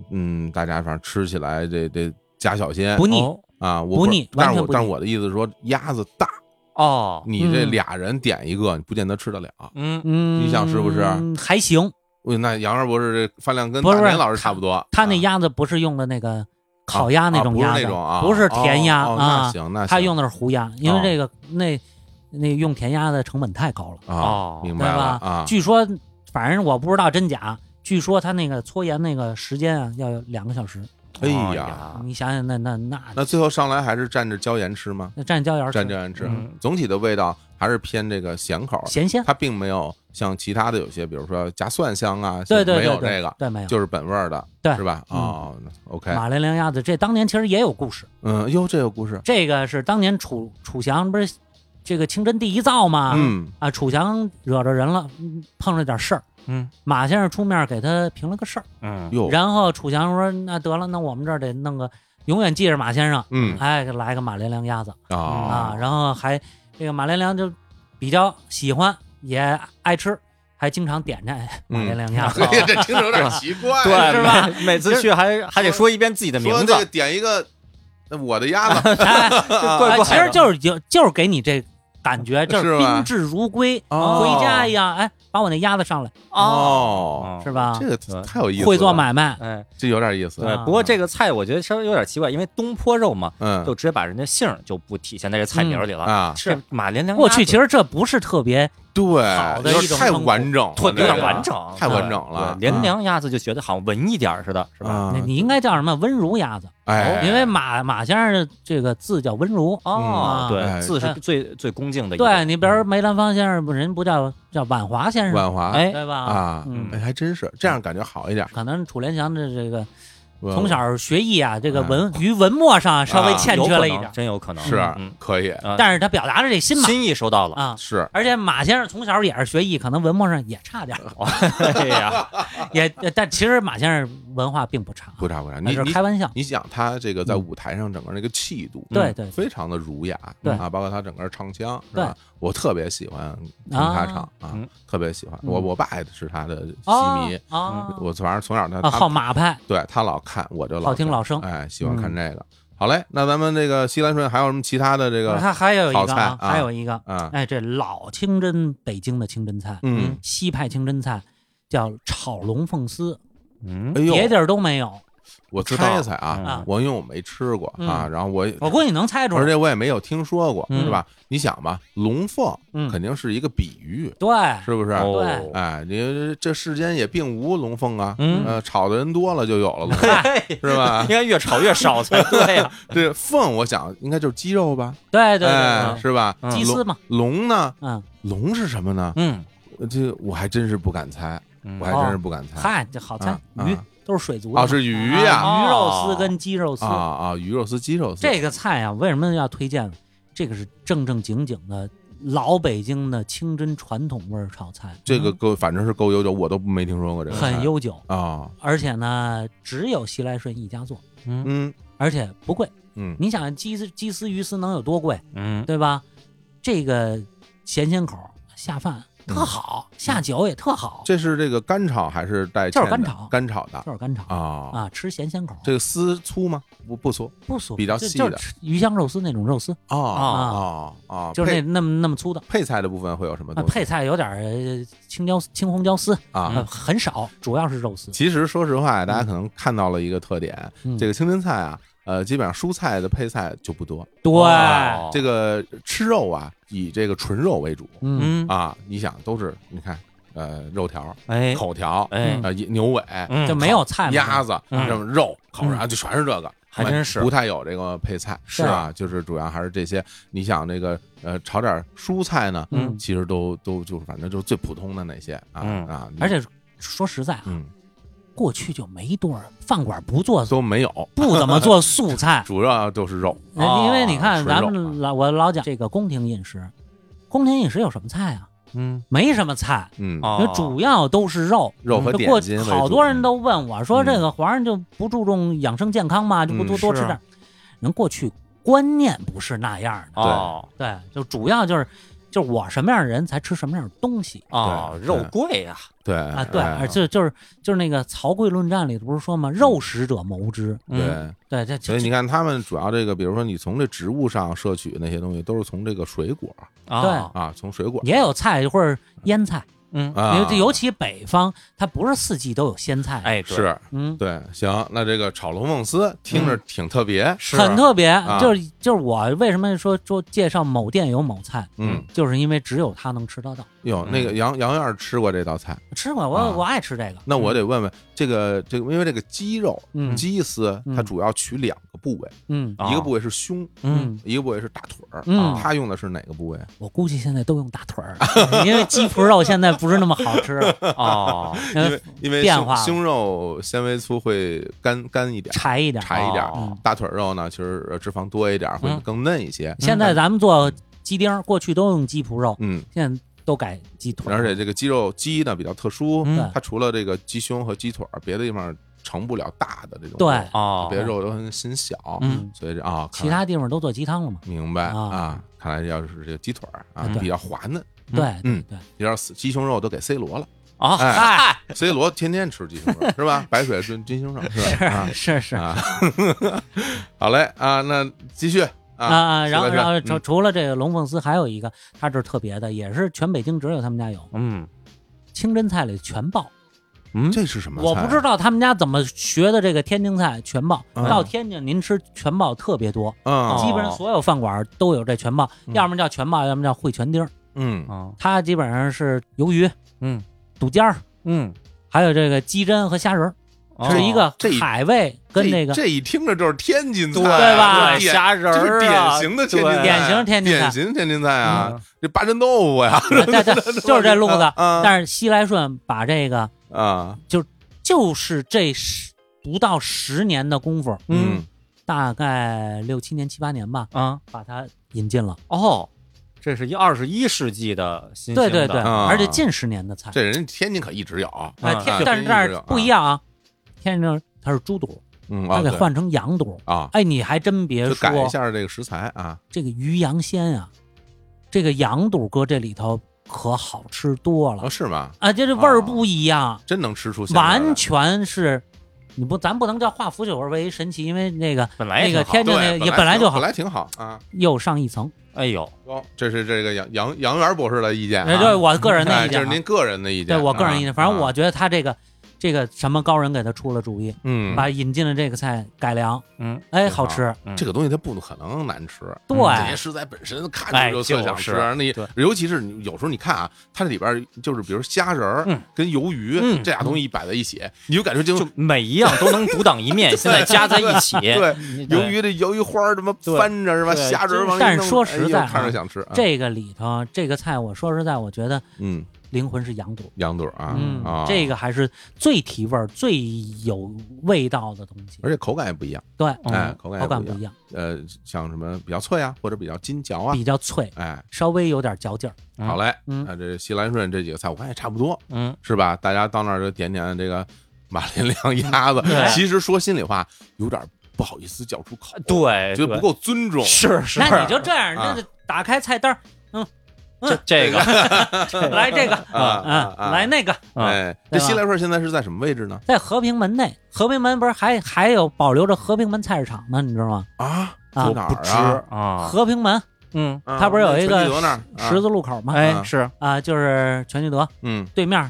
[SPEAKER 1] 嗯，大家反正吃起来这这加小心
[SPEAKER 2] 不腻。
[SPEAKER 3] 哦
[SPEAKER 1] 啊，我
[SPEAKER 2] 不腻完
[SPEAKER 1] 但是
[SPEAKER 2] 全
[SPEAKER 1] 我
[SPEAKER 2] 不腻
[SPEAKER 1] 但是我的意思是说，鸭子大，
[SPEAKER 3] 哦，
[SPEAKER 1] 你这
[SPEAKER 2] 嗯
[SPEAKER 1] 俩人点一个，你不见得吃得了。
[SPEAKER 3] 嗯
[SPEAKER 2] 嗯，
[SPEAKER 1] 你想是不是？
[SPEAKER 2] 还行，
[SPEAKER 1] 喂，那杨二博士这饭量跟
[SPEAKER 2] 不
[SPEAKER 1] 大
[SPEAKER 2] 是
[SPEAKER 1] 连老师差不多。
[SPEAKER 2] 他那
[SPEAKER 1] 啊
[SPEAKER 2] 鸭子不是用的那个烤鸭那种
[SPEAKER 1] 啊
[SPEAKER 2] 鸭
[SPEAKER 1] 不
[SPEAKER 2] 子，
[SPEAKER 1] 是那种啊，
[SPEAKER 2] 不是甜鸭
[SPEAKER 1] 哦哦那
[SPEAKER 2] 啊，
[SPEAKER 1] 行，那行
[SPEAKER 2] 他用的是糊鸭，因
[SPEAKER 1] 哦
[SPEAKER 2] 为这个那那用甜鸭的成本太高了，
[SPEAKER 1] 啊
[SPEAKER 3] 哦，
[SPEAKER 1] 明
[SPEAKER 2] 对
[SPEAKER 1] 白了
[SPEAKER 2] 吧？
[SPEAKER 1] 啊。
[SPEAKER 2] 据说，反正我不知道真假，据说他那个搓盐那个时间啊要有两个小时，
[SPEAKER 1] 哎
[SPEAKER 2] 哦
[SPEAKER 1] 呀，
[SPEAKER 3] 哎呀，
[SPEAKER 2] 啊你想想那那那
[SPEAKER 1] 那最后上来还是蘸着椒盐吃吗？
[SPEAKER 2] 那蘸椒盐儿
[SPEAKER 1] 蘸椒
[SPEAKER 2] 吃
[SPEAKER 1] 盐吃啊
[SPEAKER 3] 嗯，
[SPEAKER 1] 总体的味道还是偏这个咸口儿，
[SPEAKER 2] 咸鲜，
[SPEAKER 1] 它并没有像其他的有些，比如说加蒜香啊，
[SPEAKER 2] 对对
[SPEAKER 1] 没有
[SPEAKER 2] 对
[SPEAKER 1] 这
[SPEAKER 2] 对
[SPEAKER 1] 个，，
[SPEAKER 2] 对没有。
[SPEAKER 1] 就是本味儿的，
[SPEAKER 2] 对
[SPEAKER 1] 是吧？
[SPEAKER 2] 嗯
[SPEAKER 1] 哦那，OK，
[SPEAKER 2] 马连良鸭子这当年其实也有故事，
[SPEAKER 1] 嗯，哟，这个故事，
[SPEAKER 2] 这个是当年楚楚祥不是这个清真第一造嘛，
[SPEAKER 1] 嗯，
[SPEAKER 2] 啊，楚祥惹着人了，嗯碰了点事儿，
[SPEAKER 3] 嗯
[SPEAKER 2] 马先生出面给他评了个事儿，
[SPEAKER 3] 嗯
[SPEAKER 1] 哟，
[SPEAKER 2] 然后楚祥说那得了，那我们这儿得弄个，永远记着马先生，
[SPEAKER 1] 嗯
[SPEAKER 2] 哎，来个马连良鸭子。啊，
[SPEAKER 1] 啊，
[SPEAKER 2] 然后还这个马连良就比较喜欢，也爱吃，还经常点这哎
[SPEAKER 1] 嗯
[SPEAKER 2] 马连良 鸭子。
[SPEAKER 1] 嘿这听着有点奇怪，
[SPEAKER 3] 对，
[SPEAKER 2] 是吧
[SPEAKER 3] 每每次去还还得说一遍自己的名
[SPEAKER 1] 说
[SPEAKER 3] 字
[SPEAKER 1] 这个，点一个，那我的鸭子
[SPEAKER 2] 哎
[SPEAKER 3] 这
[SPEAKER 1] 啊
[SPEAKER 3] 怪
[SPEAKER 2] 哎
[SPEAKER 3] 怪
[SPEAKER 2] 其实就是有就是给你这感觉，就是是
[SPEAKER 1] 吧
[SPEAKER 2] 宾至如归，
[SPEAKER 1] 哦
[SPEAKER 2] 回家一样。哎，把我那鸭子上来，
[SPEAKER 1] 哦，
[SPEAKER 2] 是？吧？
[SPEAKER 1] 这个
[SPEAKER 3] 对
[SPEAKER 1] 太有意思了，
[SPEAKER 2] 啊会做买卖，
[SPEAKER 3] 嗯哎，
[SPEAKER 1] 这有点意思，
[SPEAKER 2] 啊
[SPEAKER 3] 对，不过这个菜我觉得稍微有点奇怪，因为东坡肉嘛，
[SPEAKER 1] 嗯
[SPEAKER 3] 就直接把人家姓儿就不体现在这菜名儿
[SPEAKER 2] 嗯
[SPEAKER 3] 里了。
[SPEAKER 1] 啊，
[SPEAKER 3] 这马连良
[SPEAKER 2] 我
[SPEAKER 3] 鸭
[SPEAKER 2] 去，
[SPEAKER 3] 子
[SPEAKER 2] 其实这不是特别
[SPEAKER 1] 对，
[SPEAKER 2] 好的
[SPEAKER 1] 有
[SPEAKER 2] 一
[SPEAKER 1] 点
[SPEAKER 2] 种
[SPEAKER 1] 太
[SPEAKER 2] 称呼
[SPEAKER 1] 完整了，
[SPEAKER 3] 特别
[SPEAKER 1] 这个
[SPEAKER 3] 完整，嗯
[SPEAKER 1] 太完整了
[SPEAKER 3] 对
[SPEAKER 2] 嗯
[SPEAKER 3] 连良鸭子就觉得好像文一点儿似的，是吧？
[SPEAKER 1] 啊
[SPEAKER 2] 那，你应该叫什么温如鸭子，
[SPEAKER 1] 哎，
[SPEAKER 2] 因为马马先生这个字叫温如。
[SPEAKER 3] 哦，
[SPEAKER 2] 嗯
[SPEAKER 1] 哎
[SPEAKER 3] 对，字是最最恭敬的一个。
[SPEAKER 2] 对你比如梅兰芳先生，不人不叫叫婉华先生，
[SPEAKER 1] 万华
[SPEAKER 3] 哎
[SPEAKER 2] 对吧？
[SPEAKER 1] 啊，
[SPEAKER 2] 哦嗯
[SPEAKER 1] 哎，还真是这样，感觉好一点。
[SPEAKER 2] 可能楚连祥的这个
[SPEAKER 1] 我
[SPEAKER 2] 从小学艺啊，这个
[SPEAKER 1] 嗯
[SPEAKER 2] 文于文墨上稍
[SPEAKER 1] 啊
[SPEAKER 2] 微欠
[SPEAKER 3] 啊有
[SPEAKER 2] 缺
[SPEAKER 3] 可
[SPEAKER 2] 了一
[SPEAKER 3] 能
[SPEAKER 2] 点儿，啊
[SPEAKER 3] 真有可能
[SPEAKER 1] 是
[SPEAKER 3] 嗯，
[SPEAKER 1] 可以，
[SPEAKER 3] 嗯
[SPEAKER 2] 但是他表达的这心嘛
[SPEAKER 3] 心意收到了。
[SPEAKER 2] 啊，
[SPEAKER 1] 是
[SPEAKER 2] 而且马先生从小也是学艺，可能文墨上也差点儿，
[SPEAKER 3] 哎呀，
[SPEAKER 2] 也但其实马先生文化并不差，
[SPEAKER 1] 不差不差。
[SPEAKER 2] 那
[SPEAKER 1] 你
[SPEAKER 2] 是
[SPEAKER 1] 你
[SPEAKER 2] 开玩笑，
[SPEAKER 1] 你想他这个在舞台上整个那个气度，
[SPEAKER 2] 嗯对
[SPEAKER 1] 嗯
[SPEAKER 2] 对对
[SPEAKER 1] 非常的儒雅，
[SPEAKER 2] 对
[SPEAKER 1] 啊，包括他整个唱腔，是吧？我特别喜欢听他唱啊
[SPEAKER 3] 嗯，
[SPEAKER 1] 特别喜欢。
[SPEAKER 2] 嗯
[SPEAKER 1] 我我爸也是他的戏
[SPEAKER 2] 哦
[SPEAKER 1] 迷，嗯
[SPEAKER 2] 哦
[SPEAKER 1] 我反正从小他
[SPEAKER 2] 啊，好
[SPEAKER 1] 他
[SPEAKER 2] 马派，
[SPEAKER 1] 对他老看，我就
[SPEAKER 2] 好听
[SPEAKER 1] 看
[SPEAKER 2] 老生嗯
[SPEAKER 1] 哎，喜欢看这个。好嘞，那咱们这个西兰顺还有什么其他的这个
[SPEAKER 2] 他还有一
[SPEAKER 1] 好
[SPEAKER 2] 个
[SPEAKER 1] 菜
[SPEAKER 2] 啊
[SPEAKER 1] 啊，
[SPEAKER 2] 还有一个，
[SPEAKER 1] 啊？
[SPEAKER 2] 哎，这老清真北京的清真菜，
[SPEAKER 1] 嗯，
[SPEAKER 2] 西派清真菜叫炒龙凤丝，
[SPEAKER 3] 嗯
[SPEAKER 1] 哎，呦，
[SPEAKER 2] 别地儿都没有，
[SPEAKER 1] 我
[SPEAKER 3] 知
[SPEAKER 1] 猜
[SPEAKER 3] 道
[SPEAKER 1] 一猜啊
[SPEAKER 3] 啊，
[SPEAKER 1] 我因为我没吃过啊，
[SPEAKER 2] 嗯
[SPEAKER 1] 然后我也
[SPEAKER 2] 我估计你能猜出
[SPEAKER 1] 而
[SPEAKER 2] 来，
[SPEAKER 1] 且我也没有听说过，
[SPEAKER 2] 嗯
[SPEAKER 1] 是吧？你想吧，龙凤
[SPEAKER 2] 嗯
[SPEAKER 1] 肯定是一个比喻，
[SPEAKER 2] 对，
[SPEAKER 1] 是不是？
[SPEAKER 3] 哦，
[SPEAKER 1] 哎，你这世间也并无龙凤啊，
[SPEAKER 3] 嗯
[SPEAKER 1] 呃，炒的人多了就有了龙 凤，
[SPEAKER 3] 哎
[SPEAKER 1] 是吧
[SPEAKER 3] 应？该越炒越少才对呀。
[SPEAKER 1] 这凤我想应该就是鸡肉吧，
[SPEAKER 2] 对对
[SPEAKER 1] 哎，
[SPEAKER 2] 对
[SPEAKER 1] 是吧？
[SPEAKER 3] 嗯
[SPEAKER 2] 对，鸡丝嘛，
[SPEAKER 1] 龙呢？
[SPEAKER 2] 嗯。
[SPEAKER 1] 龙是什么呢？
[SPEAKER 3] 嗯，
[SPEAKER 1] 这我还真是不敢猜，
[SPEAKER 3] 嗯
[SPEAKER 1] 我还真是不敢猜。
[SPEAKER 2] 哦嗨，这好猜
[SPEAKER 1] 啊，
[SPEAKER 2] 鱼
[SPEAKER 1] 啊
[SPEAKER 2] 都是水族的
[SPEAKER 1] 哦，
[SPEAKER 2] 嘛
[SPEAKER 1] 是鱼
[SPEAKER 2] 啊
[SPEAKER 1] 呀，
[SPEAKER 2] 鱼肉丝跟鸡肉丝
[SPEAKER 1] 啊。啊，鱼肉丝、鸡肉丝，
[SPEAKER 2] 这个菜啊，为什么要推荐？这个是正正经经的老北京的清真传统味儿炒菜，
[SPEAKER 1] 这个嗯够，反正是够悠久，我都没听说过这个菜。
[SPEAKER 2] 嗯很悠久，
[SPEAKER 1] 啊，
[SPEAKER 2] 而且呢，只有西来顺一家做，
[SPEAKER 3] 嗯
[SPEAKER 1] 嗯
[SPEAKER 2] 而且不贵。
[SPEAKER 1] 嗯，
[SPEAKER 2] 你想鸡丝、鸡丝、鱼丝能有多贵，
[SPEAKER 3] 嗯，
[SPEAKER 2] 对吧？这个咸鲜口下饭特好，下酒也特好，
[SPEAKER 1] 嗯这是这个干炒还是带
[SPEAKER 2] 就是
[SPEAKER 1] 芡的
[SPEAKER 2] 干炒
[SPEAKER 1] 干炒的
[SPEAKER 2] 就是干炒
[SPEAKER 1] 啊。
[SPEAKER 2] 啊，吃咸鲜口，
[SPEAKER 1] 这个丝粗吗？不不粗
[SPEAKER 2] 不俗，
[SPEAKER 1] 比较
[SPEAKER 2] 就
[SPEAKER 1] 细
[SPEAKER 2] 就
[SPEAKER 1] 的
[SPEAKER 2] 是吃鱼香肉丝那种肉丝，
[SPEAKER 1] 啊啊
[SPEAKER 2] 啊
[SPEAKER 1] 啊！
[SPEAKER 2] 就是那
[SPEAKER 1] 配啊
[SPEAKER 2] 那么那么粗的。
[SPEAKER 1] 配菜的部分会有什么
[SPEAKER 2] 啊，
[SPEAKER 1] 东西？
[SPEAKER 2] 配菜有点儿呃青椒、青红椒丝
[SPEAKER 1] 啊
[SPEAKER 3] 嗯
[SPEAKER 2] 呃很少，主要是肉丝。
[SPEAKER 1] 其实说实话，大家可能看到了一个特点，
[SPEAKER 2] 嗯
[SPEAKER 1] 这个青青菜啊，呃，基本上蔬菜的配菜就不多。
[SPEAKER 2] 对，
[SPEAKER 3] 哦
[SPEAKER 1] 这个吃肉啊，以这个纯肉为主
[SPEAKER 2] 嗯，
[SPEAKER 3] 嗯，
[SPEAKER 1] 啊。你想，都是你看，呃，肉条、
[SPEAKER 3] 哎
[SPEAKER 1] 口条、
[SPEAKER 3] 哎，
[SPEAKER 1] 呃，牛尾、
[SPEAKER 3] 嗯
[SPEAKER 2] 就没有菜嘛
[SPEAKER 1] 鸭子，
[SPEAKER 3] 嗯
[SPEAKER 1] 这种肉、烤肉啊，就全是这个。哎
[SPEAKER 3] 还真是
[SPEAKER 1] 不太有这个配菜，
[SPEAKER 2] 是
[SPEAKER 1] 啊，就是主要还是这些。你想那个呃，炒点蔬菜呢，
[SPEAKER 2] 嗯
[SPEAKER 1] 其实都都就是反正就是最普通的那些啊
[SPEAKER 3] 嗯
[SPEAKER 1] 啊，
[SPEAKER 2] 而且说实在啊，
[SPEAKER 1] 嗯
[SPEAKER 2] 过去就没多少饭馆不做，
[SPEAKER 1] 都没有，，
[SPEAKER 2] 不怎么做素菜 呃
[SPEAKER 1] 主要都是肉，
[SPEAKER 3] 哦
[SPEAKER 2] 因为你看
[SPEAKER 1] 纯
[SPEAKER 2] 咱
[SPEAKER 1] 啊肉啊
[SPEAKER 2] 们老我老讲这个宫廷饮食，宫廷饮食有什么菜啊？
[SPEAKER 3] 嗯，
[SPEAKER 2] 没什么菜，
[SPEAKER 1] 嗯，
[SPEAKER 3] 哦
[SPEAKER 2] 因为主要都是肉。
[SPEAKER 1] 肉和
[SPEAKER 2] 这
[SPEAKER 1] 点
[SPEAKER 2] 过
[SPEAKER 1] 心为主，
[SPEAKER 2] 好多人都问我说，
[SPEAKER 1] 嗯
[SPEAKER 2] 这个皇上就不注重养生健康嘛，就不
[SPEAKER 1] 嗯
[SPEAKER 2] 多多
[SPEAKER 3] 是
[SPEAKER 2] 吃点儿。人过去观念不是那样的，
[SPEAKER 3] 哦
[SPEAKER 2] 对，就主要就是就是我什么样的人才吃什么样的东西
[SPEAKER 3] 哦，
[SPEAKER 1] 对
[SPEAKER 3] 肉贵啊，
[SPEAKER 1] 对
[SPEAKER 2] 啊，对，
[SPEAKER 1] 哎
[SPEAKER 2] 而就就是就是那个《曹刿论战》里不是说嘛，肉食者谋之，
[SPEAKER 3] 嗯，
[SPEAKER 1] 对，
[SPEAKER 2] 对，这
[SPEAKER 1] 所以你看他们主要这个，比如说你从这植物上摄取那些东西，都是从这个水果
[SPEAKER 3] 哦
[SPEAKER 1] 啊，从水果
[SPEAKER 2] 也有菜或者腌菜，
[SPEAKER 3] 嗯，
[SPEAKER 1] 啊，
[SPEAKER 2] 尤尤其北方，它不是四季都有鲜菜，，
[SPEAKER 3] 哎，对，
[SPEAKER 1] 是
[SPEAKER 2] 嗯，
[SPEAKER 1] 对，行，那这个炒龙凤丝听着挺特别，
[SPEAKER 3] 是
[SPEAKER 2] 很特别
[SPEAKER 1] 啊，
[SPEAKER 2] 就是就是我为什么说说介绍某店有某菜，
[SPEAKER 1] 嗯，
[SPEAKER 2] 就是因为只有他能吃得到，
[SPEAKER 1] 哟，那
[SPEAKER 2] 嗯
[SPEAKER 1] 个杨杨院吃过这道菜，
[SPEAKER 2] 吃过
[SPEAKER 1] 啊
[SPEAKER 2] 我我爱吃这个，
[SPEAKER 1] 那我得问问这个这个，因为这个鸡肉
[SPEAKER 2] 嗯
[SPEAKER 1] 鸡丝它
[SPEAKER 2] 嗯
[SPEAKER 1] 主要取两个部位，
[SPEAKER 2] 嗯
[SPEAKER 3] 啊
[SPEAKER 1] 一个部位是胸，
[SPEAKER 3] 嗯，
[SPEAKER 1] 一个部位是大腿儿，
[SPEAKER 2] 嗯
[SPEAKER 1] 他用的是哪个部位？
[SPEAKER 2] 我估计现在都用大 腿儿，因为鸡脯肉现在不是那么好吃了，
[SPEAKER 3] 哦，
[SPEAKER 1] 因为因为
[SPEAKER 2] 变
[SPEAKER 1] 胸
[SPEAKER 2] 化了
[SPEAKER 1] 胸肉纤维粗会干干一点，
[SPEAKER 2] 柴一点。
[SPEAKER 1] 柴一点儿
[SPEAKER 3] 哦，
[SPEAKER 1] 大腿肉呢，其实呃脂肪多一点儿，会
[SPEAKER 3] 嗯
[SPEAKER 1] 更嫩一些。
[SPEAKER 2] 现在咱们做鸡丁儿，过去都用鸡脯肉，
[SPEAKER 1] 嗯，
[SPEAKER 2] 现在都改鸡腿儿，
[SPEAKER 1] 而且这个肌肉肌呢比较特殊
[SPEAKER 3] 嗯，
[SPEAKER 1] 它除了这个鸡胸和鸡腿儿，别的地方成不了大的这种肉
[SPEAKER 2] 对，
[SPEAKER 3] 哦，
[SPEAKER 1] 别的肉都很心小，
[SPEAKER 3] 嗯
[SPEAKER 1] 所以这啊，
[SPEAKER 2] 其他地方都做鸡汤了嘛。
[SPEAKER 1] 看来明白
[SPEAKER 2] 啊
[SPEAKER 1] 啊，看来要是这个鸡腿儿啊
[SPEAKER 2] 嗯对
[SPEAKER 1] 比较滑嫩，
[SPEAKER 3] 嗯
[SPEAKER 2] 对，
[SPEAKER 1] 嗯
[SPEAKER 2] 对，
[SPEAKER 1] 你要是鸡胸肉都给 C 罗了
[SPEAKER 2] 哦
[SPEAKER 3] 啊，
[SPEAKER 1] 哎
[SPEAKER 3] 嗨，
[SPEAKER 1] ，C 罗天天吃鸡胸肉是吧？白水炖金胸肉是吧？啊
[SPEAKER 2] 是是
[SPEAKER 1] 啊， 好嘞啊，那继续啊，
[SPEAKER 2] 啊，然后
[SPEAKER 1] 是的是的
[SPEAKER 2] 然后
[SPEAKER 1] 嗯
[SPEAKER 2] 除除了这个龙凤丝，还有一个它这是特别的，也是全北京只有他们家有
[SPEAKER 3] 嗯
[SPEAKER 2] 清真菜里全爆。
[SPEAKER 3] 嗯，
[SPEAKER 1] 这是什么菜啊？
[SPEAKER 2] 我不知道他们家怎么学的这个天津菜全爆，
[SPEAKER 1] 嗯
[SPEAKER 2] 到天津您吃全爆特别多，
[SPEAKER 1] 嗯
[SPEAKER 3] 哦
[SPEAKER 2] 基本上所有饭馆都有这全爆，
[SPEAKER 1] 嗯
[SPEAKER 2] 要么叫全爆，要么叫烩全丁儿。
[SPEAKER 1] 嗯
[SPEAKER 3] 哦，
[SPEAKER 2] 它基本上是鱿鱼、
[SPEAKER 3] 嗯
[SPEAKER 2] 肚尖儿，
[SPEAKER 3] 嗯，
[SPEAKER 2] 还有这个鸡胗和虾仁儿，
[SPEAKER 3] 哦
[SPEAKER 2] 是一个
[SPEAKER 1] 这一
[SPEAKER 2] 海味跟
[SPEAKER 1] 这
[SPEAKER 2] 那个
[SPEAKER 1] 这一听着就是天津菜，啊
[SPEAKER 3] 对
[SPEAKER 2] 吧
[SPEAKER 1] 这是典
[SPEAKER 3] 虾仁
[SPEAKER 1] 这是
[SPEAKER 3] 儿
[SPEAKER 1] 典
[SPEAKER 3] 啊
[SPEAKER 1] 型的天津菜，
[SPEAKER 3] 对
[SPEAKER 2] 典型天津菜
[SPEAKER 1] 典型天津菜啊
[SPEAKER 3] 嗯！
[SPEAKER 1] 这八珍豆腐呀，
[SPEAKER 2] 啊 对对， 就是这路子。
[SPEAKER 1] 啊
[SPEAKER 2] 但是西来顺把这个，
[SPEAKER 1] 啊，
[SPEAKER 2] 就是这十不到十年的功夫，
[SPEAKER 1] 嗯，
[SPEAKER 2] 大概六七年、七八年吧，
[SPEAKER 3] 啊，
[SPEAKER 2] 把它引进了。
[SPEAKER 3] 哦，这是一二十一世纪的新
[SPEAKER 2] 对对对，
[SPEAKER 1] 的啊
[SPEAKER 2] 而且近十年的菜，
[SPEAKER 1] 这人天津可一直有啊，
[SPEAKER 2] 哎
[SPEAKER 3] 啊
[SPEAKER 2] 天
[SPEAKER 1] 啊
[SPEAKER 2] 但是
[SPEAKER 1] 这
[SPEAKER 2] 但
[SPEAKER 1] 一直有
[SPEAKER 2] 是不一样啊，天津它是猪肚，
[SPEAKER 1] 嗯啊，
[SPEAKER 2] 它给
[SPEAKER 1] 对
[SPEAKER 2] 换成羊肚。
[SPEAKER 1] 啊，
[SPEAKER 2] 哎，你还真别
[SPEAKER 1] 就改一
[SPEAKER 2] 说，
[SPEAKER 1] 下这个食材啊，
[SPEAKER 2] 这个鱼羊鲜啊，这个羊肚搁这里头可好吃多
[SPEAKER 1] 哦
[SPEAKER 2] 了
[SPEAKER 1] 是吗？
[SPEAKER 2] 啊，这这味
[SPEAKER 1] 哦
[SPEAKER 2] 儿不一样。
[SPEAKER 1] 真能吃出鲜味儿来
[SPEAKER 2] 完全是，你不，咱不能叫化腐朽而为神奇，因为那个
[SPEAKER 3] 本来
[SPEAKER 2] 那
[SPEAKER 3] 也
[SPEAKER 2] 个
[SPEAKER 3] 挺好
[SPEAKER 2] 天津那
[SPEAKER 1] 对
[SPEAKER 2] 个也
[SPEAKER 1] 本
[SPEAKER 2] 本来
[SPEAKER 1] 挺
[SPEAKER 2] 就
[SPEAKER 1] 本
[SPEAKER 2] 好，
[SPEAKER 1] 来挺好啊。
[SPEAKER 2] 又上一层。
[SPEAKER 3] 哎呦，
[SPEAKER 1] 哦，这是这个杨杨杨元博士的意见
[SPEAKER 2] 哎，
[SPEAKER 1] 啊，
[SPEAKER 2] 这是我个人的
[SPEAKER 1] 哎
[SPEAKER 2] 意
[SPEAKER 1] 这
[SPEAKER 2] 见
[SPEAKER 1] 是
[SPEAKER 2] 啊，
[SPEAKER 1] 您个人的意见，
[SPEAKER 2] 对我个人意
[SPEAKER 1] 啊
[SPEAKER 2] 见，反正
[SPEAKER 1] 啊
[SPEAKER 2] 我觉得他这个这个什么高人给他出了主意，
[SPEAKER 1] 嗯，
[SPEAKER 2] 把引进了这个菜改良，
[SPEAKER 3] 嗯，
[SPEAKER 2] 哎，
[SPEAKER 1] 挺好
[SPEAKER 2] 好吃，
[SPEAKER 3] 嗯
[SPEAKER 1] 这个东西它不可能难吃，
[SPEAKER 2] 对
[SPEAKER 1] 这些食材本身看着就特想吃，
[SPEAKER 3] 哎
[SPEAKER 1] 那
[SPEAKER 3] 对
[SPEAKER 1] 尤其是你有时候你看啊，它里边就是比如虾仁儿
[SPEAKER 3] 嗯
[SPEAKER 1] 跟鱿鱼、
[SPEAKER 3] 嗯
[SPEAKER 1] 这俩东西一摆在一起，你就感觉就
[SPEAKER 3] 就每一样都能独当 一面，现在加在一起，
[SPEAKER 1] 对
[SPEAKER 3] 你
[SPEAKER 1] 鱿，鱼这鱿鱼花儿什么
[SPEAKER 3] 对
[SPEAKER 1] 翻着是吧？
[SPEAKER 3] 对
[SPEAKER 1] 虾仁儿往里弄，
[SPEAKER 2] 但是说实在
[SPEAKER 1] 哎
[SPEAKER 2] 啊
[SPEAKER 1] 呦看着想吃，啊
[SPEAKER 2] 这个里头这个菜，我说实在，我觉得
[SPEAKER 1] 嗯
[SPEAKER 2] 灵魂是羊肚。
[SPEAKER 1] 羊肚儿啊，
[SPEAKER 2] 嗯
[SPEAKER 1] 啊，
[SPEAKER 2] 这个还是最提味儿、最有味道的东西。
[SPEAKER 1] 而且口感也不一样，
[SPEAKER 2] 对，
[SPEAKER 1] 哎，口感也
[SPEAKER 2] 口感
[SPEAKER 1] 不
[SPEAKER 2] 不
[SPEAKER 1] 一
[SPEAKER 2] 一
[SPEAKER 1] 样，
[SPEAKER 2] 样，
[SPEAKER 1] 呃，像什么比较脆啊，或者比较筋嚼啊，
[SPEAKER 2] 比较脆，
[SPEAKER 1] 哎，
[SPEAKER 2] 稍微有点嚼劲儿。
[SPEAKER 3] 嗯
[SPEAKER 1] 好嘞，
[SPEAKER 2] 嗯
[SPEAKER 1] 那这西兰顺这几个菜我看也差不多，
[SPEAKER 3] 嗯，
[SPEAKER 1] 是吧？大家到那儿就点点这个 马连良鸭
[SPEAKER 2] 嗯
[SPEAKER 1] 子。
[SPEAKER 3] 对
[SPEAKER 1] 其实说心里话，有点不好意思叫出口，，
[SPEAKER 3] 对，
[SPEAKER 1] 觉得不
[SPEAKER 3] 够，
[SPEAKER 1] 够尊重。
[SPEAKER 3] 是是，
[SPEAKER 2] 那你就这样，
[SPEAKER 1] 啊
[SPEAKER 2] 那就打开菜单儿，嗯，
[SPEAKER 3] 这这个
[SPEAKER 2] 来这个
[SPEAKER 1] 啊啊啊
[SPEAKER 2] 来那个，
[SPEAKER 3] 啊，
[SPEAKER 1] 哎，这
[SPEAKER 2] 对吧
[SPEAKER 1] 西来顺现在是在什么位置呢？
[SPEAKER 2] 在和平门内，和平门不是还还有保留着和平门菜市场呢，你知道吗？
[SPEAKER 1] 啊，
[SPEAKER 2] 啊
[SPEAKER 1] 走哪
[SPEAKER 3] 不
[SPEAKER 1] 儿
[SPEAKER 3] 吃
[SPEAKER 1] 啊？
[SPEAKER 3] 啊，
[SPEAKER 2] 和平门
[SPEAKER 3] 嗯，
[SPEAKER 1] 啊
[SPEAKER 2] 它不是有一个
[SPEAKER 1] 全聚德那儿啊
[SPEAKER 2] 十字路口嘛，
[SPEAKER 3] 哎是
[SPEAKER 2] 啊，就是全聚德
[SPEAKER 1] 嗯
[SPEAKER 2] 对面，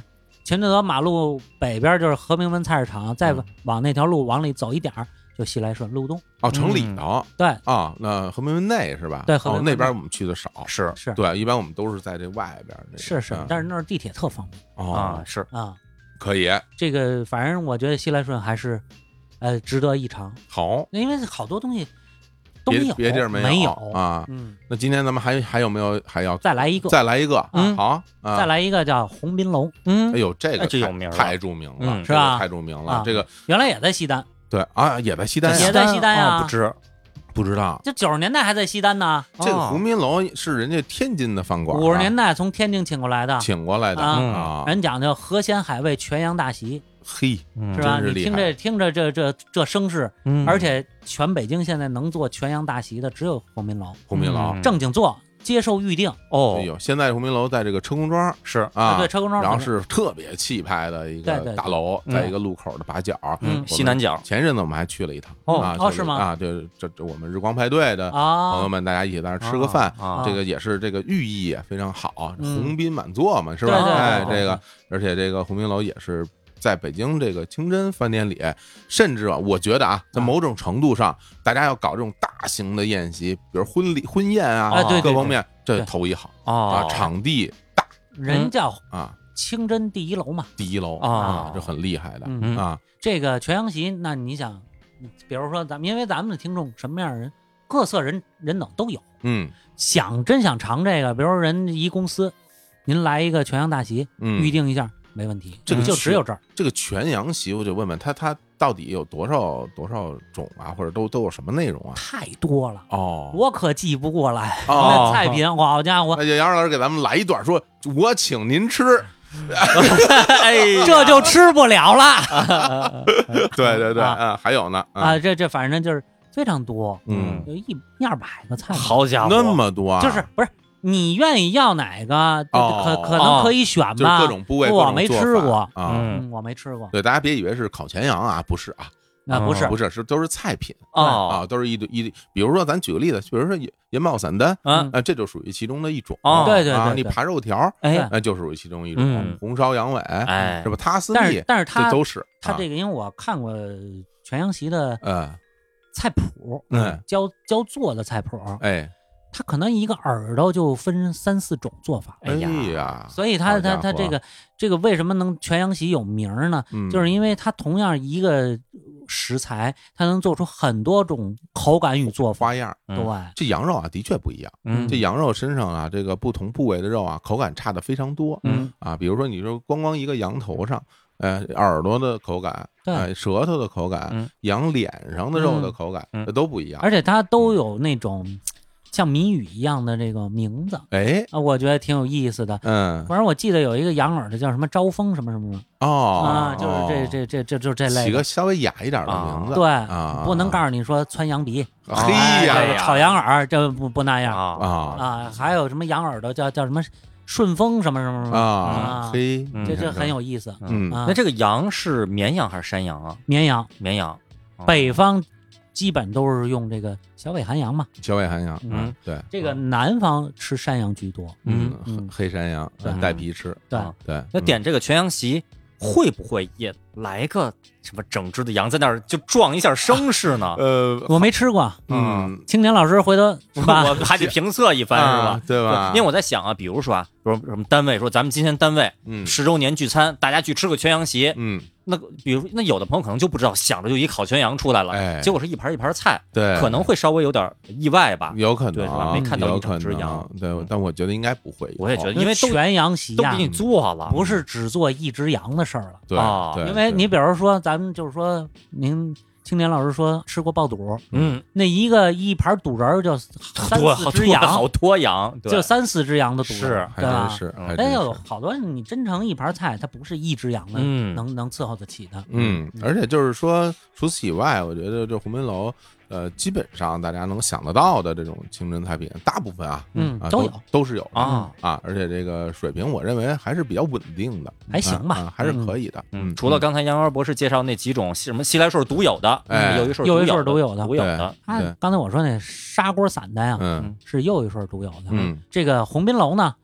[SPEAKER 2] 全聚德马路北边就是和平门菜市场，再
[SPEAKER 1] 嗯
[SPEAKER 2] 往那条路往里走一点儿就西来顺路东，
[SPEAKER 1] 哦，城里
[SPEAKER 3] 嗯
[SPEAKER 1] 头
[SPEAKER 2] 对，
[SPEAKER 1] 啊，那和平门内是吧？
[SPEAKER 2] 对和
[SPEAKER 1] 哦
[SPEAKER 2] 平门
[SPEAKER 1] 那边我们去的少，
[SPEAKER 3] 是
[SPEAKER 2] 是
[SPEAKER 1] 对，一般我们都是在这外边儿那个。
[SPEAKER 2] 是是
[SPEAKER 1] 嗯，
[SPEAKER 2] 但是那儿地铁特方便
[SPEAKER 1] 哦
[SPEAKER 3] 啊，是，
[SPEAKER 2] 啊。
[SPEAKER 1] 可以
[SPEAKER 2] 这个反正我觉得西来顺还是，呃，值得一尝，
[SPEAKER 1] 好，
[SPEAKER 2] 因为好多东西都没
[SPEAKER 1] 别
[SPEAKER 2] 有，
[SPEAKER 1] 别地儿
[SPEAKER 2] 没
[SPEAKER 1] 有
[SPEAKER 2] 有，
[SPEAKER 1] 啊。
[SPEAKER 2] 嗯，
[SPEAKER 1] 那今天咱们还还有没有还要
[SPEAKER 2] 再来一个，
[SPEAKER 1] 再来一个？
[SPEAKER 2] 嗯
[SPEAKER 1] 好，啊
[SPEAKER 2] 再。来一个叫红宾楼，
[SPEAKER 3] 嗯
[SPEAKER 1] 哎呦，这个
[SPEAKER 3] 哎这有
[SPEAKER 1] 太
[SPEAKER 3] 名儿了
[SPEAKER 1] 太著名了，
[SPEAKER 3] 嗯
[SPEAKER 1] 这
[SPEAKER 2] 是
[SPEAKER 1] 个
[SPEAKER 2] 吧
[SPEAKER 1] 太著名了
[SPEAKER 2] 啊，
[SPEAKER 1] 这个
[SPEAKER 2] 原来也在西单，
[SPEAKER 1] 对啊，也在西单
[SPEAKER 2] 这
[SPEAKER 1] 呀
[SPEAKER 2] 也，在西单呀
[SPEAKER 3] 哦不知
[SPEAKER 1] 不知道
[SPEAKER 2] 这九十年代还在西单呢，
[SPEAKER 1] 这个
[SPEAKER 3] 哦
[SPEAKER 1] 鸿宾楼是人家天津的饭馆啊，
[SPEAKER 2] 五十年代从天津请过来的，
[SPEAKER 1] 请过来的
[SPEAKER 2] 啊
[SPEAKER 1] 啊，
[SPEAKER 2] 人讲究河鲜海味全羊大席，
[SPEAKER 1] 嘿，
[SPEAKER 3] 嗯
[SPEAKER 2] 是吧？
[SPEAKER 1] 真是厉
[SPEAKER 2] 你听
[SPEAKER 1] 害
[SPEAKER 2] 这听着这这这声势，
[SPEAKER 3] 嗯
[SPEAKER 2] 而且全北京现在能做全羊大席的只有鸿宾楼，
[SPEAKER 1] 鸿宾楼
[SPEAKER 3] 嗯，
[SPEAKER 2] 正经做，接受预定。
[SPEAKER 3] 哦
[SPEAKER 1] 哎呦，现在鸿宾楼在这个车公庄
[SPEAKER 3] 是
[SPEAKER 1] 啊，
[SPEAKER 2] 对，车公庄
[SPEAKER 1] 然后
[SPEAKER 2] 旁边
[SPEAKER 1] 是特别气派的一
[SPEAKER 2] 对
[SPEAKER 1] 个
[SPEAKER 2] 对
[SPEAKER 1] 大楼，
[SPEAKER 3] 嗯
[SPEAKER 1] 在一个路口的把角，
[SPEAKER 2] 嗯
[SPEAKER 1] 我们
[SPEAKER 3] 西南。角，
[SPEAKER 1] 前阵子我们还去了一趟，
[SPEAKER 3] 哦
[SPEAKER 1] 啊
[SPEAKER 2] 哦
[SPEAKER 1] 就是
[SPEAKER 2] 吗
[SPEAKER 1] 啊，对，这这我们日光派对的朋友
[SPEAKER 2] 啊，
[SPEAKER 1] 们，大家一起在那儿吃个饭。
[SPEAKER 3] 啊，
[SPEAKER 1] 这个也是这个寓意也非常好，
[SPEAKER 2] 嗯
[SPEAKER 1] 鸿宾满座嘛，是
[SPEAKER 2] 对对
[SPEAKER 1] 吧？
[SPEAKER 2] 对
[SPEAKER 1] 哎，
[SPEAKER 2] 对嗯
[SPEAKER 1] 这个，而且这个鸿宾楼也是在北京这个清真饭店里，甚至啊，我觉得啊，在
[SPEAKER 2] 啊
[SPEAKER 1] 某种程度上，大家要搞这种大型的宴席，比如婚礼、婚宴
[SPEAKER 2] 哎
[SPEAKER 1] 啊，
[SPEAKER 2] 对对
[SPEAKER 1] 各
[SPEAKER 2] 对
[SPEAKER 1] 方面，这
[SPEAKER 2] 对
[SPEAKER 1] 头一好啊
[SPEAKER 3] 哦，，
[SPEAKER 1] 场地
[SPEAKER 2] 人叫
[SPEAKER 1] 啊，
[SPEAKER 2] 清真第一楼嘛。
[SPEAKER 1] 第一楼
[SPEAKER 3] 啊
[SPEAKER 1] 这很厉害的
[SPEAKER 2] 哦嗯，
[SPEAKER 3] 嗯
[SPEAKER 1] 啊，
[SPEAKER 2] 这个全羊席，那你想，比如说咱们，因为咱们的听众什么样的人，各色人人等都有。
[SPEAKER 1] 嗯
[SPEAKER 2] 想真想尝这个，比如说人一公司，您来一个全羊大席，
[SPEAKER 1] 嗯，
[SPEAKER 2] 预定一下没问题，
[SPEAKER 1] 这个
[SPEAKER 2] 就是只有这儿。
[SPEAKER 1] 这个全羊席，我就问问他，他到底有多少多少种啊，或者都都有什么内容啊？
[SPEAKER 2] 太多了，
[SPEAKER 1] 哦，
[SPEAKER 2] 我可记不过来。
[SPEAKER 1] 哦哎
[SPEAKER 2] 那菜品，好家伙，
[SPEAKER 1] 那就杨老师给咱们来一段说，我请您吃。
[SPEAKER 3] 哎呀，
[SPEAKER 2] 这就吃不了了
[SPEAKER 1] 对对对，
[SPEAKER 2] 啊
[SPEAKER 1] 嗯，还有呢，嗯
[SPEAKER 2] 啊！这这反正就是非常多，
[SPEAKER 1] 嗯，
[SPEAKER 2] 有一一二百个菜品，
[SPEAKER 3] 好家伙，
[SPEAKER 1] 那么多啊，
[SPEAKER 2] 就是不是你愿意要哪个，就可
[SPEAKER 1] 哦
[SPEAKER 2] 可能可以选吧。
[SPEAKER 1] 就是各种部位，
[SPEAKER 2] 不
[SPEAKER 1] 各
[SPEAKER 2] 我
[SPEAKER 1] 种
[SPEAKER 2] 没
[SPEAKER 1] 做
[SPEAKER 2] 吃
[SPEAKER 1] 法
[SPEAKER 2] 过
[SPEAKER 1] 啊。
[SPEAKER 3] 嗯
[SPEAKER 2] 嗯，我没吃过，
[SPEAKER 1] 对，大家别以为是烤全羊啊，不是啊，
[SPEAKER 2] 啊，不是
[SPEAKER 1] 不是，是都是菜品
[SPEAKER 3] 哦
[SPEAKER 1] 啊，都是一堆一堆。比如说，咱举个例子，比如说盐盐爆散丹
[SPEAKER 3] 嗯
[SPEAKER 1] 啊，这就属于其中的一种。
[SPEAKER 3] 哦
[SPEAKER 2] 对对
[SPEAKER 1] 啊，你
[SPEAKER 2] 对对
[SPEAKER 1] 扒肉条，
[SPEAKER 3] 哎
[SPEAKER 1] 那就属于其中一种
[SPEAKER 3] 嗯。
[SPEAKER 1] 红烧羊尾，
[SPEAKER 3] 哎
[SPEAKER 1] 是吧？他斯
[SPEAKER 2] 但
[SPEAKER 1] 密
[SPEAKER 2] 是，但是
[SPEAKER 1] 这
[SPEAKER 2] 他
[SPEAKER 1] 都是
[SPEAKER 2] 他
[SPEAKER 1] 啊
[SPEAKER 2] 这个，因为我看过全羊席的
[SPEAKER 1] 嗯
[SPEAKER 2] 菜谱，
[SPEAKER 1] 嗯，
[SPEAKER 2] 教教做的菜谱，
[SPEAKER 1] 哎
[SPEAKER 2] 他可能一个耳朵就分三四种做法，
[SPEAKER 3] 哎
[SPEAKER 1] 哎
[SPEAKER 3] 呀
[SPEAKER 1] 呀，
[SPEAKER 2] 所以
[SPEAKER 1] 好
[SPEAKER 2] 他
[SPEAKER 1] 家
[SPEAKER 2] 他
[SPEAKER 1] 伙
[SPEAKER 2] 他这个这个为什么能全羊席有名儿呢？
[SPEAKER 1] 嗯
[SPEAKER 2] 就是因为它同样一个食材，它能做出很多种口感与做法。
[SPEAKER 1] 花样儿。
[SPEAKER 2] 对，
[SPEAKER 1] 这羊肉啊，的确不一样。
[SPEAKER 3] 嗯
[SPEAKER 1] 这羊肉身上啊，这个不同部位的肉啊，口感差的非常多。
[SPEAKER 3] 嗯
[SPEAKER 1] 啊，比如说你说光光一个羊头上，呃，耳朵的口感，
[SPEAKER 2] 对
[SPEAKER 1] 呃，舌头的口感，
[SPEAKER 3] 嗯
[SPEAKER 1] 羊脸上的肉的口感，
[SPEAKER 3] 嗯嗯
[SPEAKER 1] 这都不一样。
[SPEAKER 2] 而且它
[SPEAKER 1] 嗯
[SPEAKER 2] 都有那种像谜语一样的这个名字
[SPEAKER 1] 哎，
[SPEAKER 2] 啊，我觉得挺有意思的。
[SPEAKER 1] 嗯，
[SPEAKER 2] 反正我记得有一个羊耳的叫什么招风什么什么什么
[SPEAKER 1] 哦，
[SPEAKER 2] 啊，就
[SPEAKER 1] 哦
[SPEAKER 2] 是这这这这就这类
[SPEAKER 1] 起个
[SPEAKER 2] 的。
[SPEAKER 1] 稍微雅一点的
[SPEAKER 3] 啊
[SPEAKER 1] 名字，
[SPEAKER 2] 对，
[SPEAKER 1] 啊，
[SPEAKER 2] 不能告诉你说穿羊鼻，
[SPEAKER 1] 诉嘿
[SPEAKER 2] 哎
[SPEAKER 3] 哎
[SPEAKER 1] 呀
[SPEAKER 3] 呀
[SPEAKER 2] 炒羊耳这不不那样
[SPEAKER 3] 啊，
[SPEAKER 1] 啊
[SPEAKER 2] 啊，还有什么羊耳朵叫叫什么顺风什么什么什么，
[SPEAKER 1] 啊
[SPEAKER 2] 啊
[SPEAKER 1] 嘿，
[SPEAKER 3] 嗯
[SPEAKER 2] 这
[SPEAKER 1] 你
[SPEAKER 2] 这
[SPEAKER 1] 看
[SPEAKER 2] 很有意思。
[SPEAKER 1] 嗯
[SPEAKER 2] 啊
[SPEAKER 3] 那这个羊是绵羊还是山羊啊？
[SPEAKER 2] 绵羊，
[SPEAKER 3] 绵羊，哦
[SPEAKER 2] 北方基本都是用这个小尾寒羊嘛，
[SPEAKER 1] 小尾寒羊，
[SPEAKER 2] 嗯，
[SPEAKER 1] 对，
[SPEAKER 2] 这个南方吃山羊居多。
[SPEAKER 1] 嗯黑
[SPEAKER 3] 嗯，
[SPEAKER 2] 嗯
[SPEAKER 1] 黑山羊
[SPEAKER 2] 对
[SPEAKER 1] 带皮吃，
[SPEAKER 2] 对，
[SPEAKER 3] 啊
[SPEAKER 1] 对，
[SPEAKER 3] 那
[SPEAKER 1] 嗯
[SPEAKER 3] 点这个全羊席会不会也来个什么整只的羊在那儿就撞一下声 势呢？
[SPEAKER 1] 呃，
[SPEAKER 2] 我没吃过，
[SPEAKER 1] 嗯，
[SPEAKER 2] 青年老师回头是吧？
[SPEAKER 3] 我还得评测一番是
[SPEAKER 1] 啊
[SPEAKER 3] 吧？
[SPEAKER 1] 对吧？
[SPEAKER 3] 因为我在想啊，比如说啊，比如什么单位说咱们今天单位
[SPEAKER 1] 嗯
[SPEAKER 3] 十周年聚餐，大家去吃个全羊席，
[SPEAKER 1] 嗯，
[SPEAKER 3] 那比如那有的朋友可能就不知道，想着就一烤全羊出来了，
[SPEAKER 1] 哎
[SPEAKER 3] 结果是一盘一盘菜，
[SPEAKER 1] 对，
[SPEAKER 3] 可能会稍微有点意外吧。
[SPEAKER 1] 有可
[SPEAKER 3] 对
[SPEAKER 1] 能
[SPEAKER 3] 是吧没看到
[SPEAKER 1] 有
[SPEAKER 3] 一整
[SPEAKER 1] 可
[SPEAKER 3] 只羊
[SPEAKER 1] 能，对
[SPEAKER 3] 嗯，
[SPEAKER 1] 但我觉得应该不会有，
[SPEAKER 3] 我也觉得
[SPEAKER 2] 因为全羊席
[SPEAKER 3] 都
[SPEAKER 2] 呀
[SPEAKER 3] 给，你做了，
[SPEAKER 2] 不是只做一只羊的事儿了。
[SPEAKER 1] 对
[SPEAKER 3] 啊，
[SPEAKER 1] 对
[SPEAKER 2] 因为
[SPEAKER 1] 对
[SPEAKER 2] 你比如说，咱们就是说，您青年老师说吃过爆肚，
[SPEAKER 3] 嗯，
[SPEAKER 2] 那一个一盘肚仁儿就三
[SPEAKER 3] 多
[SPEAKER 2] 四
[SPEAKER 3] 好
[SPEAKER 2] 只
[SPEAKER 3] 多
[SPEAKER 2] 啊
[SPEAKER 3] 好
[SPEAKER 2] 羊，
[SPEAKER 3] 多羊，对
[SPEAKER 2] 就三四只羊的肚
[SPEAKER 3] 是
[SPEAKER 2] 仁，
[SPEAKER 1] 还
[SPEAKER 2] 对
[SPEAKER 1] 真
[SPEAKER 2] 吧？
[SPEAKER 1] 是，
[SPEAKER 3] 嗯
[SPEAKER 1] 还真
[SPEAKER 2] 但有
[SPEAKER 1] 是。
[SPEAKER 2] 好多你真成一盘菜，它不是一只羊的，
[SPEAKER 3] 嗯
[SPEAKER 2] 能能伺候得起的。
[SPEAKER 1] 嗯嗯，而且就是说，除此以外，我觉得这鸿宾楼呃，基本上大家能想得到的这种清真菜品，大部分啊
[SPEAKER 2] 嗯
[SPEAKER 1] 啊
[SPEAKER 2] 都
[SPEAKER 1] 都
[SPEAKER 2] 有
[SPEAKER 1] 都是有的
[SPEAKER 3] 啊
[SPEAKER 1] 啊，而且这个水平我认为还是比较稳定的，
[SPEAKER 2] 还行吧
[SPEAKER 1] 啊啊还是可以的。嗯，
[SPEAKER 3] 除了刚才杨元博士介绍那几种什么西来顺独有的，
[SPEAKER 1] 哎
[SPEAKER 3] 有一顺
[SPEAKER 2] 又一
[SPEAKER 3] 有
[SPEAKER 2] 顺独有的
[SPEAKER 3] 独有的，啊
[SPEAKER 2] 它
[SPEAKER 1] 对
[SPEAKER 2] 刚才我说那砂锅散的呀，
[SPEAKER 1] 嗯
[SPEAKER 2] 是又一顺独有的。
[SPEAKER 1] 嗯，
[SPEAKER 2] 这个红宾楼呢，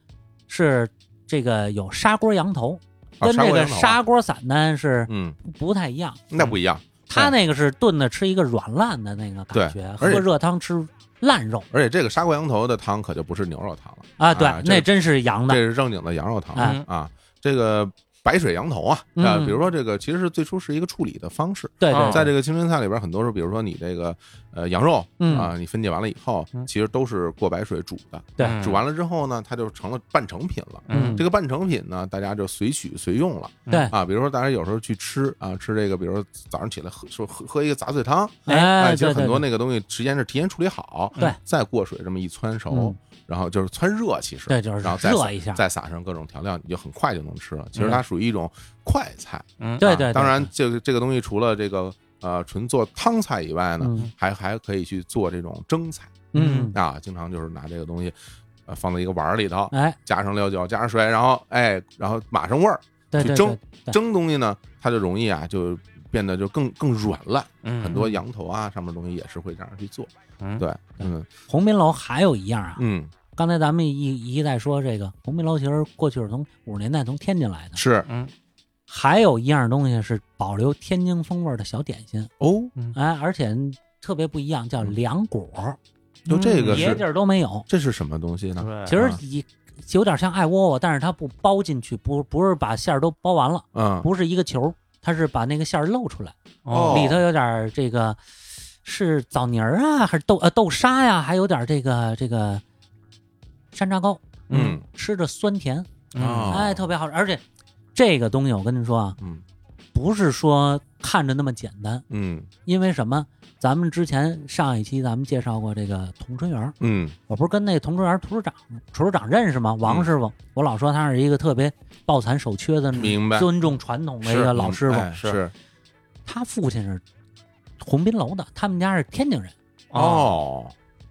[SPEAKER 2] 是这个有砂锅羊头，
[SPEAKER 1] 啊
[SPEAKER 2] 跟这
[SPEAKER 1] 锅
[SPEAKER 2] 个
[SPEAKER 1] 羊头啊
[SPEAKER 2] 砂锅散呢是
[SPEAKER 1] 嗯，
[SPEAKER 2] 不太一样。
[SPEAKER 1] 那不一样。
[SPEAKER 2] 它那个是炖的，吃一个软烂的那个感觉，喝
[SPEAKER 1] 而且
[SPEAKER 2] 热汤吃烂肉
[SPEAKER 1] 而且这个砂锅羊头的汤可就不是牛肉汤了
[SPEAKER 2] 啊，对，
[SPEAKER 1] 啊这
[SPEAKER 2] 那真是羊
[SPEAKER 1] 这
[SPEAKER 2] 的，
[SPEAKER 1] 是正经的羊肉汤
[SPEAKER 3] 嗯
[SPEAKER 2] 哎
[SPEAKER 1] 啊。这个白水羊头啊，
[SPEAKER 2] 嗯哦
[SPEAKER 1] 啊，比如说这个其实是最初是一个处理的方式，
[SPEAKER 2] 对
[SPEAKER 3] 啊
[SPEAKER 2] 对，
[SPEAKER 1] 在
[SPEAKER 2] 对
[SPEAKER 1] 这个清真菜里边，很多时候，比如说你这个呃羊肉
[SPEAKER 2] 嗯
[SPEAKER 1] 啊，你分解完了以后，
[SPEAKER 3] 嗯
[SPEAKER 1] 其实都是过白水煮的，
[SPEAKER 2] 对
[SPEAKER 3] 嗯
[SPEAKER 1] 煮完了之后呢，它就成了半成品了。
[SPEAKER 2] 嗯哎
[SPEAKER 1] 这个半成品呢，大家就随取随用了
[SPEAKER 2] 对，
[SPEAKER 1] 啊。比如说，大家有时候去吃啊，吃这个，比如说早上起来喝说喝喝一个杂碎汤，
[SPEAKER 2] 哎，
[SPEAKER 1] 其实
[SPEAKER 2] 对
[SPEAKER 1] 很
[SPEAKER 2] 对
[SPEAKER 1] 多
[SPEAKER 2] 对，嗯
[SPEAKER 1] 那个东西时间是提前处理好，
[SPEAKER 2] 对，
[SPEAKER 1] 再过水这么一汆熟
[SPEAKER 2] 嗯，
[SPEAKER 1] 然后就是汆热，其实
[SPEAKER 2] 对就是
[SPEAKER 1] 然后再撒
[SPEAKER 2] 热一下
[SPEAKER 1] 再撒上各种调料，你就很快就能吃了。其实
[SPEAKER 3] 嗯
[SPEAKER 1] 它属于一种快菜，
[SPEAKER 3] 嗯
[SPEAKER 2] 对
[SPEAKER 1] 啊
[SPEAKER 2] 对对
[SPEAKER 1] 当然这个这个东西除了这个呃纯做汤菜以外呢，
[SPEAKER 2] 嗯
[SPEAKER 1] 还还可以去做这种蒸菜
[SPEAKER 2] 嗯，
[SPEAKER 1] 啊，经常就是拿这个东西。呃，放在一个碗儿里头，
[SPEAKER 2] 哎，
[SPEAKER 1] 加上料酒，加上水，然后哎，然后码上味儿，
[SPEAKER 2] 对
[SPEAKER 1] 去
[SPEAKER 2] 对
[SPEAKER 1] 蒸
[SPEAKER 2] 对，对
[SPEAKER 1] 蒸东西呢，它就容易啊，就变得就更更软烂。
[SPEAKER 3] 嗯
[SPEAKER 1] 很多羊头啊，上面东西也是会这样去做。
[SPEAKER 3] 嗯
[SPEAKER 1] 对，嗯
[SPEAKER 2] 红宾楼还有一样啊，
[SPEAKER 1] 嗯，
[SPEAKER 2] 刚才咱们一一再说这个红宾楼，其实过去是从五十年代从天津来的，
[SPEAKER 1] 是
[SPEAKER 3] 嗯
[SPEAKER 2] 还有一样东西是保留天津风味儿的小点心，
[SPEAKER 1] 哦，
[SPEAKER 2] 哎，而且特别不一样，叫凉果
[SPEAKER 1] 嗯
[SPEAKER 2] 儿，嗯
[SPEAKER 1] 就这个
[SPEAKER 2] 别地
[SPEAKER 1] 是哎啊
[SPEAKER 2] 儿都没有。
[SPEAKER 1] 这是什么东西呢？
[SPEAKER 3] 对，
[SPEAKER 2] 其实也有点像艾窝窝，但是它不包进去，不不是把馅儿都包完了，
[SPEAKER 1] 嗯，
[SPEAKER 2] 不是一个球儿，它是把那个馅儿露出来，
[SPEAKER 1] 哦
[SPEAKER 2] 里头有点儿这个是枣泥儿啊，还是豆呃豆沙呀、还有点儿这个这个山楂糕，
[SPEAKER 1] 嗯
[SPEAKER 2] 吃着酸甜，
[SPEAKER 3] 嗯
[SPEAKER 1] 哦
[SPEAKER 2] 哎，特别好吃。而且这个东西我跟你说啊，
[SPEAKER 1] 嗯
[SPEAKER 2] 不是说看着那么简单，
[SPEAKER 1] 嗯
[SPEAKER 2] 因为什么？咱们之前上一期咱们介绍过这个同春园儿，
[SPEAKER 1] 嗯
[SPEAKER 2] 我不是跟那同春园儿图书长图书长认识吗？王师傅，我老说他是一个特别抱残守缺的、
[SPEAKER 1] 明白
[SPEAKER 2] 尊重传统的一个老师傅。
[SPEAKER 1] 哎
[SPEAKER 3] 是
[SPEAKER 1] 是
[SPEAKER 2] 他父亲是红宾楼的，他们家是天津人。
[SPEAKER 3] 哦，
[SPEAKER 1] 哦，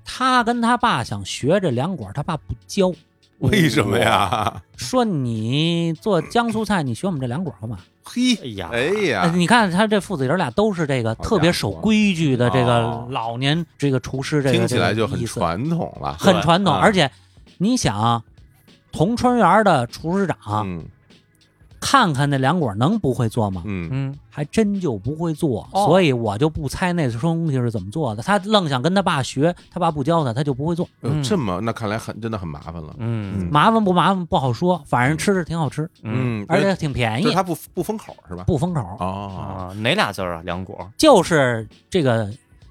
[SPEAKER 2] 他跟他爸想学这凉果儿，他爸不教，
[SPEAKER 1] 为什么
[SPEAKER 2] 哦
[SPEAKER 1] 呀？
[SPEAKER 2] 说你做江苏菜，你学我们这凉果儿干嘛？
[SPEAKER 1] 嘿，
[SPEAKER 3] 哎呀，
[SPEAKER 1] 哎
[SPEAKER 2] 呃
[SPEAKER 1] 呀，
[SPEAKER 2] 你看他这父子爷儿俩都是这个
[SPEAKER 1] 好
[SPEAKER 2] 特别守规矩的这
[SPEAKER 1] 哦
[SPEAKER 2] 个老年这个厨师，这个
[SPEAKER 1] 听起来
[SPEAKER 2] 这
[SPEAKER 1] 就
[SPEAKER 2] 个
[SPEAKER 1] 很
[SPEAKER 2] 意思
[SPEAKER 1] 传统了。
[SPEAKER 2] 很传统，
[SPEAKER 1] 对嗯
[SPEAKER 2] 而且你想啊，同春园的厨师长
[SPEAKER 1] 嗯
[SPEAKER 2] 看看那凉果能不会做吗？
[SPEAKER 1] 嗯
[SPEAKER 3] 嗯
[SPEAKER 2] 还真就不会做，
[SPEAKER 3] 哦
[SPEAKER 2] 所以我就不猜那东西是怎么做的。他愣想跟他爸学，他爸不教他，他就不会做。
[SPEAKER 1] 呃
[SPEAKER 3] 嗯
[SPEAKER 1] 这么那看来很真的很麻烦了。
[SPEAKER 3] 嗯
[SPEAKER 2] 麻烦不麻烦不好说，反正吃着挺好吃，
[SPEAKER 3] 嗯
[SPEAKER 2] 而且挺便
[SPEAKER 1] 就是
[SPEAKER 2] 宜，
[SPEAKER 1] 它不不封口是吧？
[SPEAKER 2] 不封口，
[SPEAKER 1] 哦，
[SPEAKER 3] 啊，哪俩字儿啊？凉果
[SPEAKER 2] 就是这个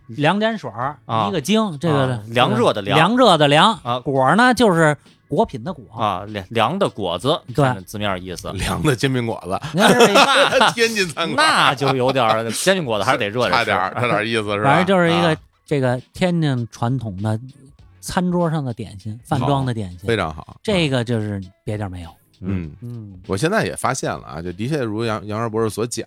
[SPEAKER 2] 两点水儿
[SPEAKER 3] 啊
[SPEAKER 2] 一个精，这个
[SPEAKER 3] 啊凉热的
[SPEAKER 2] 凉，
[SPEAKER 3] 凉
[SPEAKER 2] 凉热的凉
[SPEAKER 3] 啊
[SPEAKER 2] 果儿呢就是果品的果，
[SPEAKER 3] 啊，凉凉的果子，
[SPEAKER 2] 对
[SPEAKER 3] 看字面意思，
[SPEAKER 2] 啊
[SPEAKER 1] 凉的煎饼果子，
[SPEAKER 2] 你看这 是一
[SPEAKER 1] 天津餐馆
[SPEAKER 3] 那就有点儿煎饼果子还是得热着
[SPEAKER 1] 差
[SPEAKER 3] 吃
[SPEAKER 1] 点儿差点儿意思是吧？
[SPEAKER 2] 反正就是一个
[SPEAKER 1] 啊
[SPEAKER 2] 这个天津传统的餐桌上的点心，
[SPEAKER 3] 哦
[SPEAKER 2] 饭庄的点
[SPEAKER 1] 非
[SPEAKER 2] 心，
[SPEAKER 1] 常好。
[SPEAKER 2] 这个就是别地儿没有。
[SPEAKER 1] 嗯。
[SPEAKER 2] 嗯，
[SPEAKER 1] 我现在也发现了啊，就的确如杨杨二博士所讲，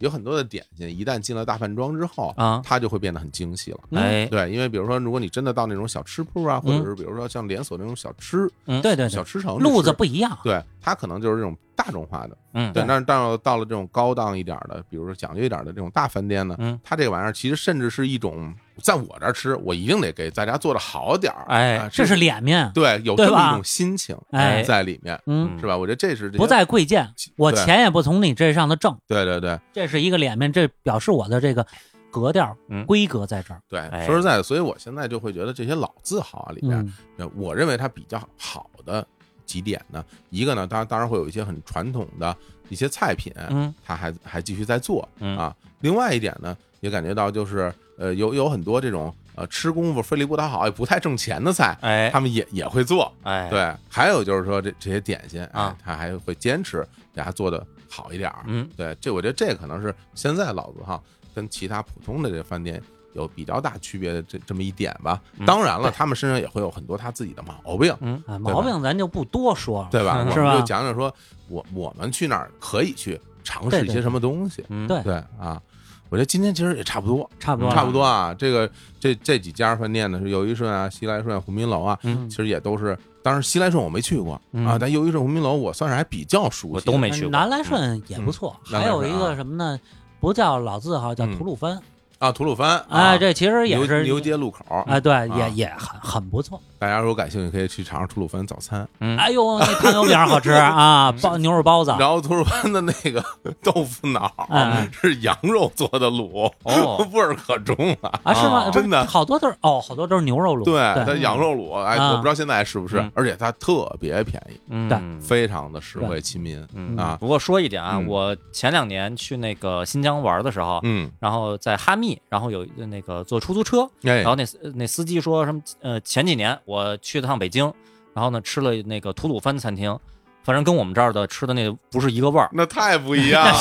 [SPEAKER 1] 有很多的点心一旦进了大饭庄之后，
[SPEAKER 3] 啊，
[SPEAKER 1] 它就会变得很精细了。
[SPEAKER 2] 嗯
[SPEAKER 3] 哎，
[SPEAKER 1] 对，因为比如说，如果你真的到那种小吃铺啊，或者
[SPEAKER 2] 嗯
[SPEAKER 1] 是比如说像连锁那种小吃、
[SPEAKER 2] 对对
[SPEAKER 1] 小
[SPEAKER 2] 对，
[SPEAKER 1] 吃城去吃，
[SPEAKER 2] 路子不一样。
[SPEAKER 1] 对，它可能就是这种大众化的。
[SPEAKER 3] 嗯
[SPEAKER 1] 对，但是到了到了这种高档一点的，比如说讲究一点的这种大饭店呢，
[SPEAKER 3] 嗯
[SPEAKER 1] 它这个玩意儿其实甚至是一种，在我这儿吃，我一定得给大家做的好点儿。
[SPEAKER 3] 哎
[SPEAKER 1] 啊
[SPEAKER 2] 这是脸面，
[SPEAKER 1] 对，有这
[SPEAKER 2] 对
[SPEAKER 1] 么
[SPEAKER 2] 吧
[SPEAKER 1] 一种心情
[SPEAKER 2] 哎
[SPEAKER 1] 在里面，
[SPEAKER 2] 嗯，
[SPEAKER 1] 是吧？我觉得这是这
[SPEAKER 2] 不
[SPEAKER 1] 些，
[SPEAKER 2] 再贵贱，我
[SPEAKER 1] 对
[SPEAKER 2] 钱也不从你这上头挣，
[SPEAKER 1] 对对对。
[SPEAKER 2] 这是一个脸面，这表示我的这个格调
[SPEAKER 3] 嗯
[SPEAKER 2] 规格在这儿。
[SPEAKER 1] 对，
[SPEAKER 3] 哎
[SPEAKER 1] 说实在的，所以我现在就会觉得这些老字号啊里边，
[SPEAKER 2] 嗯
[SPEAKER 1] 呃我认为它比较好的几点呢，一个呢，当当然会有一些很传统的一些菜品，
[SPEAKER 3] 嗯
[SPEAKER 1] 它还还继续在做
[SPEAKER 3] 嗯
[SPEAKER 1] 啊。另外一点呢，也感觉到就是呃，有有很多这种呃吃功夫费力不讨好也不太挣钱的
[SPEAKER 2] 嗯
[SPEAKER 1] 菜，
[SPEAKER 3] 哎
[SPEAKER 1] 他们也也会做。
[SPEAKER 3] 哎，
[SPEAKER 1] 对，还有就是说这这些点心哎
[SPEAKER 3] 啊
[SPEAKER 1] 他还会坚持给它做的好一点儿。
[SPEAKER 3] 嗯
[SPEAKER 1] 对，这我觉得这可能是现在老字号跟其他普通的这饭店有比较大区别的这这么一点吧。
[SPEAKER 2] 嗯
[SPEAKER 1] 当然了，他们身上也会有很多他自己的毛病，
[SPEAKER 3] 嗯
[SPEAKER 2] 啊，毛病咱就不多说了。
[SPEAKER 1] 对 吧？
[SPEAKER 3] 嗯
[SPEAKER 1] 我
[SPEAKER 2] 是
[SPEAKER 1] 们
[SPEAKER 2] 吧
[SPEAKER 1] 就讲讲说，我我们去那儿可以去尝
[SPEAKER 2] 对
[SPEAKER 1] 试一
[SPEAKER 2] 对
[SPEAKER 1] 些什么东西，
[SPEAKER 3] 嗯
[SPEAKER 2] 对
[SPEAKER 1] 对啊。我觉得今天其实也差不多，
[SPEAKER 2] 差不多了
[SPEAKER 1] 差不多啊。这个这这几家饭店呢，是又一顺啊、西来顺、鸿宾楼啊，
[SPEAKER 3] 嗯
[SPEAKER 1] 其实也都是。当然，西来顺我没去过、
[SPEAKER 3] 嗯
[SPEAKER 1] 啊，但又一顺、鸿宾楼我算是还比较熟
[SPEAKER 3] 我
[SPEAKER 1] 悉的。
[SPEAKER 3] 都没去过。
[SPEAKER 2] 南来顺也不错，
[SPEAKER 1] 嗯嗯南
[SPEAKER 2] 还
[SPEAKER 1] 来
[SPEAKER 2] 有
[SPEAKER 1] 顺
[SPEAKER 2] 一
[SPEAKER 1] 啊
[SPEAKER 2] 个什么呢？不叫老字号，叫
[SPEAKER 1] 嗯
[SPEAKER 2] 吐鲁番。
[SPEAKER 1] 啊，吐鲁番
[SPEAKER 2] 哎，这其实也
[SPEAKER 1] 牛
[SPEAKER 2] 是
[SPEAKER 1] 牛街路口
[SPEAKER 2] 哎，对，
[SPEAKER 1] 啊
[SPEAKER 2] 也也很很不错。
[SPEAKER 1] 大家如果感兴趣，可以去尝尝吐鲁番早餐。
[SPEAKER 3] 嗯，
[SPEAKER 2] 哎呦，那糖油饼 好吃啊，包牛肉包子，
[SPEAKER 1] 嗯然后吐鲁番的那个 豆腐脑
[SPEAKER 2] 嗯
[SPEAKER 1] 是羊肉做的卤，
[SPEAKER 3] 哦，
[SPEAKER 1] 味儿可重了。
[SPEAKER 2] 啊，是吗？
[SPEAKER 3] 哦
[SPEAKER 2] 不是
[SPEAKER 1] 真的
[SPEAKER 2] 好多都是哦，好多都是牛肉卤。
[SPEAKER 1] 对，它
[SPEAKER 2] 对，
[SPEAKER 1] 羊肉卤，哎，
[SPEAKER 2] 啊
[SPEAKER 1] 我不知道现在还是不是
[SPEAKER 3] 嗯，
[SPEAKER 1] 而且它特别便宜，
[SPEAKER 3] 嗯，
[SPEAKER 1] 非常的实惠亲民。
[SPEAKER 3] 嗯
[SPEAKER 1] 啊
[SPEAKER 3] 不过说一点啊，
[SPEAKER 1] 嗯
[SPEAKER 3] 我前两年去那个新疆玩的时候，
[SPEAKER 1] 嗯，
[SPEAKER 3] 然后在哈密，然后有那个坐出租车，
[SPEAKER 1] 哎，
[SPEAKER 3] 然，后那司那司机说什么？呃，前几年我去了趟北京，然后呢吃了那个吐鲁番餐厅，反正跟我们这儿的吃的那不是一个味儿
[SPEAKER 1] 那太不一样了，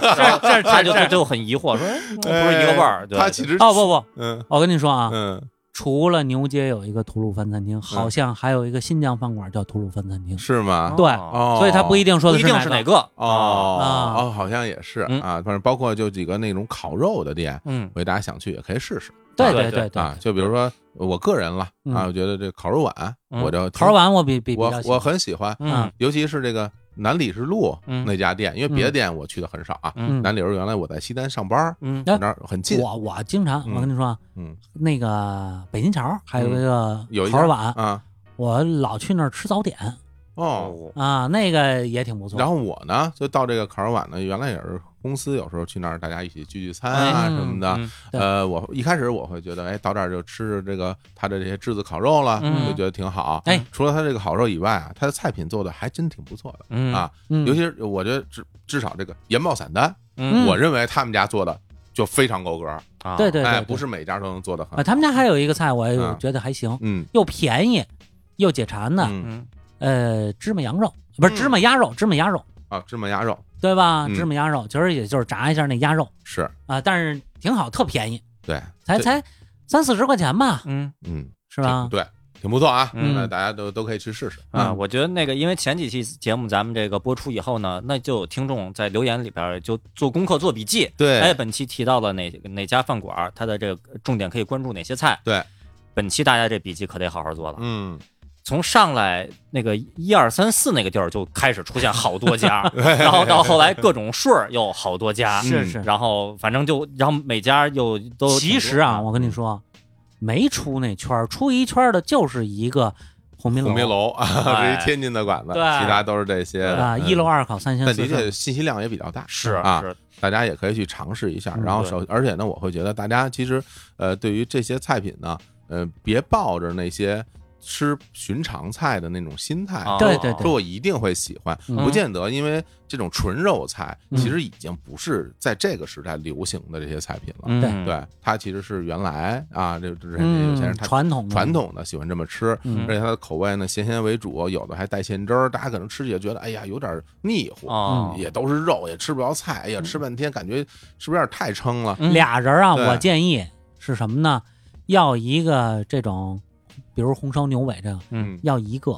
[SPEAKER 3] 这这他就就就很疑惑，说哎啊不是一个味儿。对
[SPEAKER 1] 哎它其实
[SPEAKER 2] 哦不不，
[SPEAKER 1] 嗯
[SPEAKER 2] 我跟你说啊，
[SPEAKER 1] 嗯
[SPEAKER 2] 除了牛街有一个吐鲁番餐厅，好像还有一个新疆饭馆叫吐鲁番餐厅，
[SPEAKER 1] 是吗？
[SPEAKER 2] 对
[SPEAKER 3] 哦
[SPEAKER 1] 哦，
[SPEAKER 2] 所以它不一定说
[SPEAKER 3] 不
[SPEAKER 2] 的
[SPEAKER 3] 一定是哪
[SPEAKER 2] 哪个。
[SPEAKER 3] 个
[SPEAKER 1] 哦
[SPEAKER 3] 啊
[SPEAKER 2] 啊
[SPEAKER 1] 哦，好像也是
[SPEAKER 3] 嗯
[SPEAKER 1] 啊，反正包括就几个那种烤肉的店，
[SPEAKER 3] 嗯
[SPEAKER 1] 我觉得大家想去也可以试试
[SPEAKER 2] 对
[SPEAKER 3] 对
[SPEAKER 2] 对
[SPEAKER 3] 对
[SPEAKER 2] 对，
[SPEAKER 1] 啊。就比如说我个人了
[SPEAKER 2] 嗯
[SPEAKER 1] 啊，我觉得这烤肉碗，
[SPEAKER 3] 嗯
[SPEAKER 1] 我就
[SPEAKER 2] 桃儿碗我比比比较
[SPEAKER 1] 我
[SPEAKER 2] 喜欢
[SPEAKER 1] 我很喜欢，
[SPEAKER 3] 嗯
[SPEAKER 1] 尤其是这个南礼士路
[SPEAKER 3] 嗯
[SPEAKER 1] 那家店，因为别的店我去的很少啊。
[SPEAKER 3] 嗯
[SPEAKER 1] 南礼士原来我在西单上班，
[SPEAKER 3] 嗯
[SPEAKER 2] 哎
[SPEAKER 1] 那儿很近，
[SPEAKER 2] 我我经常
[SPEAKER 1] 嗯
[SPEAKER 2] 我跟你说啊，
[SPEAKER 1] 嗯
[SPEAKER 2] 那个北京桥还有一个
[SPEAKER 1] 有一
[SPEAKER 2] 桃
[SPEAKER 1] 家
[SPEAKER 2] 儿碗，
[SPEAKER 1] 啊
[SPEAKER 2] 我老去那儿吃早点
[SPEAKER 1] 哦。，
[SPEAKER 2] 啊，那个也挺不错。
[SPEAKER 1] 然后我呢，就到这个烤肉碗呢，原来也是公司有时候去那儿大家一起聚聚餐啊
[SPEAKER 2] 哎
[SPEAKER 1] 什么的。
[SPEAKER 3] 嗯
[SPEAKER 2] 对
[SPEAKER 1] 呃，我一开始我会觉得，哎，到这儿就吃这个他的这些炙子烤肉了，
[SPEAKER 3] 嗯
[SPEAKER 1] 就觉得挺好。
[SPEAKER 2] 哎，
[SPEAKER 1] 除了他这个烤肉以外啊，他的菜品做的还真挺不错的。
[SPEAKER 3] 嗯
[SPEAKER 1] 啊
[SPEAKER 2] 嗯
[SPEAKER 1] 尤其是我觉得至至少这个盐爆散丹，
[SPEAKER 3] 嗯
[SPEAKER 1] 我认为他们家做的就非常够格儿。
[SPEAKER 3] 啊
[SPEAKER 2] 对对
[SPEAKER 1] 哎，不是每家都能做的很
[SPEAKER 2] 啊，
[SPEAKER 1] 好。
[SPEAKER 2] 他们家还有一个菜，我
[SPEAKER 1] 嗯
[SPEAKER 2] 觉得还行，
[SPEAKER 1] 嗯，
[SPEAKER 2] 又便宜又解馋的，
[SPEAKER 1] 嗯
[SPEAKER 3] 嗯
[SPEAKER 2] 呃，芝麻羊肉不是
[SPEAKER 1] 嗯
[SPEAKER 2] 芝麻鸭肉，芝麻鸭肉
[SPEAKER 1] 啊，芝麻鸭肉
[SPEAKER 2] 对吧？
[SPEAKER 1] 嗯
[SPEAKER 2] 芝麻鸭肉其实也就是炸一下那鸭肉
[SPEAKER 1] 是
[SPEAKER 2] 啊，但是挺好，特便宜，
[SPEAKER 1] 对，
[SPEAKER 2] 才
[SPEAKER 1] 这
[SPEAKER 2] 才三四十块钱吧，
[SPEAKER 3] 嗯
[SPEAKER 1] 嗯，
[SPEAKER 2] 是吧哎
[SPEAKER 1] 挺？对，挺不错啊，
[SPEAKER 3] 嗯
[SPEAKER 1] 那大家都都可以去试试
[SPEAKER 3] 啊，
[SPEAKER 1] 啊。
[SPEAKER 3] 我觉得那个，因为前几期节目咱们这个播出以后呢，那就有听众在留言里边就做功课、做笔记。
[SPEAKER 1] 对
[SPEAKER 3] 哎，本期提到了哪哪家饭馆，它的这个重点可以关注哪些菜？
[SPEAKER 1] 对，
[SPEAKER 3] 本期大家这笔记可得好好做了。
[SPEAKER 1] 嗯，
[SPEAKER 3] 从上来那个一二三四那个地儿就开始出现好 多家，然后到后来各种顺儿又好多家，
[SPEAKER 2] 是
[SPEAKER 1] 嗯
[SPEAKER 2] 是，
[SPEAKER 3] 然后反正就然后每家又都挺
[SPEAKER 2] 其
[SPEAKER 3] 多
[SPEAKER 2] 实啊，我
[SPEAKER 1] 嗯
[SPEAKER 2] 跟你说，没出那圈儿，出一圈儿的就是一个红宾楼，
[SPEAKER 1] 红别楼啊，
[SPEAKER 3] 哎
[SPEAKER 1] 这是天津的馆子，
[SPEAKER 3] 对
[SPEAKER 1] 其他都是这些
[SPEAKER 2] 啊，
[SPEAKER 1] 嗯
[SPEAKER 2] 一楼二烤三鲜
[SPEAKER 1] 但
[SPEAKER 2] 四
[SPEAKER 1] 的
[SPEAKER 2] 圣
[SPEAKER 1] 确信息量也比较大，
[SPEAKER 3] 是
[SPEAKER 1] 啊，
[SPEAKER 3] 是
[SPEAKER 1] 大家也可以去尝试一下。
[SPEAKER 2] 嗯
[SPEAKER 1] 然后
[SPEAKER 3] 对
[SPEAKER 1] 首，而且呢，我会觉得大家其实呃，对于这些菜品呢，呃，别抱着那些吃寻常菜的那种心态，
[SPEAKER 3] 啊
[SPEAKER 2] 对对对
[SPEAKER 1] 说我一定会喜欢，
[SPEAKER 2] 嗯
[SPEAKER 1] 不见得，因为这种纯肉菜
[SPEAKER 2] 嗯
[SPEAKER 1] 其实已经不是在这个时代流行的这些菜品了。
[SPEAKER 3] 嗯
[SPEAKER 1] 对，它其实是原来啊，这这这有些
[SPEAKER 2] 嗯
[SPEAKER 1] 人，他
[SPEAKER 2] 传统的
[SPEAKER 1] 传，统的喜欢这么吃，
[SPEAKER 2] 嗯
[SPEAKER 1] 而且它的口味呢咸鲜为主，有的还带馅汁儿，大家可能吃起来觉得哎呀有点腻乎，
[SPEAKER 3] 哦，
[SPEAKER 1] 也都是肉，也吃不着菜，哎呀吃半天感觉是不是有点太撑了？
[SPEAKER 3] 嗯
[SPEAKER 2] 俩人啊，
[SPEAKER 1] 对
[SPEAKER 2] 我建议是什么呢？要一个这种，比如红烧牛尾这个，
[SPEAKER 1] 嗯，
[SPEAKER 2] 要一个，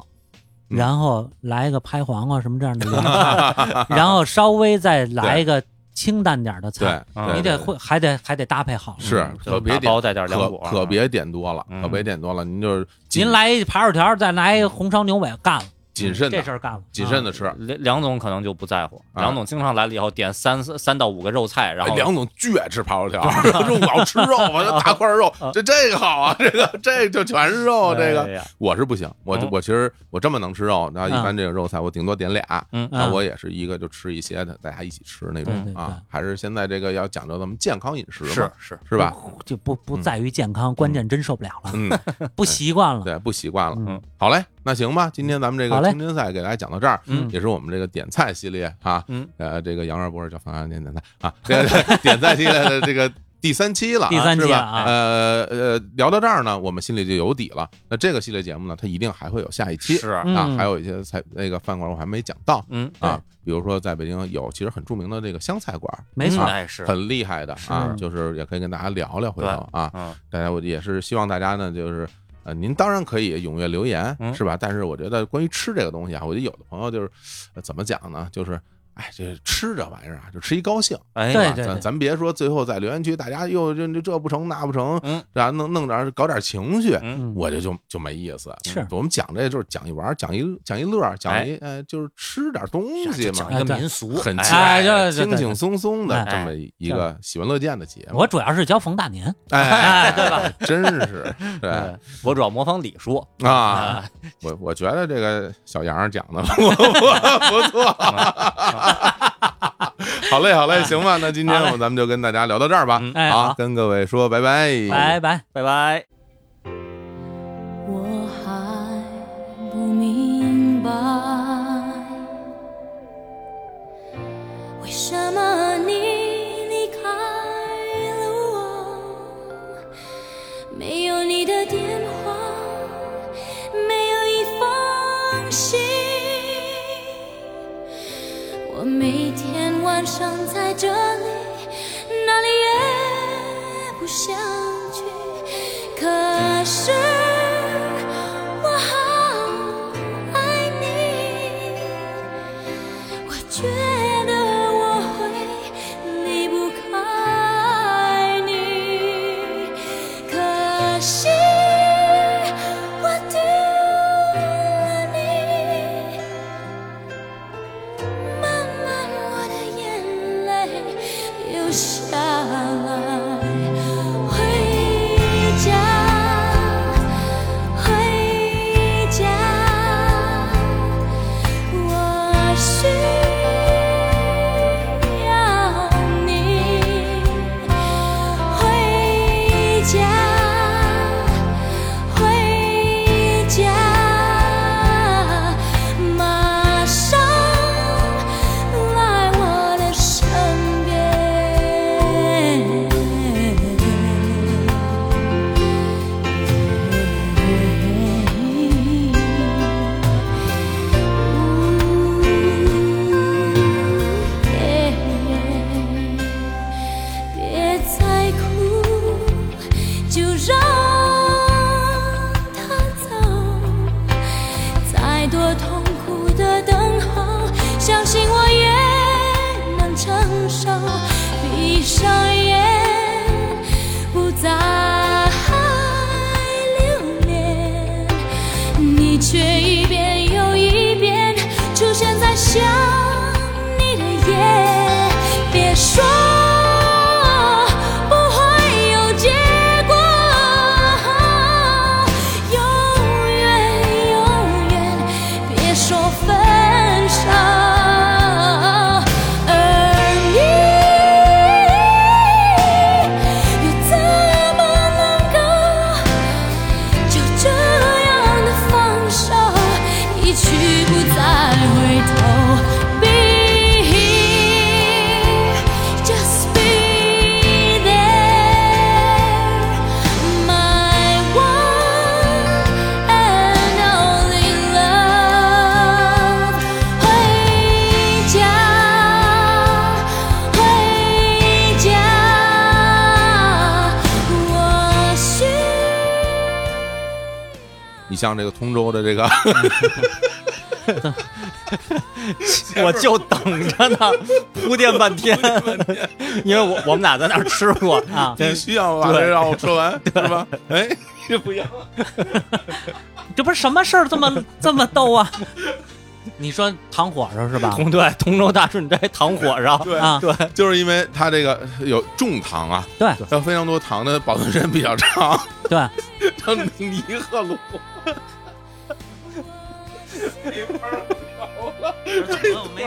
[SPEAKER 1] 嗯
[SPEAKER 2] 然后来一个拍黄瓜什么这样的凉菜， 然后稍微再来一个清淡点的
[SPEAKER 1] 对
[SPEAKER 2] 菜，，
[SPEAKER 3] 嗯
[SPEAKER 1] 对
[SPEAKER 2] 你得会还得还得搭配好。
[SPEAKER 1] 是
[SPEAKER 3] 嗯
[SPEAKER 1] 可别
[SPEAKER 3] 打
[SPEAKER 1] 点
[SPEAKER 3] 包带点
[SPEAKER 1] 对
[SPEAKER 3] 凉
[SPEAKER 1] 可
[SPEAKER 3] 果，啊
[SPEAKER 1] 可别点多了，
[SPEAKER 3] 嗯
[SPEAKER 1] 可别点多了，您就是谨
[SPEAKER 2] 您来一扒肉条儿，再来一红烧牛尾，干了
[SPEAKER 1] 谨慎
[SPEAKER 2] 这
[SPEAKER 1] 的
[SPEAKER 2] 事儿干了，啊
[SPEAKER 1] 谨慎的
[SPEAKER 2] 的。
[SPEAKER 1] 吃。哎
[SPEAKER 3] 梁梁总可能就不在乎，
[SPEAKER 1] 啊
[SPEAKER 3] 梁总经常来了以后点三三到五个肉菜，然
[SPEAKER 1] 哎
[SPEAKER 3] 后
[SPEAKER 1] 梁总巨爱吃扒肉条， 说我要吃肉，我要大块肉，
[SPEAKER 3] 嗯
[SPEAKER 1] 这这个好啊，这个这就全是肉，这个
[SPEAKER 3] 哎呀
[SPEAKER 1] 我是不行，我
[SPEAKER 2] 哦
[SPEAKER 3] 嗯
[SPEAKER 1] 我其实我这么能吃肉，然后一般
[SPEAKER 2] 嗯
[SPEAKER 1] 这个肉菜我顶多点俩，
[SPEAKER 3] 嗯
[SPEAKER 1] 那
[SPEAKER 2] 嗯
[SPEAKER 1] 我也是一个就吃一些的，大家一起吃那
[SPEAKER 2] 对
[SPEAKER 1] 种
[SPEAKER 2] 对
[SPEAKER 1] 啊
[SPEAKER 2] 对，
[SPEAKER 1] 还是现在这个要讲究咱们健康饮食嘛，
[SPEAKER 3] 是是，
[SPEAKER 1] 是吧？
[SPEAKER 2] 不？就不不在于健康，关键真受不了了，
[SPEAKER 1] 嗯，
[SPEAKER 2] 不习惯 了。
[SPEAKER 1] 对，不习惯了。
[SPEAKER 2] 嗯
[SPEAKER 1] 好嘞，那行吧，今天咱们这
[SPEAKER 2] 好
[SPEAKER 1] 个
[SPEAKER 2] 嘞
[SPEAKER 1] 清真菜给大家讲到这儿，
[SPEAKER 3] 嗯
[SPEAKER 1] 也是我们这个点菜系列啊，
[SPEAKER 3] 嗯，
[SPEAKER 1] 呃，这个杨二博士叫方向点点菜啊， 这个点菜系列的这个。第三期了啊，
[SPEAKER 2] 第三期
[SPEAKER 1] 是吧
[SPEAKER 2] 了啊
[SPEAKER 1] 呃呃，聊到这儿呢，我们心里就有底了。那这个系列节目呢，它一定还会有下一期
[SPEAKER 3] 是
[SPEAKER 1] 啊，
[SPEAKER 2] 嗯
[SPEAKER 1] 还有一些菜那个饭馆我还没讲到
[SPEAKER 3] 嗯，
[SPEAKER 1] 啊，比如说在北京有其实很著名的这个湘菜馆，
[SPEAKER 2] 没错
[SPEAKER 1] 啊，
[SPEAKER 3] 哎是，
[SPEAKER 1] 很厉害的啊，
[SPEAKER 2] 是
[SPEAKER 1] 就是也可以跟大家聊聊回头啊。
[SPEAKER 3] 嗯
[SPEAKER 1] 大家我也是希望大家呢，就是呃，您当然可以踊跃留言，
[SPEAKER 3] 嗯
[SPEAKER 1] 是吧？但是我觉得关于吃这个东西啊，我觉得有的朋友就是、呃怎么讲呢，就是。哎，这吃这玩意儿啊，就吃一高兴，
[SPEAKER 3] 哎，
[SPEAKER 2] 对
[SPEAKER 1] 啊咱咱别说最后在留言区大家又这这这不成那不成，
[SPEAKER 3] 嗯，
[SPEAKER 1] 然后弄弄点儿搞点儿情绪，
[SPEAKER 2] 嗯，
[SPEAKER 1] 我这就就没意思。
[SPEAKER 2] 是
[SPEAKER 1] 我们讲这就是讲一玩儿，讲一讲一乐儿，
[SPEAKER 3] 哎
[SPEAKER 1] 讲一呃，就是吃点儿东西嘛
[SPEAKER 3] 啊讲，一个民俗，
[SPEAKER 1] 很
[SPEAKER 3] 哎
[SPEAKER 1] 轻
[SPEAKER 2] 哎啊对对
[SPEAKER 1] 轻
[SPEAKER 2] 对
[SPEAKER 1] 轻松松的
[SPEAKER 2] 哎
[SPEAKER 1] 这么一个喜闻乐见的节目。
[SPEAKER 2] 我主要是教冯大年，
[SPEAKER 1] 哎，对吧？ 真是对
[SPEAKER 3] 哎我主要模仿李叔
[SPEAKER 1] 啊！，我我觉得这个小杨儿讲的 我我不错。好嘞，好嘞，行吧，那今天
[SPEAKER 2] 哎好嘞
[SPEAKER 1] 我咱们就跟大家聊到这儿吧。
[SPEAKER 3] 嗯
[SPEAKER 2] 哎，
[SPEAKER 1] 好，
[SPEAKER 2] 好，
[SPEAKER 1] 跟各位说拜拜，
[SPEAKER 2] 拜拜。
[SPEAKER 3] 拜拜。
[SPEAKER 4] 我还不明白，为什么你离开了我，没有你的电话，没有一封信。我每天晚上在这里，哪里也不想去，可是我好爱你，我觉得我会离不开你，可惜我丢了你。慢慢，我的眼泪流下来。回家，回家，我需要你。回家，回家。马上来我的身边。别再哭，就让它走。再多痛苦的等候，相信我也能承受。闭上眼，不再留恋，你却一遍又一遍出现在想你的夜。别说。不会有结果，永远永远别说分手，而你又怎么能够就这样的放手，一去不再回头？Be Oh, here, just be there, my one and only love。回家，回家，我需。
[SPEAKER 1] 你像这个通州的这个，
[SPEAKER 3] 我就等着呢，铺垫半天，因为我我们俩在那儿吃过
[SPEAKER 2] 啊
[SPEAKER 1] 你需要把这让我说完是吧？哎，这不要。
[SPEAKER 2] 这不是什么事儿这么这么逗啊？ 你说糖火烧是吧？
[SPEAKER 3] 通对通州大顺斋糖火烧，
[SPEAKER 1] 对
[SPEAKER 2] 啊，
[SPEAKER 3] 对，
[SPEAKER 1] 就是因为它这个有重糖啊，
[SPEAKER 2] 对
[SPEAKER 1] 有非常多糖的保存时间比较长，
[SPEAKER 2] 对，
[SPEAKER 1] 让你一喝鲁。
[SPEAKER 2] 我没